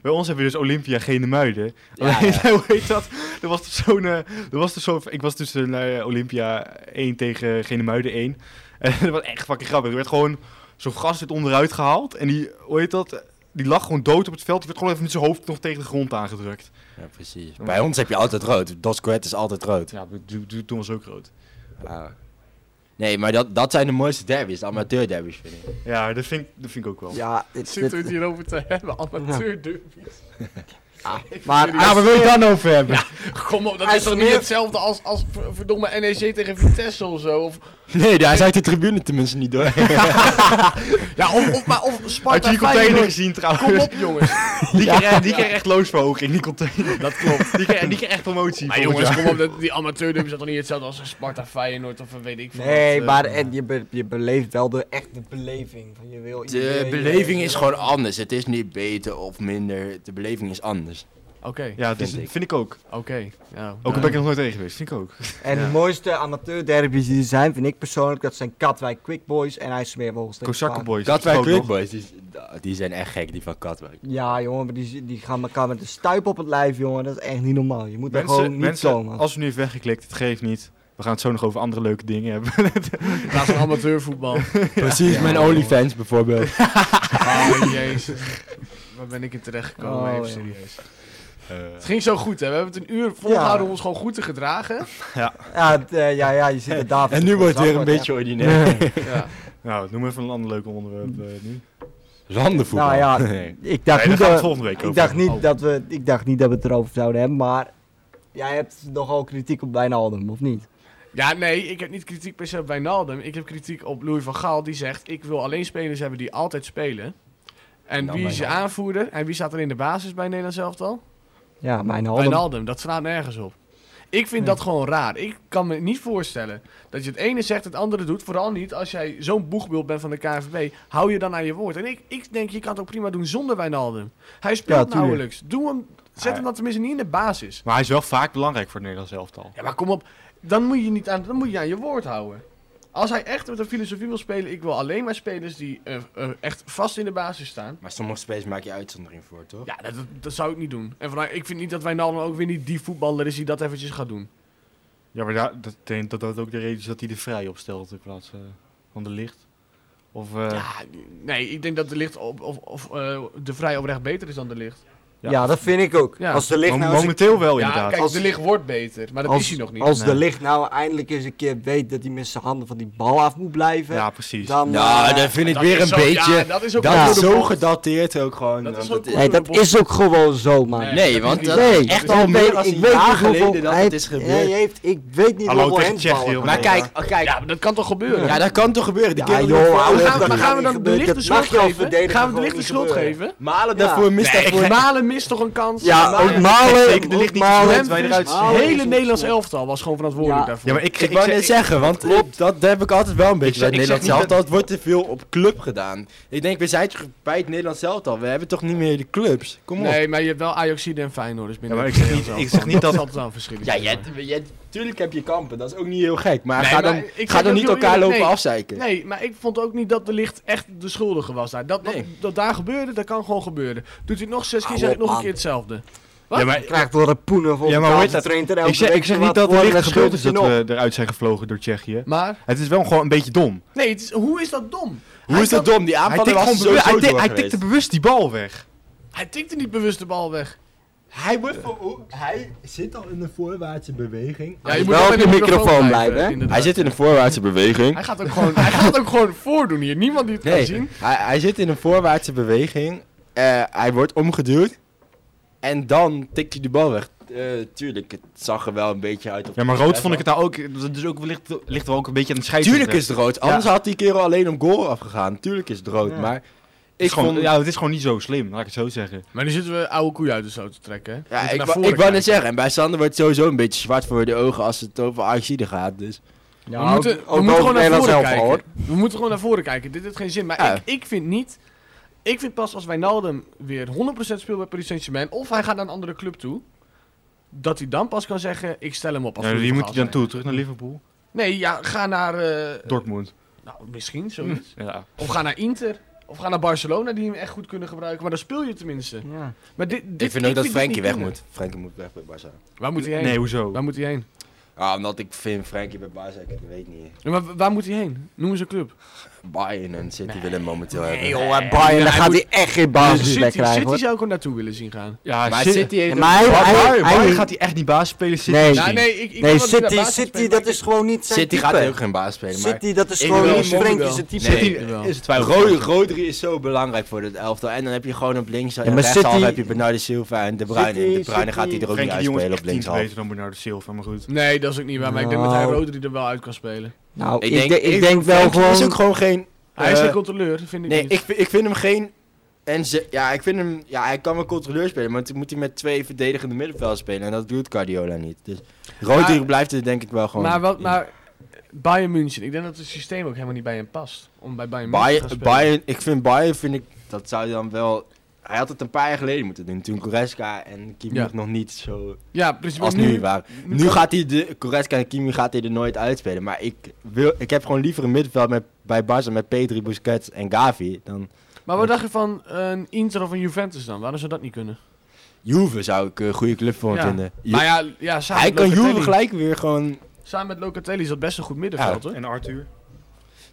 Speaker 3: bij ons hebben we dus Olympia Genemuiden.
Speaker 4: Ja,
Speaker 3: Alleen, <laughs>
Speaker 4: ja.
Speaker 3: Hoe heet dat? Er was dus zo'n... eh, er was dus zo'n ik was dus naar Olympia 1 tegen Genemuiden 1. <laughs> En dat was echt fucking grappig. Er werd gewoon zo'n gast werd onderuit gehaald. En die, hoe heet dat? Die lag gewoon dood op het veld. Die werd gewoon even met zijn hoofd nog tegen de grond aangedrukt.
Speaker 4: Ja, precies. Bij ons heb je altijd rood. Dos Goed is altijd rood.
Speaker 3: Ja, toen was ook rood.
Speaker 4: Nee, maar dat, dat zijn de mooiste derbies, de amateur derbies vind ik.
Speaker 3: Ja, dat vind, ik- dat vind ik ook wel.
Speaker 2: Ja,
Speaker 1: <laughs>
Speaker 2: dit,
Speaker 1: Zitten we <laughs>
Speaker 2: dit,
Speaker 1: het hierover te hebben? Amateur derbies. <laughs>
Speaker 2: Ah, maar
Speaker 4: Ja, waar wil je het dan over hebben?
Speaker 1: Kom op, dat
Speaker 2: Hij
Speaker 1: is toch
Speaker 2: smeert-
Speaker 1: niet hetzelfde als, als v- verdomme NEC tegen Vitesse of zo? Of,
Speaker 4: <laughs> Nee, daar is uit de tribune tenminste niet door.
Speaker 1: ja, of, of, maar, of
Speaker 3: Had je
Speaker 1: Sparta
Speaker 3: die container
Speaker 1: Feyenoord.
Speaker 3: gezien
Speaker 1: Kom
Speaker 3: trouwens?
Speaker 1: op, jongens.
Speaker 3: <laughs> Die kreeg die kreeg echt loonsverhoging, die container.
Speaker 1: Dat klopt.
Speaker 3: Die kreeg die kreeg echt promotie.
Speaker 1: Maar
Speaker 3: volgend
Speaker 1: jongens,
Speaker 3: jaar.
Speaker 1: kom op, dat- die amateurdubs zijn toch niet hetzelfde als een Sparta Feyenoord of een weet ik veel
Speaker 2: nee,
Speaker 1: wat, eh.
Speaker 2: maar en je, be- je beleeft wel de echte beleving. Van je wil, je-
Speaker 4: <laughs> De
Speaker 2: je-
Speaker 4: beleving
Speaker 2: je-
Speaker 4: is gewoon anders. Het is niet beter of minder. De beleving is anders.
Speaker 1: Oké,
Speaker 3: Ja, dus
Speaker 4: Vind ik.
Speaker 3: vind ik ook.
Speaker 1: oké. ja,
Speaker 3: Ook
Speaker 1: nou.
Speaker 3: al ben ik er nog nooit tegen geweest, vind ik ook.
Speaker 2: En
Speaker 1: Ja.
Speaker 2: de mooiste amateurderbies die er zijn, vind ik persoonlijk, dat zijn Katwijk Quick Boys en IJsselmeerwolst.
Speaker 3: Kozakkenboys.
Speaker 4: Katwijk
Speaker 3: ook nog.
Speaker 4: Quickboys, die, die zijn echt gek, die
Speaker 2: <laughs>
Speaker 4: van Katwijk.
Speaker 2: Ja, jongen, maar die, die gaan elkaar met een stuip op het lijf, jongen. Dat is echt niet normaal. Je moet daar gewoon
Speaker 3: Mensen, Oh.
Speaker 2: niet
Speaker 3: mensen
Speaker 2: komen.
Speaker 3: als we nu even weggeklikt, het geeft niet. We gaan het zo nog over andere leuke dingen hebben.
Speaker 1: Laatst een amateurvoetbal.
Speaker 4: Precies,
Speaker 1: Ja,
Speaker 4: mijn
Speaker 1: man.
Speaker 4: OnlyFans bijvoorbeeld.
Speaker 1: Oh, jezus. Waar ben ik in terecht gekomen?
Speaker 2: Oh,
Speaker 1: even
Speaker 2: ja.
Speaker 1: serieus.
Speaker 3: Eh.
Speaker 1: Het ging zo goed, hè? We hebben het een uur volgehouden om ons gewoon goed te gedragen.
Speaker 2: Ja, het, eh, ja, ja, je zit er daar.
Speaker 4: <laughs> <laughs> en nu wordt het weer een beetje ordinair. <laughs>
Speaker 1: Ja.
Speaker 3: <laughs> nou, noem even een ander leuk onderwerp eh, nu.
Speaker 4: Landenvoetbal.
Speaker 2: Nou ja,
Speaker 4: Nee.
Speaker 2: ik dacht
Speaker 3: nee, daar
Speaker 2: niet
Speaker 3: gaan we het
Speaker 2: dat,
Speaker 3: volgende week
Speaker 2: eh, ik
Speaker 3: over
Speaker 2: dacht
Speaker 3: hebben.
Speaker 2: niet
Speaker 3: Oh.
Speaker 2: dat we, ik dacht niet dat we het erover zouden hebben, maar jij hebt nogal kritiek op Wijnaldum, of niet?
Speaker 1: ja, nee, ik heb niet kritiek per se op Wijnaldum. Ik heb kritiek op Louis van Gaal, die zegt... ik wil alleen spelers hebben die altijd spelen. En
Speaker 4: Nou,
Speaker 1: wie is je
Speaker 4: Wijnaldum.
Speaker 1: aanvoerder? En wie staat er in de basis bij Nederland zelf al?
Speaker 2: Ja, Wijnaldum.
Speaker 1: Wijnaldum, dat slaat nergens op. Ik vind dat gewoon raar. Ik kan me niet voorstellen dat je het ene zegt, het andere doet. Vooral niet als jij zo'n boegbeeld bent van de KNVB. Hou je dan aan je woord. En ik, ik denk, je kan het ook prima doen zonder Wijnaldum. Hij
Speaker 2: Ja,
Speaker 1: speelt
Speaker 2: tuurlijk.
Speaker 1: nauwelijks. Doe hem, zet
Speaker 3: Ah,
Speaker 1: hem dan tenminste niet in de basis.
Speaker 3: Maar hij is wel vaak belangrijk voor het Nederlands elftal.
Speaker 1: Ja, maar kom op. Dan moet je, niet aan, dan moet je aan je woord houden. Als hij echt met een filosofie wil spelen, ik wil alleen maar spelers die eh, eh, echt vast in de basis staan.
Speaker 4: Maar sommige spelers maak je uitzondering voor, toch?
Speaker 1: Ja, dat, dat- dat zou ik niet doen. En vanuit, ik vind niet dat Wijnaldum ook weer niet die voetballer is die dat eventjes gaat doen.
Speaker 3: Ja, maar ja, dat, ik denk dat dat ook de reden is dat hij de vrij opstelt in plaats eh, van de licht. Of, eh, ja.
Speaker 1: Ja, nee, ik denk dat de licht op, of, of, eh, de vrij oprecht beter is dan de licht.
Speaker 3: Ja.
Speaker 2: Ja. dat vind ik ook.
Speaker 1: Ja.
Speaker 2: Als de licht
Speaker 3: Mom-
Speaker 2: nou, eens een-
Speaker 3: momenteel wel,
Speaker 1: Ja,
Speaker 3: inderdaad.
Speaker 1: kijk,
Speaker 2: Als-
Speaker 1: de licht wordt beter, maar dat
Speaker 2: als,
Speaker 1: is hij nog niet.
Speaker 2: als de
Speaker 3: Nee.
Speaker 2: licht nou eindelijk eens een keer weet dat hij met zijn handen van die bal af moet blijven,
Speaker 3: ja, precies.
Speaker 2: dan...
Speaker 4: Nou,
Speaker 2: eh,
Speaker 4: dat vind ik
Speaker 1: Dat
Speaker 4: weer
Speaker 1: is
Speaker 4: een
Speaker 1: zo-
Speaker 4: beetje...
Speaker 1: ja, dat is ook
Speaker 4: dat
Speaker 1: wel
Speaker 4: is
Speaker 1: de
Speaker 4: zo
Speaker 1: bocht.
Speaker 4: gedateerd ook gewoon.
Speaker 1: Dat is
Speaker 4: want
Speaker 1: ook
Speaker 4: het
Speaker 2: Nee, dat is ook gewoon zo, man.
Speaker 1: Nee,
Speaker 4: Nee, want
Speaker 1: niet
Speaker 4: dat
Speaker 1: waar.
Speaker 2: Nee,
Speaker 4: is echt
Speaker 2: ik
Speaker 4: al
Speaker 2: weet-
Speaker 4: meer dan
Speaker 2: ik
Speaker 4: een
Speaker 2: weet
Speaker 4: jaar
Speaker 2: niet hoeveel-
Speaker 4: geleden dat
Speaker 2: hij
Speaker 4: het
Speaker 2: heeft-
Speaker 4: is
Speaker 2: hij
Speaker 4: gebeurd.
Speaker 2: heeft, ik weet niet
Speaker 3: Hallo,
Speaker 2: hoeveel
Speaker 3: tegen
Speaker 2: handballen
Speaker 3: Tsjechië,
Speaker 4: Maar
Speaker 3: Nee,
Speaker 4: kijk, kijk.
Speaker 1: Ja, maar dat kan toch gebeuren?
Speaker 4: Ja, dat kan toch gebeuren? De
Speaker 2: Ja,
Speaker 4: kerel
Speaker 2: joh,
Speaker 4: die
Speaker 2: ouwe-
Speaker 4: voor-
Speaker 1: gaan, we-
Speaker 2: dat
Speaker 1: maar gaan we
Speaker 2: kan
Speaker 1: dan
Speaker 2: niet
Speaker 1: de licht de
Speaker 2: gebeuren. Dat
Speaker 1: schuld
Speaker 2: mag je als
Speaker 1: geven?
Speaker 2: verdediger
Speaker 1: Gaan we de
Speaker 2: gewoon
Speaker 1: licht de
Speaker 2: niet
Speaker 1: schuld
Speaker 2: gebeuren.
Speaker 1: geven?
Speaker 4: Malen
Speaker 2: Ja.
Speaker 4: daarvoor mist
Speaker 3: Nee,
Speaker 4: daarvoor...
Speaker 3: ik-
Speaker 1: Malen mist toch een kans?
Speaker 2: Ja, ook
Speaker 1: Malen-
Speaker 2: Malen.
Speaker 3: Zeker, de licht niet
Speaker 2: Malen.
Speaker 3: gespeeld, wij eruit-
Speaker 2: Malen is
Speaker 1: hele
Speaker 2: ons-
Speaker 1: Nederlands elftal was gewoon verantwoordelijk
Speaker 2: Ja.
Speaker 1: daarvoor.
Speaker 3: Ja, maar ik,
Speaker 4: Ik wou net zeggen, want klopt. Dat, daar heb ik altijd wel een beetje bij
Speaker 3: zeg-
Speaker 4: het
Speaker 3: ik zeg
Speaker 4: Nederlands
Speaker 3: niet
Speaker 4: elftal. Het wordt te veel op club gedaan. Ik denk, we zijn toch bij het Nederlands elftal. We hebben toch niet meer de clubs? Kom op.
Speaker 1: nee, maar je hebt wel Ajaxide en Feyenoorders binnen.
Speaker 3: Ja, maar
Speaker 1: het
Speaker 3: ik zeg niet-
Speaker 1: Nederlands
Speaker 3: ik zeg niet
Speaker 1: elftal.
Speaker 3: dat-
Speaker 1: Dat is altijd wel een verschil.
Speaker 4: Ja, je, hebt- je, hebt- tuurlijk heb je kampen. Dat is ook niet heel gek. Maar
Speaker 1: Nee,
Speaker 4: ga
Speaker 1: maar
Speaker 4: dan,
Speaker 1: ik zeg
Speaker 4: ga dan
Speaker 1: ook
Speaker 4: niet
Speaker 1: heel
Speaker 4: elkaar
Speaker 1: eerlijk,
Speaker 4: lopen
Speaker 1: nee.
Speaker 4: afzeiken.
Speaker 1: Nee, maar ik vond ook niet dat de licht echt de schuldige was daar. Dat, dat,
Speaker 4: Nee.
Speaker 1: dat daar gebeurde, dat kan gewoon gebeuren. Doet hij het nog zes keer,
Speaker 2: Hou
Speaker 1: zeg ik
Speaker 2: op,
Speaker 1: nog een
Speaker 2: man.
Speaker 1: keer hetzelfde.
Speaker 3: ja, maar,
Speaker 2: Je krijgt wel rapoenen voor
Speaker 3: Ja,
Speaker 2: ja,
Speaker 3: maar hoe
Speaker 2: maar
Speaker 3: heet dat?
Speaker 2: traint er elke
Speaker 3: ik zeg,
Speaker 2: week
Speaker 3: ik zeg
Speaker 2: wat
Speaker 3: niet dat de
Speaker 2: voor en
Speaker 3: licht
Speaker 2: dan
Speaker 3: schuld is
Speaker 2: speelt
Speaker 3: dat
Speaker 2: hij nog.
Speaker 3: we eruit zijn gevlogen door Tsjechië.
Speaker 1: Maar,
Speaker 3: Het is wel gewoon een beetje dom.
Speaker 1: nee, het is, hoe is dat dom?
Speaker 4: Hoe is dat dom? Die
Speaker 3: Hij
Speaker 4: aanvaller
Speaker 3: tikt,
Speaker 4: was
Speaker 3: gewoon
Speaker 4: sowieso
Speaker 3: bewust, hij, tikt,
Speaker 4: door
Speaker 3: hij
Speaker 4: geweest.
Speaker 3: tikte bewust die bal weg.
Speaker 1: Hij tikte niet bewust de bal weg.
Speaker 4: Hij, wordt voor- hij zit al in een voorwaartse beweging.
Speaker 1: Ja,
Speaker 2: moet wel op
Speaker 1: bij
Speaker 2: je microfoon blijven, hè?
Speaker 1: inderdaad.
Speaker 4: Hij zit in een voorwaartse beweging.
Speaker 1: hij gaat ook gewoon, hij gaat ook gewoon voordoen hier. Niemand die het kan
Speaker 4: Nee,
Speaker 1: zien.
Speaker 4: hij, hij zit in een voorwaartse beweging. Eh, hij wordt omgeduwd. En dan tikt hij de bal weg. Eh, tuurlijk, het zag er wel een beetje uit. Op
Speaker 3: Ja, maar rood vond ik het nou ook. Dus ook ligt, ligt wel ook een beetje aan de scheidsrechter.
Speaker 4: Tuurlijk is het rood. Anders had die kerel alleen om goal afgegaan. Tuurlijk is het rood.
Speaker 2: Ja.
Speaker 4: Maar
Speaker 3: Het is
Speaker 4: ik
Speaker 3: gewoon,
Speaker 4: vond... Ja,
Speaker 3: ja, het is gewoon niet zo slim, laat ik het zo zeggen.
Speaker 1: Maar nu zitten we oude koeien uit de zo te trekken. hè? We
Speaker 4: ik,
Speaker 1: moeten naar
Speaker 4: wou-
Speaker 1: voren
Speaker 4: ik wou
Speaker 1: kijken.
Speaker 4: net zeggen. En bij Sander wordt het sowieso een beetje zwart voor de ogen als het over Archide gaat. Dus.
Speaker 2: Ja,
Speaker 1: we moeten,
Speaker 2: ook-
Speaker 1: we
Speaker 2: ook
Speaker 1: moeten
Speaker 2: over
Speaker 1: gewoon naar
Speaker 2: Nederland
Speaker 1: voren
Speaker 2: zelf,
Speaker 1: kijken.
Speaker 2: hoor.
Speaker 1: We moeten gewoon naar voren kijken. Dit heeft geen zin. Maar
Speaker 4: Ja.
Speaker 1: ik, ik vind niet... Ik vind pas als Wijnaldum weer 100% speelt bij Paris Saint-Germain... of hij gaat naar een andere club toe... dat hij dan pas kan zeggen... ik stel hem op als
Speaker 3: Ja,
Speaker 1: Louis
Speaker 3: wie
Speaker 1: van
Speaker 3: moet hij
Speaker 1: Gaal
Speaker 3: dan toe? Terug naar Liverpool?
Speaker 1: zijn. Nee, ja, ga naar... eh,
Speaker 3: Dortmund. Hm.
Speaker 1: nou, misschien zoiets.
Speaker 3: Ja.
Speaker 1: Of ga naar Inter. Of ga naar Barcelona, die hem echt goed kunnen gebruiken. Maar dan speel je tenminste.
Speaker 2: Ja.
Speaker 1: Maar dit, dit,
Speaker 4: ik vind ook dat
Speaker 1: dit
Speaker 4: Frenkie
Speaker 1: niet
Speaker 4: weg
Speaker 1: kunnen.
Speaker 4: moet. Frenkie moet weg bij Barca.
Speaker 1: Waar moet hij heen?
Speaker 3: Nee, hoezo?
Speaker 1: Waar moet hij heen?
Speaker 4: Ah, omdat ik vind Frenkie bij Barca, ik weet niet.
Speaker 1: Ja, maar wa- waar moet hij heen? Noem eens een club.
Speaker 4: Bayern en City
Speaker 1: Nee.
Speaker 4: willen hem momenteel
Speaker 2: Nee
Speaker 4: hebben.
Speaker 2: joh, maar Bayern,
Speaker 1: hij
Speaker 2: daar gaat
Speaker 1: moet-
Speaker 2: hij echt
Speaker 1: Dus
Speaker 2: geen basis bij
Speaker 1: City,
Speaker 2: krijgen.
Speaker 1: City
Speaker 2: hoor.
Speaker 1: zou ik hem naartoe willen zien gaan.
Speaker 3: Ja,
Speaker 4: Maar
Speaker 3: Ci-
Speaker 4: City heeft...
Speaker 2: Ja, maar hij-
Speaker 3: Bayern-
Speaker 2: hij-
Speaker 3: Bayern-
Speaker 2: hij-
Speaker 3: Bayern gaat hij echt niet baas spelen. City
Speaker 2: Nee.
Speaker 3: misschien.
Speaker 1: Nou, nee, ik, ik
Speaker 2: Nee,
Speaker 1: wil dat hij naar
Speaker 2: City,
Speaker 1: basis
Speaker 2: City
Speaker 1: speelt,
Speaker 2: dat
Speaker 1: maar
Speaker 2: is gewoon niet zijn
Speaker 4: City
Speaker 2: type.
Speaker 4: gaat hij ook geen baas spelen. Maar
Speaker 2: City, dat is
Speaker 4: Ik
Speaker 2: gewoon
Speaker 4: wil-
Speaker 2: niet
Speaker 4: City
Speaker 2: Frenkie
Speaker 1: wel.
Speaker 2: zijn type.
Speaker 4: Nee.
Speaker 1: City wel.
Speaker 4: is het twijfel. Rodri, Rodri is zo belangrijk voor dit elftal. En dan heb je gewoon op links en
Speaker 2: maar
Speaker 4: rechtshalve
Speaker 2: City-
Speaker 4: heb je Bernardo Silva en De Bruyne.
Speaker 2: City-
Speaker 4: en De Bruyne gaat hij er ook
Speaker 3: Frenkie de
Speaker 4: niet
Speaker 3: Jong is
Speaker 4: uitspelen
Speaker 3: echt tien
Speaker 4: op
Speaker 3: keer
Speaker 4: linkshalve.
Speaker 3: beter dan Bernardo Silva, maar goed.
Speaker 1: Nee, dat is ook niet waar. Maar ik denk dat hij
Speaker 2: Nou.
Speaker 1: Rodri er wel uit kan spelen.
Speaker 2: Nou, ik denk, ik denk wel
Speaker 4: Frenkie is
Speaker 2: gewoon...
Speaker 4: ook gewoon geen...
Speaker 1: Hij is
Speaker 4: eh,
Speaker 1: geen controleur, vind ik
Speaker 4: Nee,
Speaker 1: niet.
Speaker 4: ik, vi- ik vind hem geen... En ze- ja, ik vind hem, ja, hij kan wel controleur spelen, maar dan moet hij met twee verdedigende middenvelders spelen. En dat doet Guardiola niet. Dus Rodri
Speaker 1: Maar-
Speaker 4: blijft er denk ik wel gewoon.
Speaker 1: maar, wat,
Speaker 4: in.
Speaker 1: maar Bayern München, ik denk dat het systeem ook helemaal niet bij hem past. Om bij Bayern München te gaan
Speaker 4: Bayern,
Speaker 1: spelen.
Speaker 4: Bayern, ik vind Bayern, vind ik, dat zou hij dan wel... Hij had het een paar jaar geleden moeten doen, toen Goretzka en Kimmich
Speaker 1: Ja.
Speaker 4: nog niet zo
Speaker 1: Ja, precies.
Speaker 4: als
Speaker 1: maar
Speaker 4: nu waren. Nu
Speaker 1: kan-
Speaker 4: gaat hij de Goretzka en Kimi gaat hij er nooit uitspelen. Maar ik, wil, ik heb gewoon liever een middenveld met, bij Barca met Pedri, Busquets en Gavi. Dan
Speaker 1: Maar wat dacht je van eh, een Inter of een Juventus dan? Waarom zou dat niet kunnen?
Speaker 4: Juve zou ik een goede club voor hem
Speaker 1: Ja.
Speaker 4: vinden. Ju-
Speaker 1: Maar ja, ja samen,
Speaker 4: hij
Speaker 1: met
Speaker 4: kan Juve
Speaker 1: Locatelli,
Speaker 4: gelijk weer gewoon...
Speaker 1: samen met Locatelli is dat best een goed middenveld, hoor.
Speaker 3: En Arthur.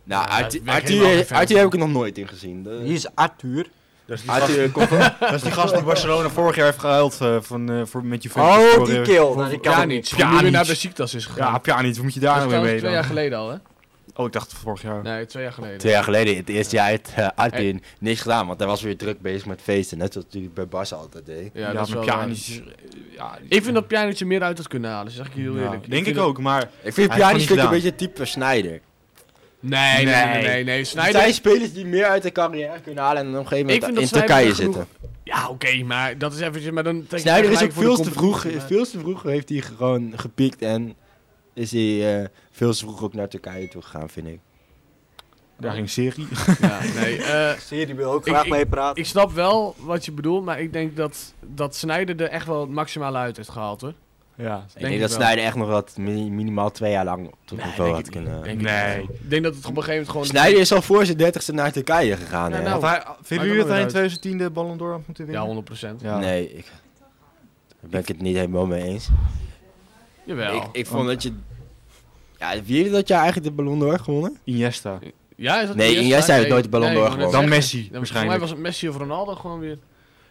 Speaker 4: Nou,
Speaker 1: Ja,
Speaker 4: Arthur,
Speaker 1: ik ben helemaal geen
Speaker 4: Arthur,
Speaker 1: fan
Speaker 4: Arthur
Speaker 1: van.
Speaker 4: heb ik er nog nooit in gezien. De-
Speaker 2: Hier is Arthur.
Speaker 3: Dat is die gast,
Speaker 4: Arthur komt
Speaker 1: <laughs>
Speaker 4: van...
Speaker 3: dat is die gast die Barcelona vorig jaar heeft gehuild eh, van, eh, voor, met Juventus.
Speaker 2: Oh,
Speaker 3: voor,
Speaker 2: die
Speaker 3: eh,
Speaker 2: kill. Nou, die kan
Speaker 1: Ja,
Speaker 2: ook
Speaker 1: niet.
Speaker 3: Ja,
Speaker 1: Die weer
Speaker 3: niet.
Speaker 1: naar Besiktas is gegaan.
Speaker 3: Ja, Pjanic, hoe moet je
Speaker 1: dat
Speaker 3: daar
Speaker 1: is
Speaker 3: nou weer
Speaker 1: trouwens
Speaker 3: mee
Speaker 1: twee
Speaker 3: dan?
Speaker 1: jaar geleden al, hè?
Speaker 3: Oh, ik dacht vorig jaar.
Speaker 1: Nee, twee jaar geleden.
Speaker 4: Twee jaar geleden, het eerste jaar, heeft eh, Arthur niks gedaan. Want hij was weer druk bezig met feesten. Net zoals hij bij Barca altijd deed.
Speaker 1: Ja, dat is
Speaker 3: maar
Speaker 1: wel
Speaker 3: Pjanic,
Speaker 1: waar.
Speaker 3: eh, ja,
Speaker 1: Ik vind dat Pjanic er meer uit had kunnen halen, zeg ik je heel
Speaker 3: Ja,
Speaker 1: eerlijk.
Speaker 3: Denk ik
Speaker 1: vind
Speaker 3: ook, maar
Speaker 4: Ik vind
Speaker 3: Hij heeft
Speaker 4: Pjanic
Speaker 3: het
Speaker 4: vind ik
Speaker 3: gewoon
Speaker 4: een
Speaker 3: niet
Speaker 4: beetje type Snijder.
Speaker 1: Nee, nee, nee, nee. nee,
Speaker 4: Er
Speaker 1: Sneijder-
Speaker 4: zijn spelers die meer uit de carrière kunnen halen en dan op een gegeven
Speaker 1: Ik vind
Speaker 4: moment
Speaker 1: dat
Speaker 4: in
Speaker 1: Sneijder
Speaker 4: Turkije
Speaker 1: er genoeg-
Speaker 4: zitten.
Speaker 1: Ja, oké, maar dat is eventjes... Maar dan trek je
Speaker 4: Sneijder is ook
Speaker 1: gelijk voor de
Speaker 4: veel te, vroeg,
Speaker 1: competitie, maar-
Speaker 4: veel te vroeg heeft hij gewoon gepiekt en is hij eh, veel te vroeg ook naar Turkije toe gegaan, vind ik.
Speaker 3: daar ging serie.
Speaker 1: Ja, nee, eh,
Speaker 2: Serie wil ook
Speaker 1: Ik-
Speaker 2: graag
Speaker 1: ik-
Speaker 2: mee praten.
Speaker 1: ik snap wel wat je bedoelt, maar ik denk dat, dat Sneijder er echt wel het maximale uit heeft gehaald, hoor.
Speaker 3: <laughs> Ja.
Speaker 4: ik
Speaker 1: ik
Speaker 4: denk dat
Speaker 1: wel.
Speaker 4: Sneijder echt nog wat mi- minimaal twee jaar lang op het niveau had kunnen. eh.
Speaker 1: Denk ik
Speaker 3: Nee.
Speaker 1: niet. Ik denk dat het op een gegeven moment gewoon...
Speaker 4: Sneijder is al voor zijn dertigste naar Turkije gegaan.
Speaker 1: Ja,
Speaker 4: hè?
Speaker 1: nou.
Speaker 3: Want hij, vinden jullie dat hij in
Speaker 1: uit.
Speaker 3: 2010 de Ballon d'Or had moeten winnen?
Speaker 1: Ja, 100 procent.
Speaker 3: Ja.
Speaker 4: Nee, ik, daar ben ik het niet helemaal mee eens.
Speaker 1: Jawel.
Speaker 4: Ik, ik vond dat je... Ja, wie heeft dat jaar eigenlijk de Ballon d'Or gewonnen?
Speaker 3: Iniesta.
Speaker 1: ja, is dat
Speaker 4: Nee,
Speaker 1: de eerste?
Speaker 4: jij zei het nooit de Ballon
Speaker 1: ik wou
Speaker 4: d'Or
Speaker 1: net
Speaker 4: gewonnen.
Speaker 3: Dan
Speaker 1: zeggen.
Speaker 3: Messi,
Speaker 1: Ja, maar Voor mij
Speaker 3: waarschijnlijk.
Speaker 1: was het Messi of Ronaldo gewoon weer.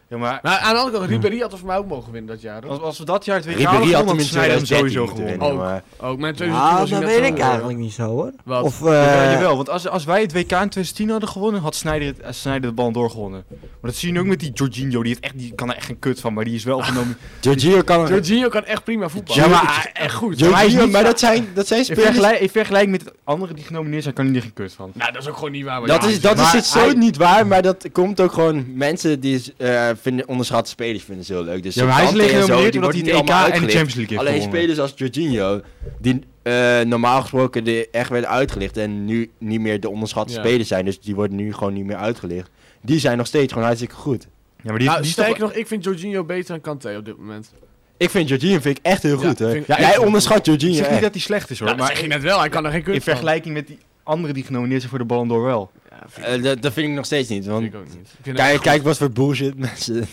Speaker 3: Ja, maar
Speaker 1: Maar aan de andere kant, Ribéry had er voor mij ook mogen winnen dat jaar. hoor.
Speaker 3: als, als we dat jaar het WK hadden
Speaker 4: Ribéry had
Speaker 3: gewonnen,
Speaker 4: hem
Speaker 3: had
Speaker 4: in
Speaker 3: Sneijder hem
Speaker 4: 2013
Speaker 3: sowieso
Speaker 4: moeten
Speaker 3: gewonnen.
Speaker 4: winnen,
Speaker 1: Ook.
Speaker 4: maar-
Speaker 1: Ook mijn 2010
Speaker 2: Nou,
Speaker 1: was hij
Speaker 2: dat
Speaker 1: net
Speaker 2: weet
Speaker 1: zo,
Speaker 2: ik
Speaker 1: eh,
Speaker 2: eigenlijk niet zo hoor.
Speaker 1: Wat?
Speaker 2: Of,
Speaker 3: Ja,
Speaker 2: eh
Speaker 3: jawel, want als, als wij het WK in 2010 hadden gewonnen, had Sneijder, het- had Sneijder de Ballon d'Or gewonnen. Maar dat zie je nu ook met die Jorginho, die, heeft echt, die kan er echt geen kut van, maar die
Speaker 4: <laughs>
Speaker 3: is wel genomen.
Speaker 4: Jorginho kan er-
Speaker 1: Jorginho kan echt prima voetballen.
Speaker 4: Ja, maar
Speaker 1: Het is echt goed.
Speaker 4: Jorginho,
Speaker 3: hij is niet-
Speaker 4: maar dat zijn, dat <laughs> zijn
Speaker 3: in,
Speaker 4: spelers...
Speaker 3: vergelijk, in vergelijking met de anderen die genomineerd zijn, kan hij er geen kut van.
Speaker 1: Nou, dat is ook gewoon niet waar. wat
Speaker 4: Dat
Speaker 1: jij
Speaker 4: is,
Speaker 1: zegt.
Speaker 4: dat is
Speaker 3: Oh, Maar
Speaker 4: het zo
Speaker 3: hij-
Speaker 4: niet waar, maar dat komt ook gewoon... Mensen die eh vinden, onderschatten spelers vinden ze heel leuk. Dus
Speaker 3: Ja, maar hij is
Speaker 4: Kante en zo,
Speaker 3: genomineerd
Speaker 4: die
Speaker 3: omdat hij
Speaker 4: wordt
Speaker 3: het
Speaker 4: niet allemaal
Speaker 3: EK en de
Speaker 4: uitgelicht.
Speaker 3: Champions League heeft
Speaker 4: Alleen
Speaker 3: gewonnen.
Speaker 4: spelers als Jorginho, die eh, normaal gesproken de, echt werden uitgelicht... en nu niet meer de onderschatte
Speaker 1: Ja.
Speaker 4: spelers zijn, dus die worden nu gewoon niet meer uitgelicht. Die zijn nog steeds gewoon hartstikke goed.
Speaker 3: Ja, maar die,
Speaker 1: Nou,
Speaker 3: die is
Speaker 1: sterker
Speaker 3: toch-
Speaker 1: nog, ik vind Jorginho beter dan Kante op dit moment.
Speaker 4: Ik vind Jorginho vind ik echt heel
Speaker 1: Ja,
Speaker 4: goed, hè.
Speaker 1: vind ik echt
Speaker 4: Jij
Speaker 1: goed.
Speaker 4: onderschat
Speaker 3: ik
Speaker 4: Jorginho
Speaker 3: zeg niet
Speaker 4: echt.
Speaker 3: dat hij slecht is hoor,
Speaker 1: Nou, dat
Speaker 3: maar
Speaker 1: zeg je net wel, hij kan er geen kut
Speaker 3: in vergelijking met die anderen die genomineerd zijn voor de Ballon d'Or wel.
Speaker 1: van. Ja, vind ik-
Speaker 4: Eh, dat, dat vind ik nog steeds niet, want...
Speaker 1: vind ik ook niet. Ik vind hem
Speaker 4: Kijk,
Speaker 1: echt
Speaker 4: kijk wat voor bullshit mensen...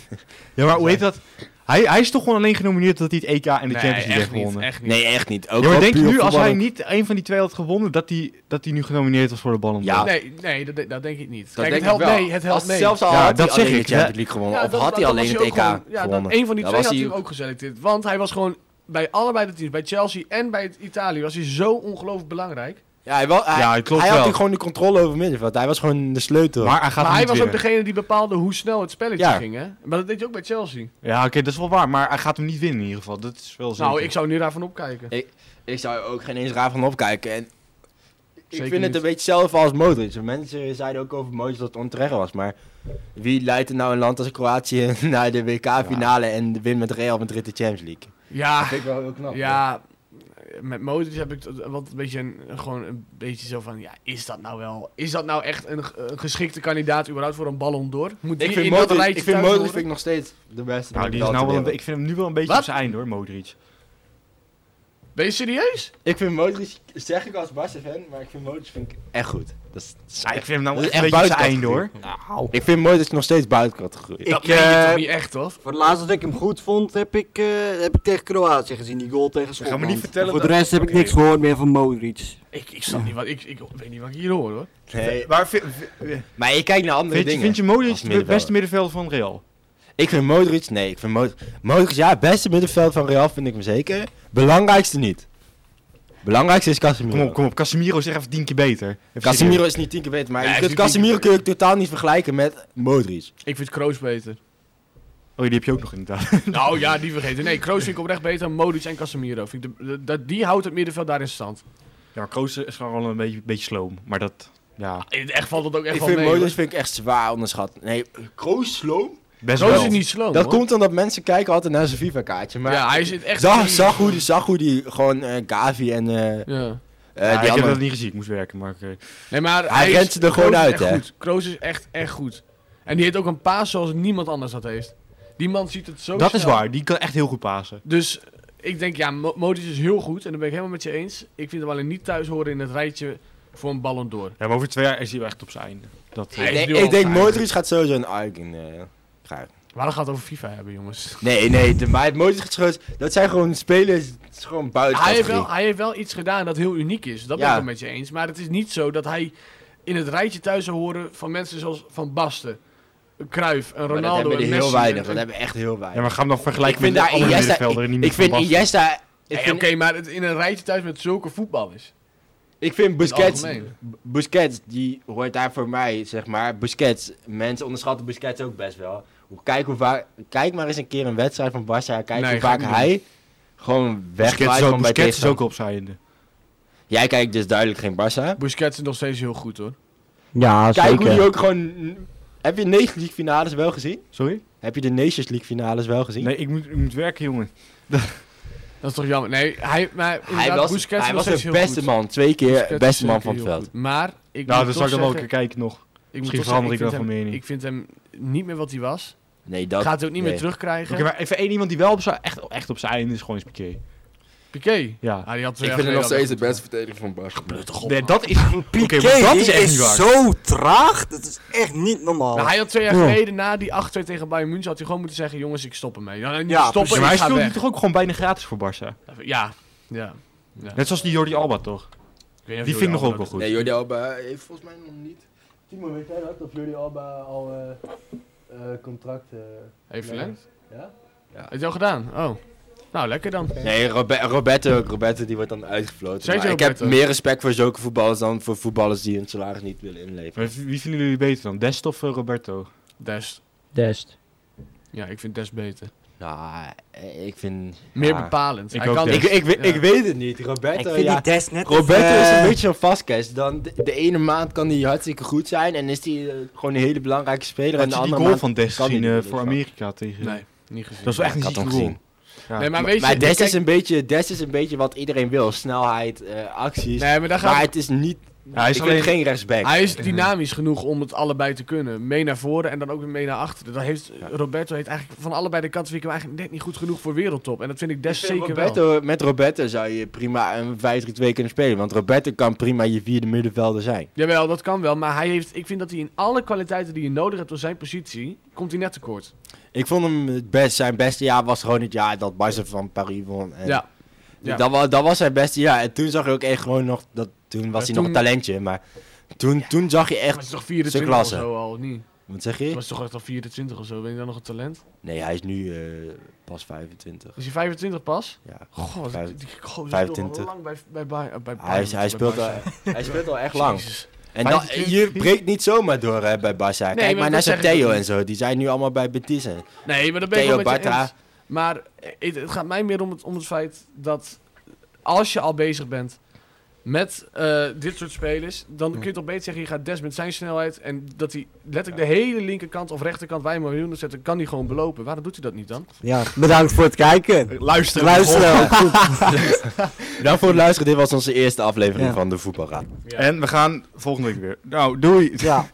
Speaker 3: Ja, maar hoe heet dat? Hij, hij is toch gewoon alleen genomineerd omdat hij het EK en
Speaker 1: goed.
Speaker 3: de
Speaker 1: Nee,
Speaker 3: Champions League heeft
Speaker 1: echt niet,
Speaker 3: gewonnen.
Speaker 1: echt niet.
Speaker 4: <laughs> Nee, echt niet. Ook
Speaker 3: ja, maar
Speaker 4: wel
Speaker 3: denk je
Speaker 4: puur
Speaker 3: nu, als
Speaker 4: voetballer.
Speaker 3: hij niet een van die twee had gewonnen, dat hij, dat hij nu genomineerd was voor de Ballon d'Or?
Speaker 4: Ja.
Speaker 1: Nee, nee dat, de- dat denk ik niet.
Speaker 4: Dat
Speaker 1: Kijk, het
Speaker 4: denk ik
Speaker 1: helpt
Speaker 4: wel.
Speaker 1: mee. Het helpt
Speaker 4: Als-
Speaker 1: mee.
Speaker 4: Zelfs al
Speaker 3: Ja,
Speaker 4: had
Speaker 3: dat
Speaker 4: hij
Speaker 3: zeg
Speaker 4: alleen
Speaker 3: ik,
Speaker 4: de
Speaker 3: hè.
Speaker 4: Champions League gewonnen.
Speaker 1: Ja,
Speaker 4: of
Speaker 1: dat-
Speaker 4: had hij
Speaker 1: dat
Speaker 4: alleen
Speaker 1: was
Speaker 4: het
Speaker 1: ook
Speaker 4: EK
Speaker 1: gewoon- Ja, dat,
Speaker 4: gewonnen.
Speaker 1: een van die
Speaker 4: Dan
Speaker 1: twee
Speaker 4: was
Speaker 1: had
Speaker 4: hij-
Speaker 1: hij ook geselecteerd. Want hij was gewoon bij allebei de teams. Bij Chelsea en bij het Italië was hij zo ongelooflijk belangrijk.
Speaker 4: Ja, hij, wel, hij,
Speaker 3: Ja, het klopt
Speaker 4: hij had
Speaker 3: wel.
Speaker 4: ook gewoon de controle over het middenveld. Hij was gewoon de sleutel.
Speaker 3: Maar hij gaat
Speaker 1: maar
Speaker 3: hem
Speaker 1: hij
Speaker 3: niet
Speaker 1: was ook
Speaker 3: winnen.
Speaker 1: degene die bepaalde hoe snel het spelletje
Speaker 4: Ja.
Speaker 1: ging. Hè? Maar dat deed je ook bij Chelsea.
Speaker 3: Ja, oké, dat is wel waar, maar hij gaat hem niet winnen in ieder geval. Dat is wel zeker.
Speaker 1: Nou, ik zou nu daarvan opkijken.
Speaker 4: ik zou er ook geen eens raar van opkijken. En ik
Speaker 1: Zeker
Speaker 4: vind het
Speaker 1: niet.
Speaker 4: een beetje hetzelfde als Modric. Want Mensen zeiden ook over Modric dat het onterecht was. Maar wie leidt er nou een land als Kroatië <laughs> naar de WK-finale en wint met Real Madrid de Champions League?
Speaker 1: Ja,
Speaker 4: vind ik wel heel
Speaker 1: Oh.
Speaker 4: knap.
Speaker 1: ja. Met Modric heb ik t- wat een beetje een, gewoon een beetje zo van, ja, is dat nou wel, is dat nou echt een, g- een geschikte kandidaat überhaupt voor een Ballon d'Or? Moet
Speaker 4: Ik
Speaker 1: die
Speaker 4: vind
Speaker 1: in dat
Speaker 4: Modric,
Speaker 1: rijtje
Speaker 4: ik vind,
Speaker 1: thuis
Speaker 4: Modric
Speaker 1: horen?
Speaker 4: vind ik nog steeds de beste.
Speaker 3: nou, die is
Speaker 4: ter
Speaker 3: nou wel een,
Speaker 4: wereld.
Speaker 3: be- ik vind hem nu wel een beetje
Speaker 1: Wat?
Speaker 3: op zijn eind hoor, Modric.
Speaker 1: Ben je serieus?
Speaker 4: Ik vind Modric, zeg ik als Barca fan, maar ik vind Modric vind ik echt goed. Dat is, dat is
Speaker 3: Ja, ik
Speaker 4: echt-
Speaker 3: vind hem nou
Speaker 4: dat is
Speaker 3: echt een
Speaker 4: echt
Speaker 3: beetje eind hoor.
Speaker 4: buitencategorie. ik vind het mooi dat je nog steeds buiten kan groeien.
Speaker 1: Dat
Speaker 2: Ik,
Speaker 1: meen je
Speaker 2: eh,
Speaker 1: toch niet echt, hoor?
Speaker 2: Voor het laatst dat ik hem goed vond, heb ik, eh, heb ik tegen Kroatië gezien. Die goal tegen
Speaker 3: me niet
Speaker 2: Schotland.
Speaker 3: vertellen
Speaker 2: voor de
Speaker 3: dat-
Speaker 2: rest heb ik
Speaker 3: Oké.
Speaker 2: niks gehoord meer van Modric.
Speaker 1: Ik, ik snap niet wat... Ik, ik weet niet wat ik hier hoor, hoor.
Speaker 4: Nee,
Speaker 3: Maar vind, vind-
Speaker 4: maar je kijkt naar andere
Speaker 3: vind je,
Speaker 4: dingen.
Speaker 3: vind je
Speaker 4: als
Speaker 3: Modric het
Speaker 4: middenvelder.
Speaker 3: beste middenvelder van Real?
Speaker 4: Ik vind Modric, nee, ik vind Modric, Modric ja, het beste middenveld van Real vind ik hem zeker. Belangrijkste niet. Belangrijkste is Casemiro.
Speaker 3: Kom op, kom op. Casemiro is echt even tien keer beter. Even
Speaker 4: Casemiro is niet tien keer beter, maar
Speaker 1: Ja,
Speaker 4: je
Speaker 1: hij
Speaker 4: kunt
Speaker 1: is niet tien keer
Speaker 4: Casemiro kun je totaal niet vergelijken met Modric.
Speaker 1: Ik vind Kroos beter.
Speaker 3: serieus. Oh, die heb je ook nog inderdaad.
Speaker 1: <laughs> nou ja, die vergeten. Nee, Kroos vind ik oprecht beter dan Modric en Casemiro. Vind ik de- de- dat- die houdt het middenveld daar in stand.
Speaker 3: Ja, maar Kroos is gewoon wel een beetje, beetje sloom. Maar dat, ja,
Speaker 1: In het echt valt het ook echt
Speaker 4: ik
Speaker 1: wel
Speaker 4: vind
Speaker 1: mee. hoor.
Speaker 4: Modric vind ik echt zwaar onderschat. Nee, Kroos sloom.
Speaker 3: best
Speaker 1: Kroos
Speaker 3: wel.
Speaker 1: is niet sloom,
Speaker 4: Dat
Speaker 1: hoor.
Speaker 4: komt omdat mensen kijken altijd naar zijn FIFA kaartje, maar
Speaker 1: Ja, hij zit echt...
Speaker 4: zag, zag, hoe, die- zag hoe die gewoon eh, Gavi en eh, eh,
Speaker 1: Ja.
Speaker 3: Ja,
Speaker 4: die
Speaker 3: ik heb
Speaker 4: andere...
Speaker 3: dat niet gezien. Ik moest werken, maar... eh, oké.
Speaker 1: Nee, maar
Speaker 4: Hij rent ze er gewoon
Speaker 1: Kroos is
Speaker 4: uit,
Speaker 1: echt
Speaker 4: hè?
Speaker 1: Goed. Kroos is echt, echt goed. En die heeft ook een paas zoals niemand anders dat heeft. Die man ziet het zo
Speaker 3: Dat is
Speaker 1: snel.
Speaker 3: waar. Die kan echt heel goed pasen.
Speaker 1: Dus ik denk, ja, Mo- Modric is heel goed. En daar ben ik helemaal met je eens. Ik vind hem alleen niet thuis horen in het rijtje voor een ballon door.
Speaker 3: Ja, maar over twee jaar is hij wel echt op zijn einde. Dat, eh,
Speaker 1: Hij
Speaker 4: Ik
Speaker 1: is
Speaker 4: denk,
Speaker 1: nu
Speaker 4: ik
Speaker 1: al
Speaker 4: denk
Speaker 1: vijf.
Speaker 4: Modric gaat sowieso een Arkin eh krijgen.
Speaker 1: Maar dat gaat het over FIFA hebben, jongens.
Speaker 4: Nee, nee, de, maar het mooiste geschoten, dat zijn gewoon spelers, het is gewoon buiten
Speaker 1: Hij heeft, wel,
Speaker 4: categorie.
Speaker 1: hij heeft wel iets gedaan dat heel uniek is. Dat ben
Speaker 4: Ja.
Speaker 1: ik wel met je eens. Maar het is niet zo dat hij in het rijtje thuis zou horen van mensen zoals Van Basten, een Cruijff, een
Speaker 4: Maar dat
Speaker 1: Ronaldo,
Speaker 4: hebben
Speaker 1: een
Speaker 4: die
Speaker 1: Messi.
Speaker 4: heel weinig,
Speaker 1: en-
Speaker 4: dat hebben we echt heel
Speaker 3: Ja,
Speaker 4: weinig.
Speaker 3: maar ga hem dan vergelijken
Speaker 4: ik vind
Speaker 3: met de
Speaker 4: daar
Speaker 3: andere
Speaker 4: Iniesta,
Speaker 3: middenvelder.
Speaker 4: ik,
Speaker 3: die niet
Speaker 4: ik vind
Speaker 3: van Basten.
Speaker 4: Iniesta, ik
Speaker 1: Nee,
Speaker 4: vind,
Speaker 1: Oké, maar het, in een rijtje thuis met zulke voetballers.
Speaker 4: ik vind Busquets,
Speaker 1: algemeen.
Speaker 4: B- Busquets, die hoort daar voor mij, zeg maar, Busquets, mensen onderschatten Busquets ook best wel. Hoe- Kijk, hoe vaak, kijk maar eens een keer een wedstrijd van Barca, kijk
Speaker 1: Nee,
Speaker 4: hoe
Speaker 1: ga
Speaker 4: vaak
Speaker 1: ik niet
Speaker 4: hij gewoon
Speaker 3: Busquets
Speaker 4: wegwaait
Speaker 3: is ook-
Speaker 4: van bij
Speaker 3: Busquets is ook
Speaker 4: tegenstander.
Speaker 3: op zijn einde.
Speaker 4: Jij kijkt dus duidelijk geen Barca.
Speaker 1: Busquets is nog steeds heel goed hoor.
Speaker 2: Ja,
Speaker 4: Kijk hoe die ook gewoon, heb je de Nations League finales wel gezien?
Speaker 3: Sorry?
Speaker 4: Heb je de Nations League finales wel gezien?
Speaker 3: Nee, ik moet, ik moet werken, jongen.
Speaker 1: Dat is toch jammer. Nee, hij, maar
Speaker 4: Hij was,
Speaker 1: Busquets
Speaker 4: hij
Speaker 1: nog
Speaker 4: was
Speaker 1: steeds
Speaker 4: de
Speaker 1: heel
Speaker 4: beste
Speaker 1: goed.
Speaker 4: man. Twee keer
Speaker 1: Busquets is
Speaker 4: beste man
Speaker 1: zeker
Speaker 4: van het
Speaker 1: heel
Speaker 4: veld.
Speaker 1: goed. Maar ik
Speaker 3: Nou,
Speaker 1: moet
Speaker 3: dan zal
Speaker 1: toch
Speaker 3: ik dan wel een
Speaker 1: zeggen-
Speaker 3: keer kijken nog.
Speaker 1: Ik
Speaker 3: Misschien
Speaker 1: moet toch
Speaker 3: verander ik
Speaker 1: zeggen,
Speaker 3: wel
Speaker 1: vind
Speaker 3: van
Speaker 1: hem-
Speaker 3: mening.
Speaker 1: Ik vind hem niet meer wat hij was.
Speaker 4: Nee, dat...
Speaker 1: Gaat hij ook niet
Speaker 4: nee.
Speaker 1: meer terugkrijgen.
Speaker 3: Oké, maar even één iemand die wel op zijn, echt, echt op zijn einde is, gewoon is Piqué.
Speaker 1: Piqué.
Speaker 3: Ja.
Speaker 1: Ah, die had twee
Speaker 5: Ik vind hem nog
Speaker 1: jaar geleden al
Speaker 5: steeds de
Speaker 1: goed.
Speaker 5: beste verdediger van Barcelona.
Speaker 1: Toch op,
Speaker 3: nee,
Speaker 1: man.
Speaker 3: dat is... Oké,
Speaker 2: Piqué,
Speaker 3: maar dat
Speaker 2: die
Speaker 3: is echt niet waar.
Speaker 2: zo traag. Dat is echt niet normaal.
Speaker 1: Nou, hij had twee jaar
Speaker 2: Ja.
Speaker 1: geleden na die 8-2 tegen Bayern München had hij gewoon moeten zeggen, jongens, ik stop ermee. Ja, niet
Speaker 2: Ja,
Speaker 1: stoppen,
Speaker 3: Ja, maar hij
Speaker 1: ik ga
Speaker 3: speelde
Speaker 1: weg.
Speaker 3: toch ook gewoon bijna gratis voor Barça.
Speaker 1: Ja, ja. ja.
Speaker 3: Net zoals die Jordi Alba, toch?
Speaker 1: Ik weet niet of
Speaker 3: Die
Speaker 1: jullie
Speaker 3: vind ik nog
Speaker 1: allemaal
Speaker 3: ook wel goed.
Speaker 5: Nee, Jordi Alba heeft volgens mij nog niet.
Speaker 6: Timo, weet jij dat? Of jullie Alba al eh eh, contract... eh,
Speaker 1: dat- Heeft verlengd?
Speaker 6: ja?
Speaker 1: Heeft hij al gedaan? Oh. Nou, lekker dan.
Speaker 4: Nee, Robe- Roberto ook. Roberto die wordt dan uitgefloten.
Speaker 1: Sergio
Speaker 4: Maar ik heb
Speaker 1: Roberto.
Speaker 4: meer respect voor zulke voetballers dan voor voetballers die hun salaris niet willen inleveren.
Speaker 3: Maar wie- Wie vinden jullie beter dan? Dest of eh, Roberto?
Speaker 1: Dest.
Speaker 2: Dest.
Speaker 1: Ja, ik vind Dest beter.
Speaker 4: Nou, eh, ik vind...
Speaker 1: Meer
Speaker 4: ja.
Speaker 1: bepalend.
Speaker 3: Ik
Speaker 1: Hij
Speaker 3: ook
Speaker 1: kan
Speaker 3: Dest.
Speaker 4: Ik, ik, we-
Speaker 1: Ja.
Speaker 4: ik weet het niet.
Speaker 2: Ik
Speaker 4: Roberto,
Speaker 2: vind die
Speaker 4: ja.
Speaker 2: Dest net
Speaker 4: Roberto
Speaker 2: even,
Speaker 4: is
Speaker 2: eh,
Speaker 4: een beetje een vastcast. Dan de, de ene maand kan hij hartstikke goed zijn en is hij eh, gewoon een hele belangrijke speler. En
Speaker 3: Had
Speaker 4: de
Speaker 3: je die
Speaker 4: andere
Speaker 3: goal
Speaker 4: maand
Speaker 3: van Dest
Speaker 4: kan
Speaker 3: gezien
Speaker 4: hij
Speaker 3: eh,
Speaker 4: niet
Speaker 3: voor
Speaker 4: meer.
Speaker 3: Amerika tegen...
Speaker 1: Nee, niet gezien.
Speaker 3: Dat was wel echt
Speaker 4: Ik
Speaker 3: een
Speaker 4: had hem
Speaker 3: zieke
Speaker 4: gezien.
Speaker 3: goal. Ja.
Speaker 1: Nee, maar
Speaker 4: Maar,
Speaker 1: weet je...
Speaker 4: maar Dest,
Speaker 1: kijk-
Speaker 4: is een beetje, Dest is een beetje wat iedereen wil. Snelheid, eh, acties.
Speaker 1: Nee, maar daar gaat
Speaker 4: maar het is niet...
Speaker 3: Ja, hij is
Speaker 4: ik
Speaker 3: alleen-
Speaker 4: vind geen rechtsback.
Speaker 1: Hij is dynamisch genoeg om het allebei te kunnen. Mee naar voren en dan ook weer mee naar achteren. Dat heeft, Roberto heeft eigenlijk van allebei de kanten vind ik hem eigenlijk net niet goed genoeg voor wereldtop. En dat vind ik
Speaker 4: Ik
Speaker 1: des
Speaker 4: vind
Speaker 1: zeker wel.
Speaker 4: Roberto, Met Roberto zou je prima een 5-3-2 kunnen spelen. Want Roberto kan prima je vierde middenvelder zijn.
Speaker 1: Jawel, dat kan wel. Maar hij heeft, ik vind dat hij in alle kwaliteiten die je nodig hebt voor zijn positie, komt hij net tekort.
Speaker 4: Ik vond hem het best. Zijn beste jaar was gewoon het jaar dat Barca van Paris won. En Dus
Speaker 1: Ja. ja.
Speaker 4: Dat, was, dat was zijn beste jaar. En toen zag je ook echt gewoon nog... Dat, toen
Speaker 1: Ja,
Speaker 4: was hij
Speaker 1: toen-
Speaker 4: nog een talentje. Maar toen, toen zag je
Speaker 1: Maar het
Speaker 4: echt...
Speaker 1: is toch
Speaker 4: zijn
Speaker 1: 24 of
Speaker 4: klasse.
Speaker 1: zo al, of niet?
Speaker 4: Wat zeg
Speaker 1: Het
Speaker 4: je?
Speaker 1: was toch echt al 24 of zo? Ben je dan nog een talent?
Speaker 4: Nee, hij is nu eh, pas 25.
Speaker 1: Is hij 25 pas?
Speaker 4: Ja.
Speaker 1: Goh,
Speaker 4: Vijf-
Speaker 1: die- die- goh, die speelt
Speaker 4: 25.
Speaker 1: al lang bij, bij, bij, bij
Speaker 4: Hij, is- hij, speelt al,
Speaker 1: <laughs>
Speaker 4: hij speelt al echt lang. En dan,
Speaker 3: 25?
Speaker 4: je breekt niet zomaar door hè, bij Barca. Kijk
Speaker 1: maar
Speaker 4: maar
Speaker 1: dat
Speaker 4: naar zo'n
Speaker 1: zeg ik
Speaker 4: Theo
Speaker 1: ook
Speaker 4: en zo. Die zijn nu allemaal bij Betis. hè.
Speaker 1: Nee, maar dat ben ik wel
Speaker 4: Theo
Speaker 1: met je eens.
Speaker 4: Bartra.
Speaker 1: Maar eh, het, het gaat mij meer om het, om het feit dat als je al bezig bent met eh, dit soort spelers, dan kun je toch beter zeggen, je gaat Des met zijn snelheid en dat hij letterlijk de hele linkerkant of rechterkant waar je miljoenen zet, dan kan hij gewoon belopen. Waarom doet hij dat niet dan?
Speaker 2: Ja, bedankt voor het kijken.
Speaker 3: Luister. <laughs>
Speaker 2: Luisteren.
Speaker 4: Bedankt voor het luisteren. Dit was onze eerste aflevering
Speaker 2: Ja.
Speaker 4: van de Voetbalraad.
Speaker 3: En we gaan volgende week weer. Nou, doei.
Speaker 2: ja.